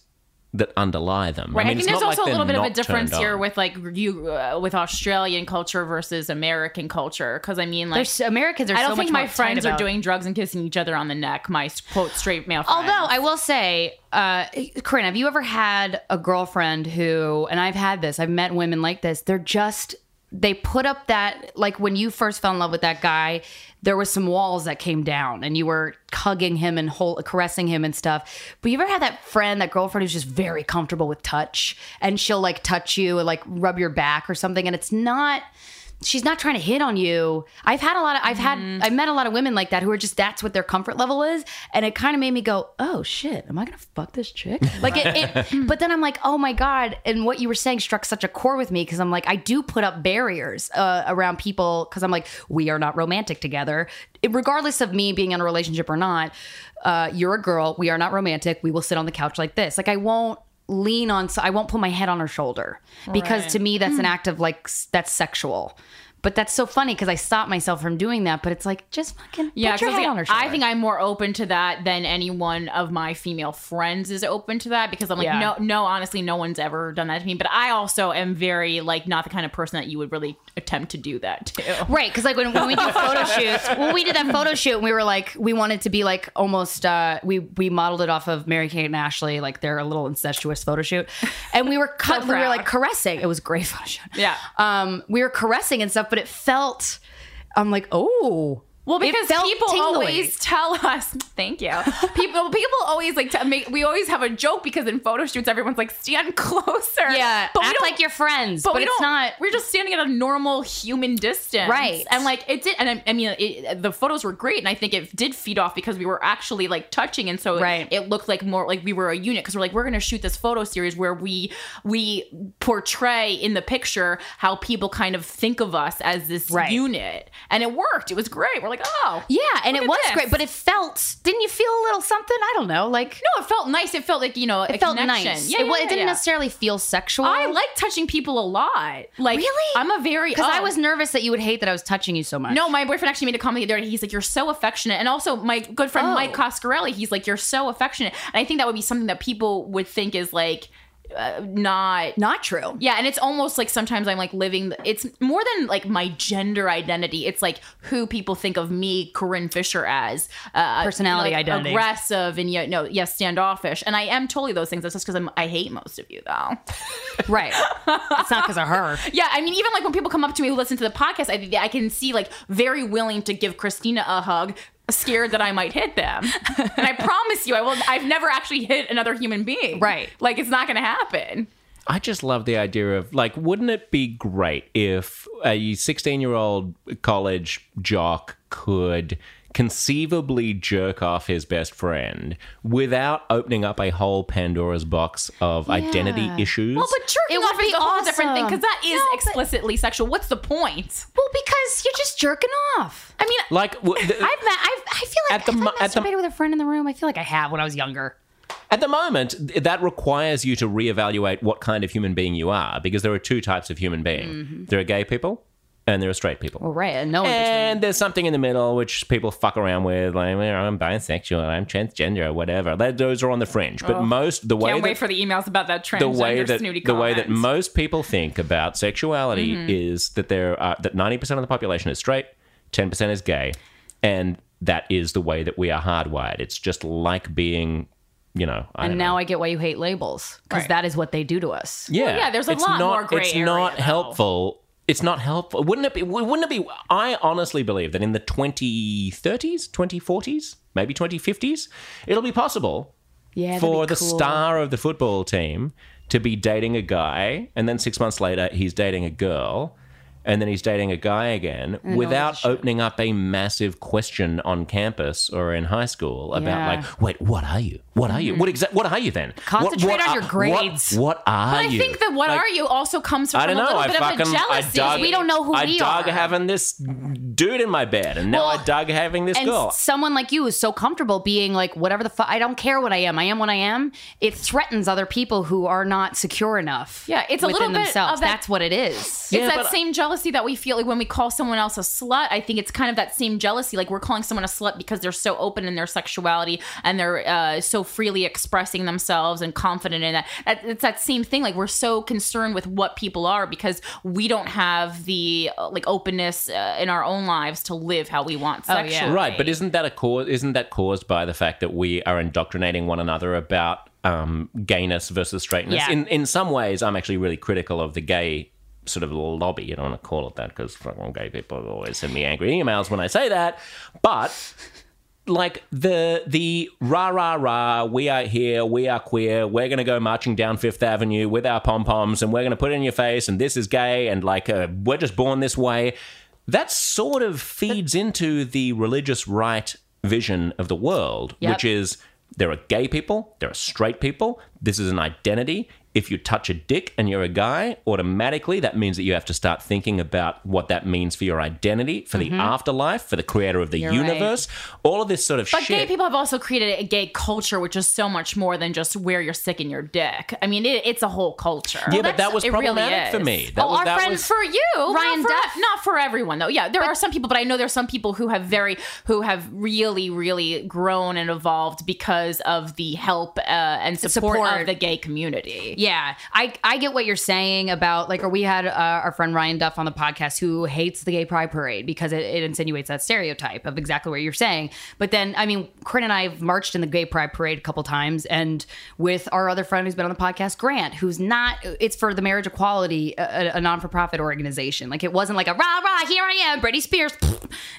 [SPEAKER 5] that underlie them.
[SPEAKER 1] Right. I,
[SPEAKER 5] mean, it's
[SPEAKER 1] think there's
[SPEAKER 5] not
[SPEAKER 1] also
[SPEAKER 5] like
[SPEAKER 1] a little
[SPEAKER 5] they're
[SPEAKER 1] bit of a
[SPEAKER 5] not turned
[SPEAKER 1] difference here
[SPEAKER 5] on.
[SPEAKER 1] with like you uh, with Australian culture versus American culture because I mean like
[SPEAKER 2] There's Americans are.
[SPEAKER 1] I don't
[SPEAKER 2] so
[SPEAKER 1] think
[SPEAKER 2] much
[SPEAKER 1] my
[SPEAKER 2] more uptight
[SPEAKER 1] friends are
[SPEAKER 2] about-
[SPEAKER 1] doing drugs and kissing each other on the neck. My quote straight male. Friends.
[SPEAKER 2] Although I will say, uh, Corinne, have you ever had a girlfriend who, and I've had this, I've met women like this, they're just, they put up that, like when you first fell in love with that guy, there was some walls that came down and you were hugging him and hol- caressing him and stuff. But you ever had that friend, that girlfriend who's just very comfortable with touch and she'll like touch you and like rub your back or something and it's not she's not trying to hit on you. I've had a lot of I've had I've met a lot of women like that who are just that's what their comfort level is. And it kind of made me go, Oh shit, am I gonna fuck this chick? Like it, it but then I'm like, oh my God. And what you were saying struck such a chord with me because I'm like, I do put up barriers uh, around people because I'm like, we are not romantic together. It- regardless of me being in a relationship or not, uh, you're a girl, we are not romantic, we will sit on the couch like this. Like I won't lean on so I won't put my head on her shoulder because to me that's an act of like s- that's sexual. But that's so funny because I stop myself from doing that. But it's like just fucking
[SPEAKER 1] Yeah,
[SPEAKER 2] put your
[SPEAKER 1] 'cause
[SPEAKER 2] head on her shoulder.
[SPEAKER 1] I think I'm more open to that than any one of my female friends is open to that because I'm like,
[SPEAKER 3] Yeah.
[SPEAKER 1] no, no, honestly, no one's ever done that to me. But I also am very like not the kind of person that you would really attempt to do that to.
[SPEAKER 2] Right, because like when, when we do photo shoots, when we did that photo shoot, and we were like, we wanted to be like almost, uh, we we modeled it off of Mary Kate and Ashley, like they're a little incestuous photo shoot, and we were cut, we were
[SPEAKER 1] proud.
[SPEAKER 2] like caressing. It was a great photo shoot.
[SPEAKER 1] Yeah.
[SPEAKER 2] um, we were caressing and stuff, but it felt, I'm like, oh,
[SPEAKER 1] Well,
[SPEAKER 2] It
[SPEAKER 1] because
[SPEAKER 2] felt
[SPEAKER 1] people
[SPEAKER 2] tingly.
[SPEAKER 1] always tell us, thank you. People, people always like to make. We always have a joke because in photo shoots, everyone's like, stand closer.
[SPEAKER 2] yeah,
[SPEAKER 1] but we
[SPEAKER 2] act
[SPEAKER 1] don't-
[SPEAKER 2] like you're friends, but,
[SPEAKER 1] we
[SPEAKER 2] it's
[SPEAKER 1] don't-
[SPEAKER 2] not.
[SPEAKER 1] We're just standing at a normal human distance,
[SPEAKER 2] Right.
[SPEAKER 1] And like it did, and I, I mean, it, the photos were great, and I think it did feed off because we were actually like touching, and so
[SPEAKER 2] Right.
[SPEAKER 1] it looked like more like we were a unit because we're like we're gonna shoot this photo series where we we portray in the picture how people kind of think of us as this
[SPEAKER 2] Right.
[SPEAKER 1] unit, and it worked. It was great. We're like, oh,
[SPEAKER 2] Yeah, and
[SPEAKER 1] Look
[SPEAKER 2] it
[SPEAKER 1] at
[SPEAKER 2] was
[SPEAKER 1] this.
[SPEAKER 2] great, but it felt. Didn't you feel a little something? I don't know, like
[SPEAKER 1] No, it felt nice. It felt like you know, a
[SPEAKER 2] it felt
[SPEAKER 1] connection.
[SPEAKER 2] nice.
[SPEAKER 1] Yeah,
[SPEAKER 2] it,
[SPEAKER 1] yeah,
[SPEAKER 2] wa- it
[SPEAKER 1] yeah,
[SPEAKER 2] didn't
[SPEAKER 1] yeah.
[SPEAKER 2] necessarily feel sexual.
[SPEAKER 1] I like touching people a lot. Like
[SPEAKER 2] Really?
[SPEAKER 1] I'm a very
[SPEAKER 2] because I
[SPEAKER 1] oh.
[SPEAKER 2] was nervous that you would hate that I was touching you so much.
[SPEAKER 1] No, my boyfriend actually made a comment the other day. He's like, "You're so affectionate," and also my good friend
[SPEAKER 2] Oh.
[SPEAKER 1] Mike Coscarelli. He's like, "You're so affectionate," and I think that would be something that people would think is like uh, not.
[SPEAKER 2] not true.
[SPEAKER 1] Yeah, and it's almost like sometimes I'm like living. It's more than like my gender identity. It's like who people think of me, Corinne Fisher, as uh,
[SPEAKER 2] Personality
[SPEAKER 1] like,
[SPEAKER 2] identity.
[SPEAKER 1] aggressive, and yet no, yes, standoffish. And I am totally those things. That's just because I hate most of you, though.
[SPEAKER 2] Right. it's not because of her.
[SPEAKER 1] Yeah, I mean, even like when people come up to me who listen to the podcast, I, I can see like very willing to give Christina a hug, scared that I might hit them. and I promise you, I will. I've never actually hit another human being.
[SPEAKER 2] Right.
[SPEAKER 1] Like it's not going to happen.
[SPEAKER 5] I just love the idea of like, wouldn't it be great if a 16 year old college jock could conceivably jerk off his best friend without opening up a whole Pandora's box of identity issues?
[SPEAKER 1] Well, but jerking
[SPEAKER 2] It would
[SPEAKER 1] off is
[SPEAKER 2] be
[SPEAKER 1] a whole different thing
[SPEAKER 2] awesome.
[SPEAKER 1] because that is
[SPEAKER 2] No, but-
[SPEAKER 1] explicitly sexual. What's the point?
[SPEAKER 2] Well, because you're just jerking off.
[SPEAKER 1] I mean,
[SPEAKER 5] like, w- the-
[SPEAKER 2] I've met. I've, I feel like
[SPEAKER 5] At the
[SPEAKER 2] have
[SPEAKER 5] mo-
[SPEAKER 2] I
[SPEAKER 5] at the-
[SPEAKER 2] masturbated with a friend in the room. I feel like I have when I was younger.
[SPEAKER 5] At the moment, th- that requires you to reevaluate what kind of human being you are because there are two types of human being.
[SPEAKER 1] Mm-hmm.
[SPEAKER 5] There are gay people and there are straight people.
[SPEAKER 2] Right. And no one.
[SPEAKER 5] and there's something in the middle which people fuck around with, like "Well, I'm bisexual, I'm transgender, or whatever. That- Those are on the fringe, but most the way
[SPEAKER 1] Oh. can't wait
[SPEAKER 5] that,
[SPEAKER 1] for the emails about that transgender
[SPEAKER 5] the way that
[SPEAKER 1] snooty
[SPEAKER 5] the way that
[SPEAKER 1] comments. Mm-hmm.
[SPEAKER 5] most people think about sexuality is that there are that 90% of the population is straight, 10% is gay, and that is the way that we are hardwired. It's just like being, you know, I
[SPEAKER 2] And
[SPEAKER 5] don't
[SPEAKER 2] now
[SPEAKER 5] know.
[SPEAKER 2] I get why you hate labels because
[SPEAKER 1] Right.
[SPEAKER 2] that is what they do to us.
[SPEAKER 5] Yeah,
[SPEAKER 1] yeah, there's a
[SPEAKER 5] it's
[SPEAKER 1] lot
[SPEAKER 5] not,
[SPEAKER 1] more gray
[SPEAKER 5] It's
[SPEAKER 1] area,
[SPEAKER 5] not
[SPEAKER 1] though.
[SPEAKER 5] helpful. It's not helpful. Wouldn't it be? Wouldn't it be? I honestly believe that in the 2030s, 2040s, maybe 2050s, it'll be possible
[SPEAKER 2] Yeah. that'd
[SPEAKER 5] for
[SPEAKER 2] be
[SPEAKER 5] the
[SPEAKER 2] cool.
[SPEAKER 5] star of the football team to be dating a guy, and then six months later he's dating a girl. And then he's dating a guy again without opening up a massive question on campus or in high school about
[SPEAKER 2] Yeah.
[SPEAKER 5] like, wait, what are you? What are you?
[SPEAKER 1] Mm-hmm.
[SPEAKER 5] What exactly? What are you then? What-
[SPEAKER 2] Concentrate
[SPEAKER 5] what
[SPEAKER 2] on
[SPEAKER 5] are-
[SPEAKER 2] your
[SPEAKER 5] what-
[SPEAKER 2] grades.
[SPEAKER 5] What, are
[SPEAKER 1] But I
[SPEAKER 5] you?
[SPEAKER 1] think that what
[SPEAKER 5] Like,
[SPEAKER 1] are you also comes from
[SPEAKER 5] I don't
[SPEAKER 1] a
[SPEAKER 5] know.
[SPEAKER 1] little
[SPEAKER 5] I
[SPEAKER 1] bit
[SPEAKER 5] fucking
[SPEAKER 1] of a
[SPEAKER 5] I
[SPEAKER 1] jealousy.
[SPEAKER 5] dug,
[SPEAKER 2] We don't know who
[SPEAKER 5] I
[SPEAKER 2] we
[SPEAKER 5] dug
[SPEAKER 2] are.
[SPEAKER 5] having this dude in my bed, and now I
[SPEAKER 2] Well,
[SPEAKER 5] dug having this
[SPEAKER 2] And
[SPEAKER 5] girl.
[SPEAKER 2] someone like you is so comfortable being like whatever the fuck. I don't care what I am. I am what I am. It threatens other people who are not secure enough.
[SPEAKER 1] Yeah, it's a
[SPEAKER 2] within
[SPEAKER 1] little bit
[SPEAKER 2] themselves.
[SPEAKER 1] of that-
[SPEAKER 2] That's what it is.
[SPEAKER 1] it's that same jealousy that we feel like when we call someone else a slut. I think it's kind of that same jealousy. Like we're calling someone a slut because they're so open in their sexuality and they're uh, so freely expressing themselves and confident in that. That- It's that same thing. Like we're so concerned with what people are because we don't have the uh, like openness uh, in our own lives to live how we want
[SPEAKER 2] yeah.
[SPEAKER 1] sexually.
[SPEAKER 5] Right, but isn't that a cause? Isn't that caused by the fact that we are indoctrinating one another about um, gayness versus straightness?
[SPEAKER 2] Yeah.
[SPEAKER 5] In in some ways, I'm actually really critical of the gay sort of lobby. I don't want to call it that because fucking gay people always send me angry emails when I say that, but. like the the rah rah rah, we are here, we are queer, we're gonna go marching down Fifth Avenue with our pom poms, and we're gonna put it in your face, and this is gay, and like uh, we're just born this way. That sort of feeds into the religious right vision of the world,
[SPEAKER 2] Yep.
[SPEAKER 5] which is there are gay people, there are straight people. This is an identity. If you touch a dick and you're a guy, automatically that means that you have to start thinking about what that means for your identity, for the afterlife, for the creator of the
[SPEAKER 1] Mm-hmm. right.
[SPEAKER 5] universe. All of this sort of
[SPEAKER 1] But
[SPEAKER 5] shit.
[SPEAKER 1] gay people have also created a gay culture, which is so much more than just where you're sick in your dick. I mean, it, it's a whole culture.
[SPEAKER 5] yeah, but that was
[SPEAKER 1] it really
[SPEAKER 5] problematic for
[SPEAKER 1] is.
[SPEAKER 5] me. That
[SPEAKER 2] oh,
[SPEAKER 5] was,
[SPEAKER 2] our
[SPEAKER 5] that
[SPEAKER 2] friend
[SPEAKER 5] was,
[SPEAKER 2] for you,
[SPEAKER 1] Ryan
[SPEAKER 2] not for
[SPEAKER 1] Duff. Not for everyone though. Yeah, there are some people, but I know there's some people who have very, who have really, really grown and evolved because of the help uh, and support,
[SPEAKER 2] Support.
[SPEAKER 1] of the gay community.
[SPEAKER 2] Yeah, I I get what you're saying about like, or we had uh, our friend Ryan Duff on the podcast who hates the gay pride parade because it, it insinuates that stereotype of exactly what you're saying. But then, I mean, Corinne and I have marched in the gay pride parade a couple times, and with our other friend who's been on the podcast, Grant, who's not. It's for the Marriage Equality, a, a- a non-for-profit organization. Like it wasn't like a rah rah, here I am, Britney Spears.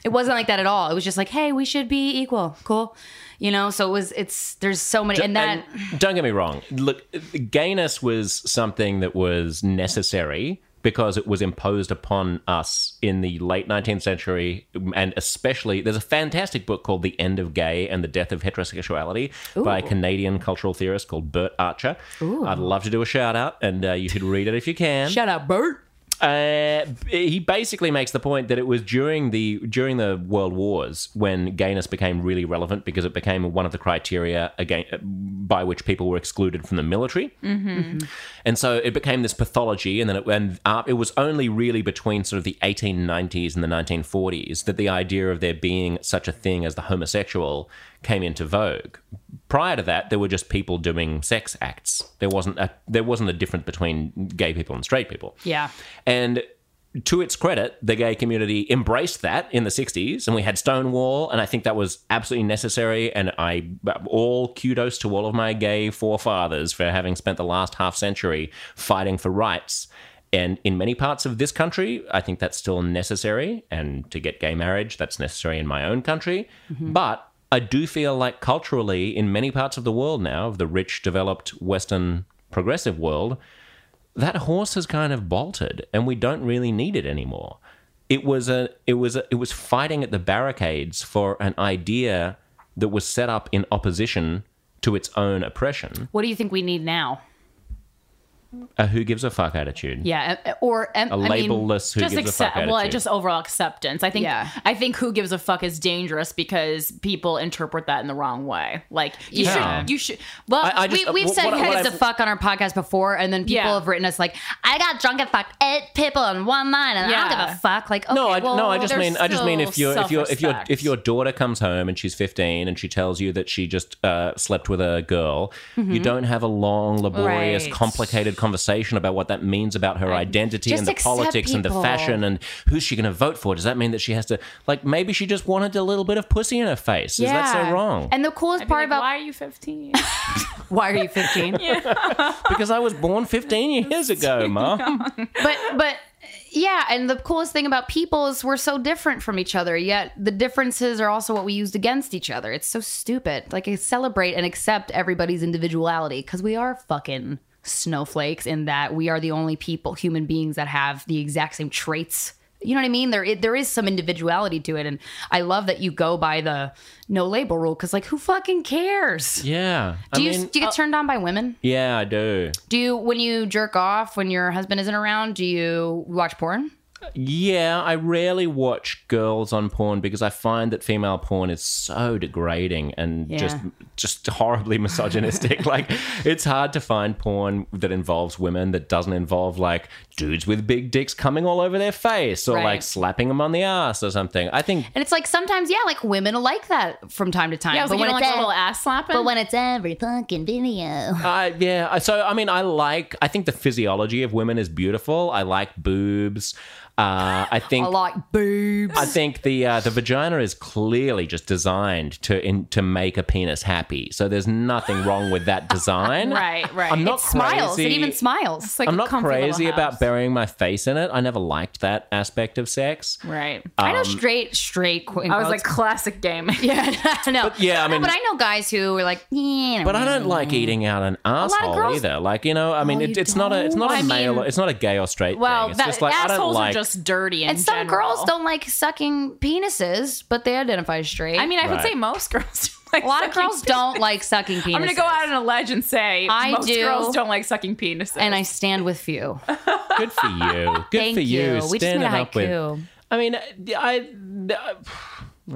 [SPEAKER 2] It wasn't like that at all. It was just like, hey, we should be equal, cool. You know, so it was. It's there's so many, and that
[SPEAKER 5] And don't get me wrong. Look, gayness was something that was necessary because it was imposed upon us in the late 19th century and especially there's a fantastic book called the end of gay and the death of heterosexuality by a canadian cultural theorist called bert archer i'd love to do a shout out and uh, you should read it if you can
[SPEAKER 2] shout out Bert.
[SPEAKER 5] uh, he basically makes the point that it was during the during the World Wars when gayness became really relevant because it became one of the criteria again by which people were excluded from the military, mm-hmm. and so it became this pathology. And then it and uh, it was only really between sort of the 1890s and the 1940s that the idea of there being such a thing as the homosexual came into vogue. Prior to that, there were just people doing sex acts. There wasn't a there wasn't a difference between gay people and straight people.
[SPEAKER 2] Yeah.
[SPEAKER 5] And to its credit, the gay community embraced that in the 60s, and we had Stonewall, and I think that was absolutely necessary. And I, all kudos to all of my gay forefathers for having spent the last half century fighting for rights. And in many parts of this country, I think that's still necessary. And to get gay marriage, that's necessary in my own country. But I do feel like culturally, in many parts of the world now, of the rich, developed, Western, progressive world, that horse has kind of bolted and we don't really need it anymore it was a it was a, it was fighting at the barricades for an idea that was set up in opposition to its own oppression
[SPEAKER 2] What do you think we need now?
[SPEAKER 5] a who gives a fuck attitude
[SPEAKER 2] Yeah, uh, or um,
[SPEAKER 5] a
[SPEAKER 2] I mean,
[SPEAKER 5] labelless who
[SPEAKER 1] just
[SPEAKER 5] gives a
[SPEAKER 1] accept
[SPEAKER 5] fuck attitude
[SPEAKER 1] well just overall acceptance i think
[SPEAKER 2] Yeah.
[SPEAKER 1] i think who gives a fuck is dangerous because people interpret that in the wrong way like you
[SPEAKER 5] Yeah.
[SPEAKER 1] should you should well
[SPEAKER 5] I- I just-
[SPEAKER 1] we,
[SPEAKER 5] uh,
[SPEAKER 1] we've
[SPEAKER 5] what-
[SPEAKER 1] said
[SPEAKER 5] what I-
[SPEAKER 2] who
[SPEAKER 1] heads
[SPEAKER 2] gives a
[SPEAKER 5] I've-
[SPEAKER 2] fuck on our podcast before, and then people
[SPEAKER 1] Yeah.
[SPEAKER 2] have written us like, "I got drunk and fucked eight people in one night, and I don't
[SPEAKER 1] Yeah.
[SPEAKER 2] give a fuck." Like, okay,
[SPEAKER 5] no, I,
[SPEAKER 2] well,
[SPEAKER 5] no, I just
[SPEAKER 1] there's
[SPEAKER 5] mean I just mean if
[SPEAKER 1] still
[SPEAKER 5] your if your if your
[SPEAKER 1] self-respect.
[SPEAKER 5] if your daughter comes home and she's 15 and she tells you that she just uh, slept with a girl, you don't have a long, laborious,
[SPEAKER 2] Mm-hmm. Right.
[SPEAKER 5] complicated conversation about what that means about her identity
[SPEAKER 2] Just
[SPEAKER 5] and the
[SPEAKER 2] accept
[SPEAKER 5] politics and the
[SPEAKER 2] people.
[SPEAKER 5] fashion and who's she going to vote for? Does that mean that she has to like maybe she just wanted a little bit of pussy in her face? Is that so
[SPEAKER 2] yeah.
[SPEAKER 5] wrong?
[SPEAKER 2] And the coolest part about
[SPEAKER 1] why are you 15
[SPEAKER 2] why are you fifteen?
[SPEAKER 5] because I was born 15 years ago, mom.
[SPEAKER 2] but but yeah, and the coolest thing about people is we're so different from each other, yet the differences are also what we used against each other. It's so stupid. Like, I celebrate and accept everybody's individuality because we are fucking snowflakes in that we are the only people, human beings, that have the exact same traits. You know what I mean? There, it, there is some individuality to it, and I love that you go by the no label rule because, like, who fucking cares?
[SPEAKER 5] yeah. I
[SPEAKER 2] Do you
[SPEAKER 5] mean, uh
[SPEAKER 2] do you get turned on by women?
[SPEAKER 5] yeah, I do.
[SPEAKER 2] Do you when you jerk off when your husband isn't around? Do you watch porn?
[SPEAKER 5] Yeah, I rarely watch girls on porn because I find that female porn is so degrading and just just horribly misogynistic. like it's hard to find porn that involves women that doesn't involve like dudes with big dicks coming all over their face or
[SPEAKER 2] Right.
[SPEAKER 5] like slapping them on the ass or something. I think
[SPEAKER 2] And it's like sometimes, yeah, like women will like that from time to time.
[SPEAKER 1] yeah I was
[SPEAKER 2] but,
[SPEAKER 1] like, you
[SPEAKER 2] when
[SPEAKER 1] don't
[SPEAKER 2] it's
[SPEAKER 1] like a little ass slapping
[SPEAKER 2] but when it's every fucking video,
[SPEAKER 5] Uh, yeah. I- So I mean, I like. I think the physiology of women is beautiful. I like boobs. Uh, Uh, I think
[SPEAKER 2] I like boobs.
[SPEAKER 5] I think the uh, the vagina is clearly just designed to in, to make a penis happy. So there's nothing wrong with that design.
[SPEAKER 1] Right, right.
[SPEAKER 5] I'm not
[SPEAKER 2] it smiles. It
[SPEAKER 5] crazy-
[SPEAKER 2] even smiles.
[SPEAKER 1] like
[SPEAKER 5] I'm
[SPEAKER 1] a
[SPEAKER 5] not
[SPEAKER 1] comfy little
[SPEAKER 5] crazy
[SPEAKER 1] house.
[SPEAKER 5] about burying my face in it. I never liked that aspect of sex.
[SPEAKER 1] Right.
[SPEAKER 5] Uh,
[SPEAKER 2] I
[SPEAKER 5] Um,
[SPEAKER 2] know straight, straight. Quote,
[SPEAKER 1] I was like classic game.
[SPEAKER 2] yeah, I know. But
[SPEAKER 5] yeah, I mean-
[SPEAKER 2] but I know guys who were like, yeah,
[SPEAKER 5] But I don't
[SPEAKER 2] Mm.
[SPEAKER 5] like eating out an asshole
[SPEAKER 2] girls- Oh,
[SPEAKER 5] either. Like you know, I mean, it, it's not a it's not a
[SPEAKER 2] don't? I
[SPEAKER 5] male,
[SPEAKER 2] mean-
[SPEAKER 5] it's not a gay or straight
[SPEAKER 2] Well,
[SPEAKER 5] thing. It's
[SPEAKER 2] that-
[SPEAKER 5] just like I don't
[SPEAKER 1] Assholes
[SPEAKER 5] like.
[SPEAKER 1] are just dirty, in
[SPEAKER 2] And some
[SPEAKER 1] general.
[SPEAKER 2] girls don't like sucking penises, but they identify as straight.
[SPEAKER 1] I mean, I would
[SPEAKER 5] Right.
[SPEAKER 1] say most girls. do Like
[SPEAKER 2] a lot of
[SPEAKER 1] sucking
[SPEAKER 2] girls don't like sucking penises.
[SPEAKER 1] I'm gonna go out on a ledge and say
[SPEAKER 2] I
[SPEAKER 1] most
[SPEAKER 2] do.
[SPEAKER 1] girls don't like sucking penises.
[SPEAKER 2] and I stand with you.
[SPEAKER 5] good for you. Good
[SPEAKER 2] Thank
[SPEAKER 5] for you.
[SPEAKER 2] you. We just
[SPEAKER 5] Standing
[SPEAKER 2] made a
[SPEAKER 5] up with.
[SPEAKER 2] haiku.
[SPEAKER 5] I mean, I. I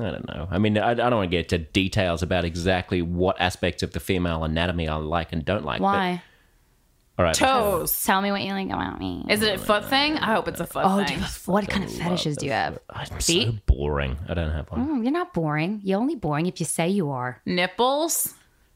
[SPEAKER 5] I don't know. I mean, I, I don't want to get into details about exactly what aspects of the female anatomy I like and don't like. but-
[SPEAKER 2] Why?
[SPEAKER 5] all right.
[SPEAKER 1] toes.
[SPEAKER 2] Tell me what you like about me.
[SPEAKER 1] Is it a foot thing? I hope it's a foot
[SPEAKER 2] oh, do
[SPEAKER 1] thing.
[SPEAKER 2] you- what kind of fetishes do you have?
[SPEAKER 5] I'm so
[SPEAKER 2] Feet?
[SPEAKER 5] boring. I don't have one.
[SPEAKER 2] Oh, you're not boring. You're only boring if you say you are.
[SPEAKER 1] Nipples,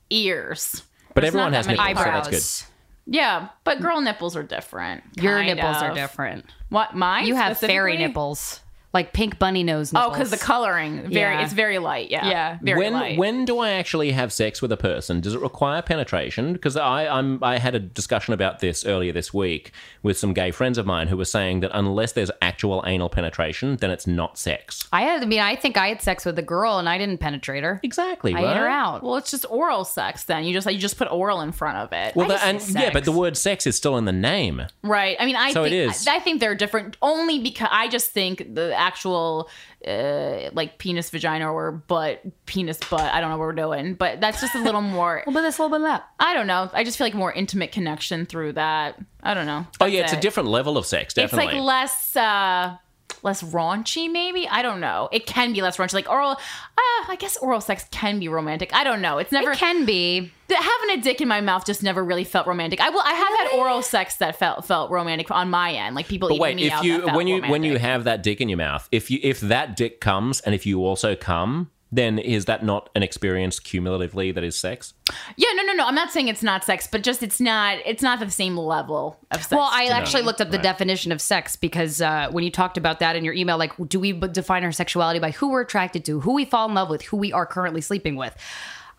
[SPEAKER 1] ears.
[SPEAKER 5] But
[SPEAKER 1] There's
[SPEAKER 5] everyone
[SPEAKER 1] not
[SPEAKER 5] has
[SPEAKER 1] that
[SPEAKER 5] nipples,
[SPEAKER 1] many
[SPEAKER 5] so that's good.
[SPEAKER 2] Eyebrows.
[SPEAKER 1] Yeah, but girl nipples are different.
[SPEAKER 2] Your
[SPEAKER 1] kind
[SPEAKER 2] nipples are
[SPEAKER 1] of.
[SPEAKER 2] different.
[SPEAKER 1] What mine?
[SPEAKER 2] You have fairy
[SPEAKER 1] specifically?
[SPEAKER 2] nipples, like pink bunny nose
[SPEAKER 1] Oh,
[SPEAKER 2] nipples.
[SPEAKER 1] because the coloring very.
[SPEAKER 2] Yeah.
[SPEAKER 1] It's very light. Yeah.
[SPEAKER 2] Yeah.
[SPEAKER 1] Very
[SPEAKER 5] when
[SPEAKER 1] light.
[SPEAKER 5] when do I actually have sex with a person? Does it require penetration? Because I I'm, I had a discussion about this earlier this week with some gay friends of mine who were saying that unless there's actual anal penetration, then it's not sex.
[SPEAKER 2] I had, I mean, I think I had sex with a girl and I didn't penetrate her.
[SPEAKER 5] Exactly.
[SPEAKER 2] I ate her
[SPEAKER 5] right?
[SPEAKER 2] out.
[SPEAKER 1] well, it's just oral sex. Then you just like you just put oral in front of it.
[SPEAKER 5] Well,
[SPEAKER 2] I
[SPEAKER 5] the, and
[SPEAKER 2] just said
[SPEAKER 5] yeah,
[SPEAKER 2] sex.
[SPEAKER 5] but the word sex is still in the name. Oh,
[SPEAKER 1] Right. I mean, I
[SPEAKER 5] So it
[SPEAKER 1] think
[SPEAKER 5] is.
[SPEAKER 1] I, I think they're different only because I just think the actual uh, like penis vagina or butt penis butt. I don't know what we're doing, but that's just a little more.
[SPEAKER 2] Well, but that's a little bit of that.
[SPEAKER 1] I don't know. I just feel like more intimate connection through that. I don't know.
[SPEAKER 5] Oh
[SPEAKER 1] That's
[SPEAKER 5] yeah, it's a
[SPEAKER 1] it.
[SPEAKER 5] different level of sex,
[SPEAKER 1] It's
[SPEAKER 5] definitely.
[SPEAKER 1] like less. uh Less raunchy, maybe I don't know. It can be less raunchy, like oral. Uh, I guess oral sex can be romantic. I don't know. It's never
[SPEAKER 2] It can be.
[SPEAKER 1] the, having a dick in my mouth just never really felt romantic. I will. I have had oral sex that felt felt romantic on my end, like people
[SPEAKER 5] But
[SPEAKER 1] eating
[SPEAKER 5] wait,
[SPEAKER 1] me
[SPEAKER 5] if
[SPEAKER 1] out.
[SPEAKER 5] you
[SPEAKER 1] that felt
[SPEAKER 5] when you when you
[SPEAKER 1] romantic.
[SPEAKER 5] have that dick in your mouth, if you if that dick comes and if you also come, then is that not an experience cumulatively that is sex?
[SPEAKER 1] yeah, no, no, no. I'm not saying it's not sex, but just it's not it's not the same level of sex.
[SPEAKER 2] Well, I actually looked up the definition of sex because uh, when you talked about that in your email, like, do we b- define our sexuality by who we're attracted to, who we fall in love with, who we are currently sleeping with?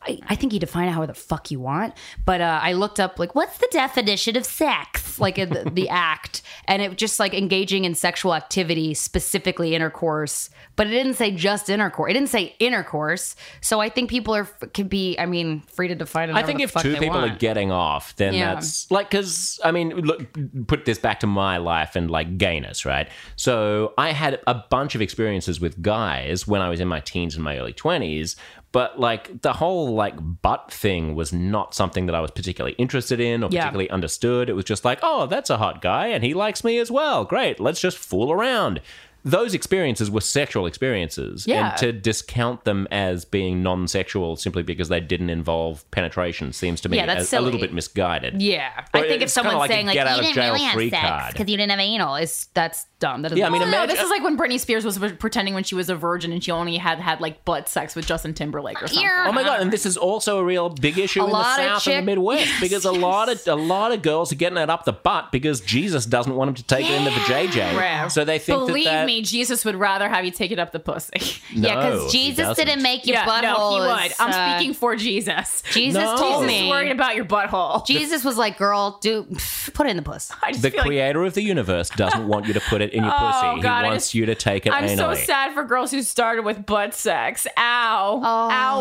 [SPEAKER 2] I, I think you define it however the fuck you want. But uh, I looked up, like, what's the definition of sex? Like, in the, the act. And it just like engaging in sexual activity, specifically intercourse. But it didn't say just intercourse. It didn't say intercourse. So I think people are, could be, I mean, free to define it.
[SPEAKER 5] I think if two people
[SPEAKER 2] want.
[SPEAKER 5] are getting off, then
[SPEAKER 2] Yeah.
[SPEAKER 5] that's like because I mean, look, put this back to my life and like gayness, right? So I had a bunch of experiences with guys when I was in my teens and my early twenties, but like the whole like butt thing was not something that I was particularly interested in or particularly understood. It was just like, oh, that's a hot guy and he likes me as well. Great, let's just fool around. Those experiences were sexual experiences,
[SPEAKER 1] Yeah.
[SPEAKER 5] and to discount them as being non-sexual simply because they didn't involve penetration seems to me
[SPEAKER 2] Yeah, that's
[SPEAKER 5] a, a little
[SPEAKER 2] silly.
[SPEAKER 5] bit misguided.
[SPEAKER 2] Yeah, I
[SPEAKER 5] Or
[SPEAKER 2] think if
[SPEAKER 5] it's kinda
[SPEAKER 2] someone's
[SPEAKER 5] like a
[SPEAKER 2] saying like
[SPEAKER 5] get out
[SPEAKER 2] you
[SPEAKER 5] of
[SPEAKER 2] didn't
[SPEAKER 5] jail
[SPEAKER 2] really have
[SPEAKER 5] free
[SPEAKER 2] sex
[SPEAKER 5] card."
[SPEAKER 2] because you didn't have anal, is that's dumb. That doesn't
[SPEAKER 5] Yeah, I mean,
[SPEAKER 1] No, no, no,
[SPEAKER 5] imagine
[SPEAKER 1] this is like when Britney Spears was pretending when she was a virgin and she only had had like butt sex with Justin Timberlake or something.
[SPEAKER 5] Oh my god! And this is also a real big issue in the
[SPEAKER 2] lot of
[SPEAKER 5] South and
[SPEAKER 2] chick-
[SPEAKER 5] the Midwest because a lot of a lot of girls are getting it up the butt because Jesus doesn't want them to take it in the vajayjay.
[SPEAKER 1] Right.
[SPEAKER 5] So they think
[SPEAKER 1] Believe
[SPEAKER 5] that, that
[SPEAKER 1] me, Jesus would rather have you take it up the pussy.
[SPEAKER 5] No,
[SPEAKER 2] yeah, because
[SPEAKER 5] he
[SPEAKER 2] Jesus
[SPEAKER 5] doesn't.
[SPEAKER 2] didn't make your butthole.
[SPEAKER 1] no, he would.
[SPEAKER 2] is, uh,
[SPEAKER 1] I'm speaking for Jesus.
[SPEAKER 2] Jesus
[SPEAKER 5] No.
[SPEAKER 2] told
[SPEAKER 5] Jesus
[SPEAKER 1] Jesus is
[SPEAKER 2] me.
[SPEAKER 1] worried about your butthole.
[SPEAKER 2] Jesus was like, "Girl, do pff, put it in the puss."
[SPEAKER 1] I just
[SPEAKER 5] The
[SPEAKER 1] feel like
[SPEAKER 5] creator of the universe doesn't want you to put it in your
[SPEAKER 2] Oh,
[SPEAKER 5] pussy.
[SPEAKER 1] God, I
[SPEAKER 5] he wants
[SPEAKER 1] just-
[SPEAKER 5] you to take it
[SPEAKER 1] I'm so
[SPEAKER 5] anally.
[SPEAKER 1] sad for girls who started with butt sex. Ow.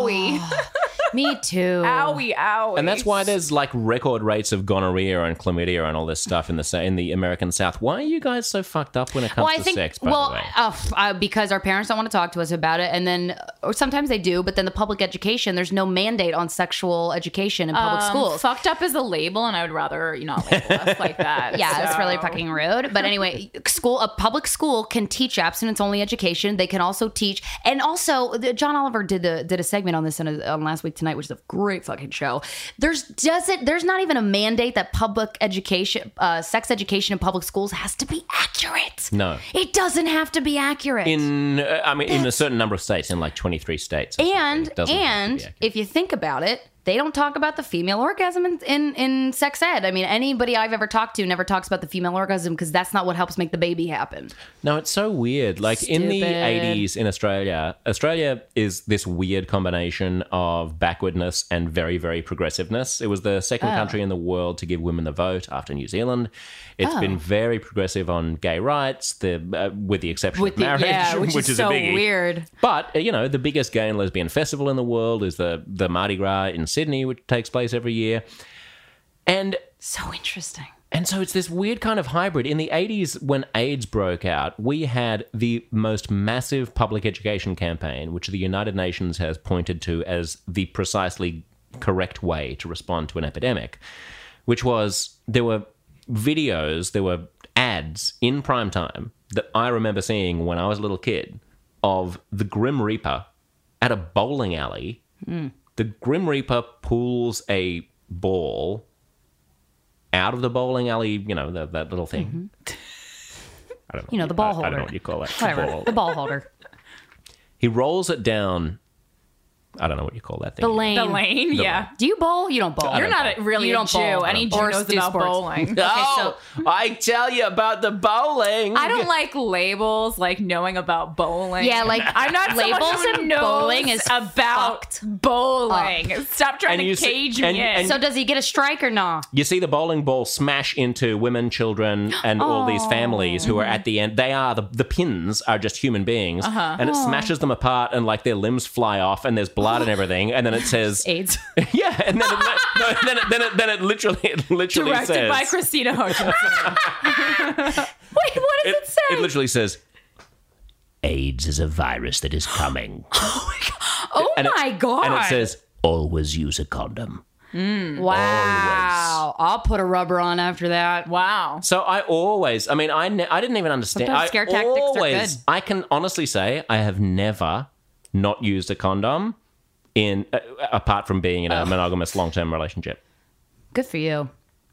[SPEAKER 1] Owie.
[SPEAKER 2] me too.
[SPEAKER 1] Owie, owie.
[SPEAKER 5] And that's why there's like record rates of gonorrhea and chlamydia and all this stuff in the sa- in the American South. Why are you guys so fucked up when it comes
[SPEAKER 2] Well, I
[SPEAKER 5] to
[SPEAKER 2] think
[SPEAKER 5] sex? By
[SPEAKER 2] well
[SPEAKER 5] the way,
[SPEAKER 2] uh, f- uh, because our parents don't want to talk to us about it, and then or sometimes they do, but then the public education there's no mandate on sexual education in public
[SPEAKER 1] Um,
[SPEAKER 2] schools.
[SPEAKER 1] Fucked up is a label, and I would rather you not label us like that.
[SPEAKER 2] Yeah,
[SPEAKER 1] so.
[SPEAKER 2] that's really fucking rude. But anyway, school a public school can teach abstinence only education. They can also teach, and also the, John Oliver did the did a segment on this in a, on last week tonight, which is a great fucking show. There's doesn't there's not even a mandate that public education, uh, sex education in public schools has to be accurate.
[SPEAKER 5] No.
[SPEAKER 2] it doesn't have to be accurate.
[SPEAKER 5] in uh, I mean, in a certain number of states, in like 23 states, or something,
[SPEAKER 2] and
[SPEAKER 5] it doesn't have to
[SPEAKER 2] and
[SPEAKER 5] be accurate.
[SPEAKER 2] if you think about it They don't talk about the female orgasm in, in, in sex ed. I mean, anybody I've ever talked to never talks about the female orgasm because that's not what helps make the baby happen.
[SPEAKER 5] No, it's so weird. Like in the
[SPEAKER 2] Stupid.
[SPEAKER 5] 80s in Australia, Australia is this weird combination of backwardness and very, very progressiveness. It was the
[SPEAKER 2] Oh.
[SPEAKER 5] second country in the world to give women the vote after New Zealand. It's
[SPEAKER 2] Oh.
[SPEAKER 5] been very progressive on gay rights, the, uh, with the exception
[SPEAKER 2] With
[SPEAKER 5] of
[SPEAKER 2] the-
[SPEAKER 5] marriage,
[SPEAKER 2] yeah, which, is, so
[SPEAKER 5] a biggie.
[SPEAKER 2] weird.
[SPEAKER 5] But uh, you know, the biggest gay and lesbian festival in the world is the the Mardi Gras in Sydney, which takes place every year. And
[SPEAKER 2] So interesting.
[SPEAKER 5] and so it's this weird kind of hybrid. In the 80s, when AIDS broke out, we had the most massive public education campaign, which the United Nations has pointed to as the precisely correct way to respond to an epidemic, which was there were videos, there were ads in prime time that I remember seeing when I was a little kid of the Grim Reaper at a bowling alley. The Grim Reaper pulls a ball out of the bowling alley, you know, the, that little thing. I don't know.
[SPEAKER 2] You know, the
[SPEAKER 5] I-
[SPEAKER 2] Mm-hmm. ball
[SPEAKER 5] I, don't
[SPEAKER 2] holder.
[SPEAKER 5] know what you call it. The
[SPEAKER 2] Whatever.
[SPEAKER 5] ball.
[SPEAKER 2] The ball holder.
[SPEAKER 5] He rolls it down. I don't know what you call that thing.
[SPEAKER 2] The lane.
[SPEAKER 1] The lane, yeah.
[SPEAKER 2] Do you bowl? You don't bowl.
[SPEAKER 1] You're not a, really
[SPEAKER 2] You
[SPEAKER 1] a
[SPEAKER 2] don't
[SPEAKER 1] Jew.
[SPEAKER 2] bowl.
[SPEAKER 1] Any Jew
[SPEAKER 2] Or
[SPEAKER 1] knows
[SPEAKER 2] do
[SPEAKER 1] about
[SPEAKER 2] sports.
[SPEAKER 1] bowling.
[SPEAKER 5] Oh, I tell you about the bowling.
[SPEAKER 1] I don't like labels, like knowing about bowling.
[SPEAKER 2] Yeah, like
[SPEAKER 1] I'm not someone
[SPEAKER 2] labels
[SPEAKER 1] who
[SPEAKER 2] and
[SPEAKER 1] knows
[SPEAKER 2] bowling is
[SPEAKER 1] about bowling. Stop trying
[SPEAKER 5] And you
[SPEAKER 1] to
[SPEAKER 5] s-
[SPEAKER 1] cage
[SPEAKER 5] and-
[SPEAKER 1] me in.
[SPEAKER 5] and-
[SPEAKER 2] So does he get a strike or not?
[SPEAKER 5] You see the bowling ball smash into women, children, and all these families who are at the end. They are the, the pins are just human beings,
[SPEAKER 2] Uh-huh.
[SPEAKER 5] and it smashes them apart, and like their limbs fly off, and there's blood and everything. And then it says,
[SPEAKER 2] AIDS.
[SPEAKER 5] "Yeah," and then it, no, then it, then it, then it literally, it literally
[SPEAKER 1] Directed
[SPEAKER 5] says,
[SPEAKER 1] by Christina Hodgson.
[SPEAKER 2] Wait, what does it, say?
[SPEAKER 5] it literally says,
[SPEAKER 6] AIDS is a virus that is coming.
[SPEAKER 2] oh
[SPEAKER 5] and it-
[SPEAKER 2] my god! Mm.
[SPEAKER 5] and it says,
[SPEAKER 6] Always use a condom.
[SPEAKER 2] wow. I'll put a rubber on after that.
[SPEAKER 1] wow.
[SPEAKER 5] So I always, I mean, I ne- I didn't even understand.
[SPEAKER 2] Sometimes
[SPEAKER 5] I
[SPEAKER 2] scare tactics are
[SPEAKER 5] always,
[SPEAKER 2] good.
[SPEAKER 5] I can honestly say I have never not used a condom in uh, apart from being in a monogamous long-term relationship
[SPEAKER 2] Good for you.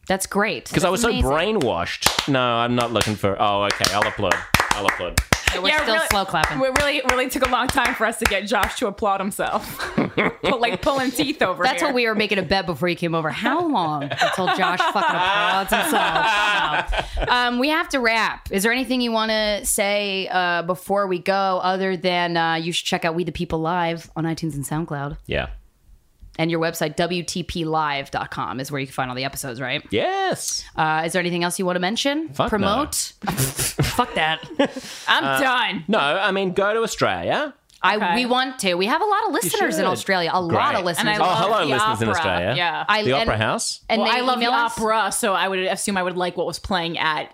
[SPEAKER 2] That's great.
[SPEAKER 5] because I was so
[SPEAKER 2] amazing.
[SPEAKER 5] brainwashed. No, I'm not looking for. Oh, okay. I'll applaud. I'll applaud.
[SPEAKER 2] We're still slow clapping.
[SPEAKER 1] It really, really took a long time for us to get Josh to applaud himself. But, like pulling teeth over
[SPEAKER 2] That's
[SPEAKER 1] here.
[SPEAKER 2] what we were making a bet before you came over. How long until Josh fucking applauds himself? No. Um, we have to wrap. Is there anything you want to say uh, before we go, other than uh, you should check out We the People Live on iTunes and SoundCloud,
[SPEAKER 5] Yeah.
[SPEAKER 2] and your website WTPLive.com is where you can find all the episodes. Right?
[SPEAKER 5] Yes.
[SPEAKER 2] Uh, is there anything else you want to mention?
[SPEAKER 5] Fuck no.
[SPEAKER 2] Promote? Fuck that.
[SPEAKER 1] I'm
[SPEAKER 5] Uh,
[SPEAKER 1] done.
[SPEAKER 5] No, I mean, go to Australia.
[SPEAKER 2] I we want to. We have a lot of listeners in
[SPEAKER 5] should.
[SPEAKER 2] Australia. A lot
[SPEAKER 5] Great.
[SPEAKER 2] of listeners.
[SPEAKER 1] And I
[SPEAKER 5] Oh,
[SPEAKER 1] love
[SPEAKER 5] hello,
[SPEAKER 1] the
[SPEAKER 5] listeners in
[SPEAKER 1] opera.
[SPEAKER 5] Australia.
[SPEAKER 1] Yeah.
[SPEAKER 2] I-
[SPEAKER 5] The
[SPEAKER 2] and-
[SPEAKER 5] Opera House.
[SPEAKER 2] and
[SPEAKER 1] Well,
[SPEAKER 2] they
[SPEAKER 1] I love the
[SPEAKER 2] email us.
[SPEAKER 1] opera, so I would assume I would like what was playing at,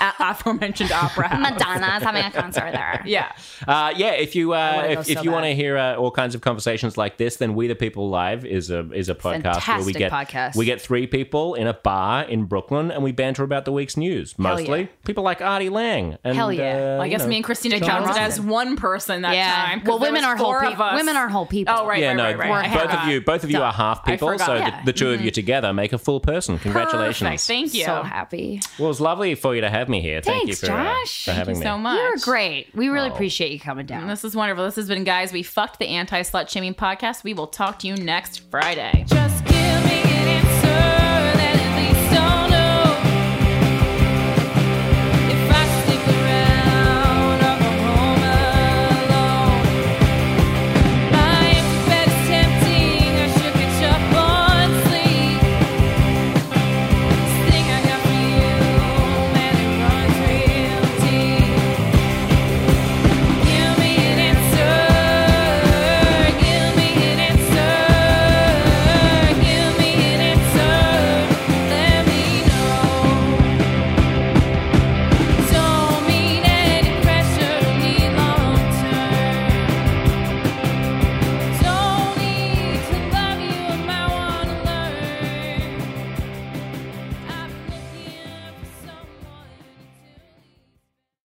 [SPEAKER 1] at aforementioned opera. House.
[SPEAKER 2] Madonna's having a concert there.
[SPEAKER 1] Yeah.
[SPEAKER 5] Uh, yeah, if you
[SPEAKER 1] Oh
[SPEAKER 5] uh,
[SPEAKER 2] wanna go
[SPEAKER 5] if, if
[SPEAKER 2] so
[SPEAKER 5] you
[SPEAKER 2] bad.
[SPEAKER 5] want to hear uh, all kinds of conversations like this, then We the People Live is a is a podcast where we
[SPEAKER 2] Fantastic
[SPEAKER 5] get
[SPEAKER 2] podcast.
[SPEAKER 5] we get three people in a bar in Brooklyn and we banter about the week's news mostly.
[SPEAKER 2] yeah.
[SPEAKER 5] People like Artie Lang. And,
[SPEAKER 2] Hell yeah.
[SPEAKER 5] uh,
[SPEAKER 2] Well,
[SPEAKER 1] I
[SPEAKER 5] you
[SPEAKER 1] guess
[SPEAKER 5] know.
[SPEAKER 1] me and Christina
[SPEAKER 5] John
[SPEAKER 1] counted
[SPEAKER 5] Robinson.
[SPEAKER 1] as one person that
[SPEAKER 2] Yeah.
[SPEAKER 1] time. 'cause
[SPEAKER 2] Well,
[SPEAKER 1] there
[SPEAKER 2] women
[SPEAKER 1] was
[SPEAKER 2] are whole
[SPEAKER 1] four
[SPEAKER 2] peop-
[SPEAKER 1] of us.
[SPEAKER 2] women are whole people.
[SPEAKER 1] Oh, right,
[SPEAKER 5] Yeah,
[SPEAKER 1] right,
[SPEAKER 5] no,
[SPEAKER 1] right, right. I
[SPEAKER 5] both
[SPEAKER 1] forgot.
[SPEAKER 5] of you both of you are half people, so
[SPEAKER 1] forgot. Mm-hmm.
[SPEAKER 5] the,
[SPEAKER 2] Yeah.
[SPEAKER 5] the 2 of you together make a full person. Congratulations.
[SPEAKER 1] Perfect. Thank you.
[SPEAKER 2] So happy.
[SPEAKER 5] Well, it was lovely for you to have me here. Thank
[SPEAKER 2] Thanks,
[SPEAKER 5] you for, uh,
[SPEAKER 2] Josh.
[SPEAKER 5] for
[SPEAKER 2] Thank
[SPEAKER 5] having
[SPEAKER 1] Thank you
[SPEAKER 5] me.
[SPEAKER 1] so much.
[SPEAKER 2] You're great. We really appreciate you coming down.
[SPEAKER 1] This is wonderful. This has been Guys We Fucked, the anti slut shaming podcast. We will talk to you next Friday. Just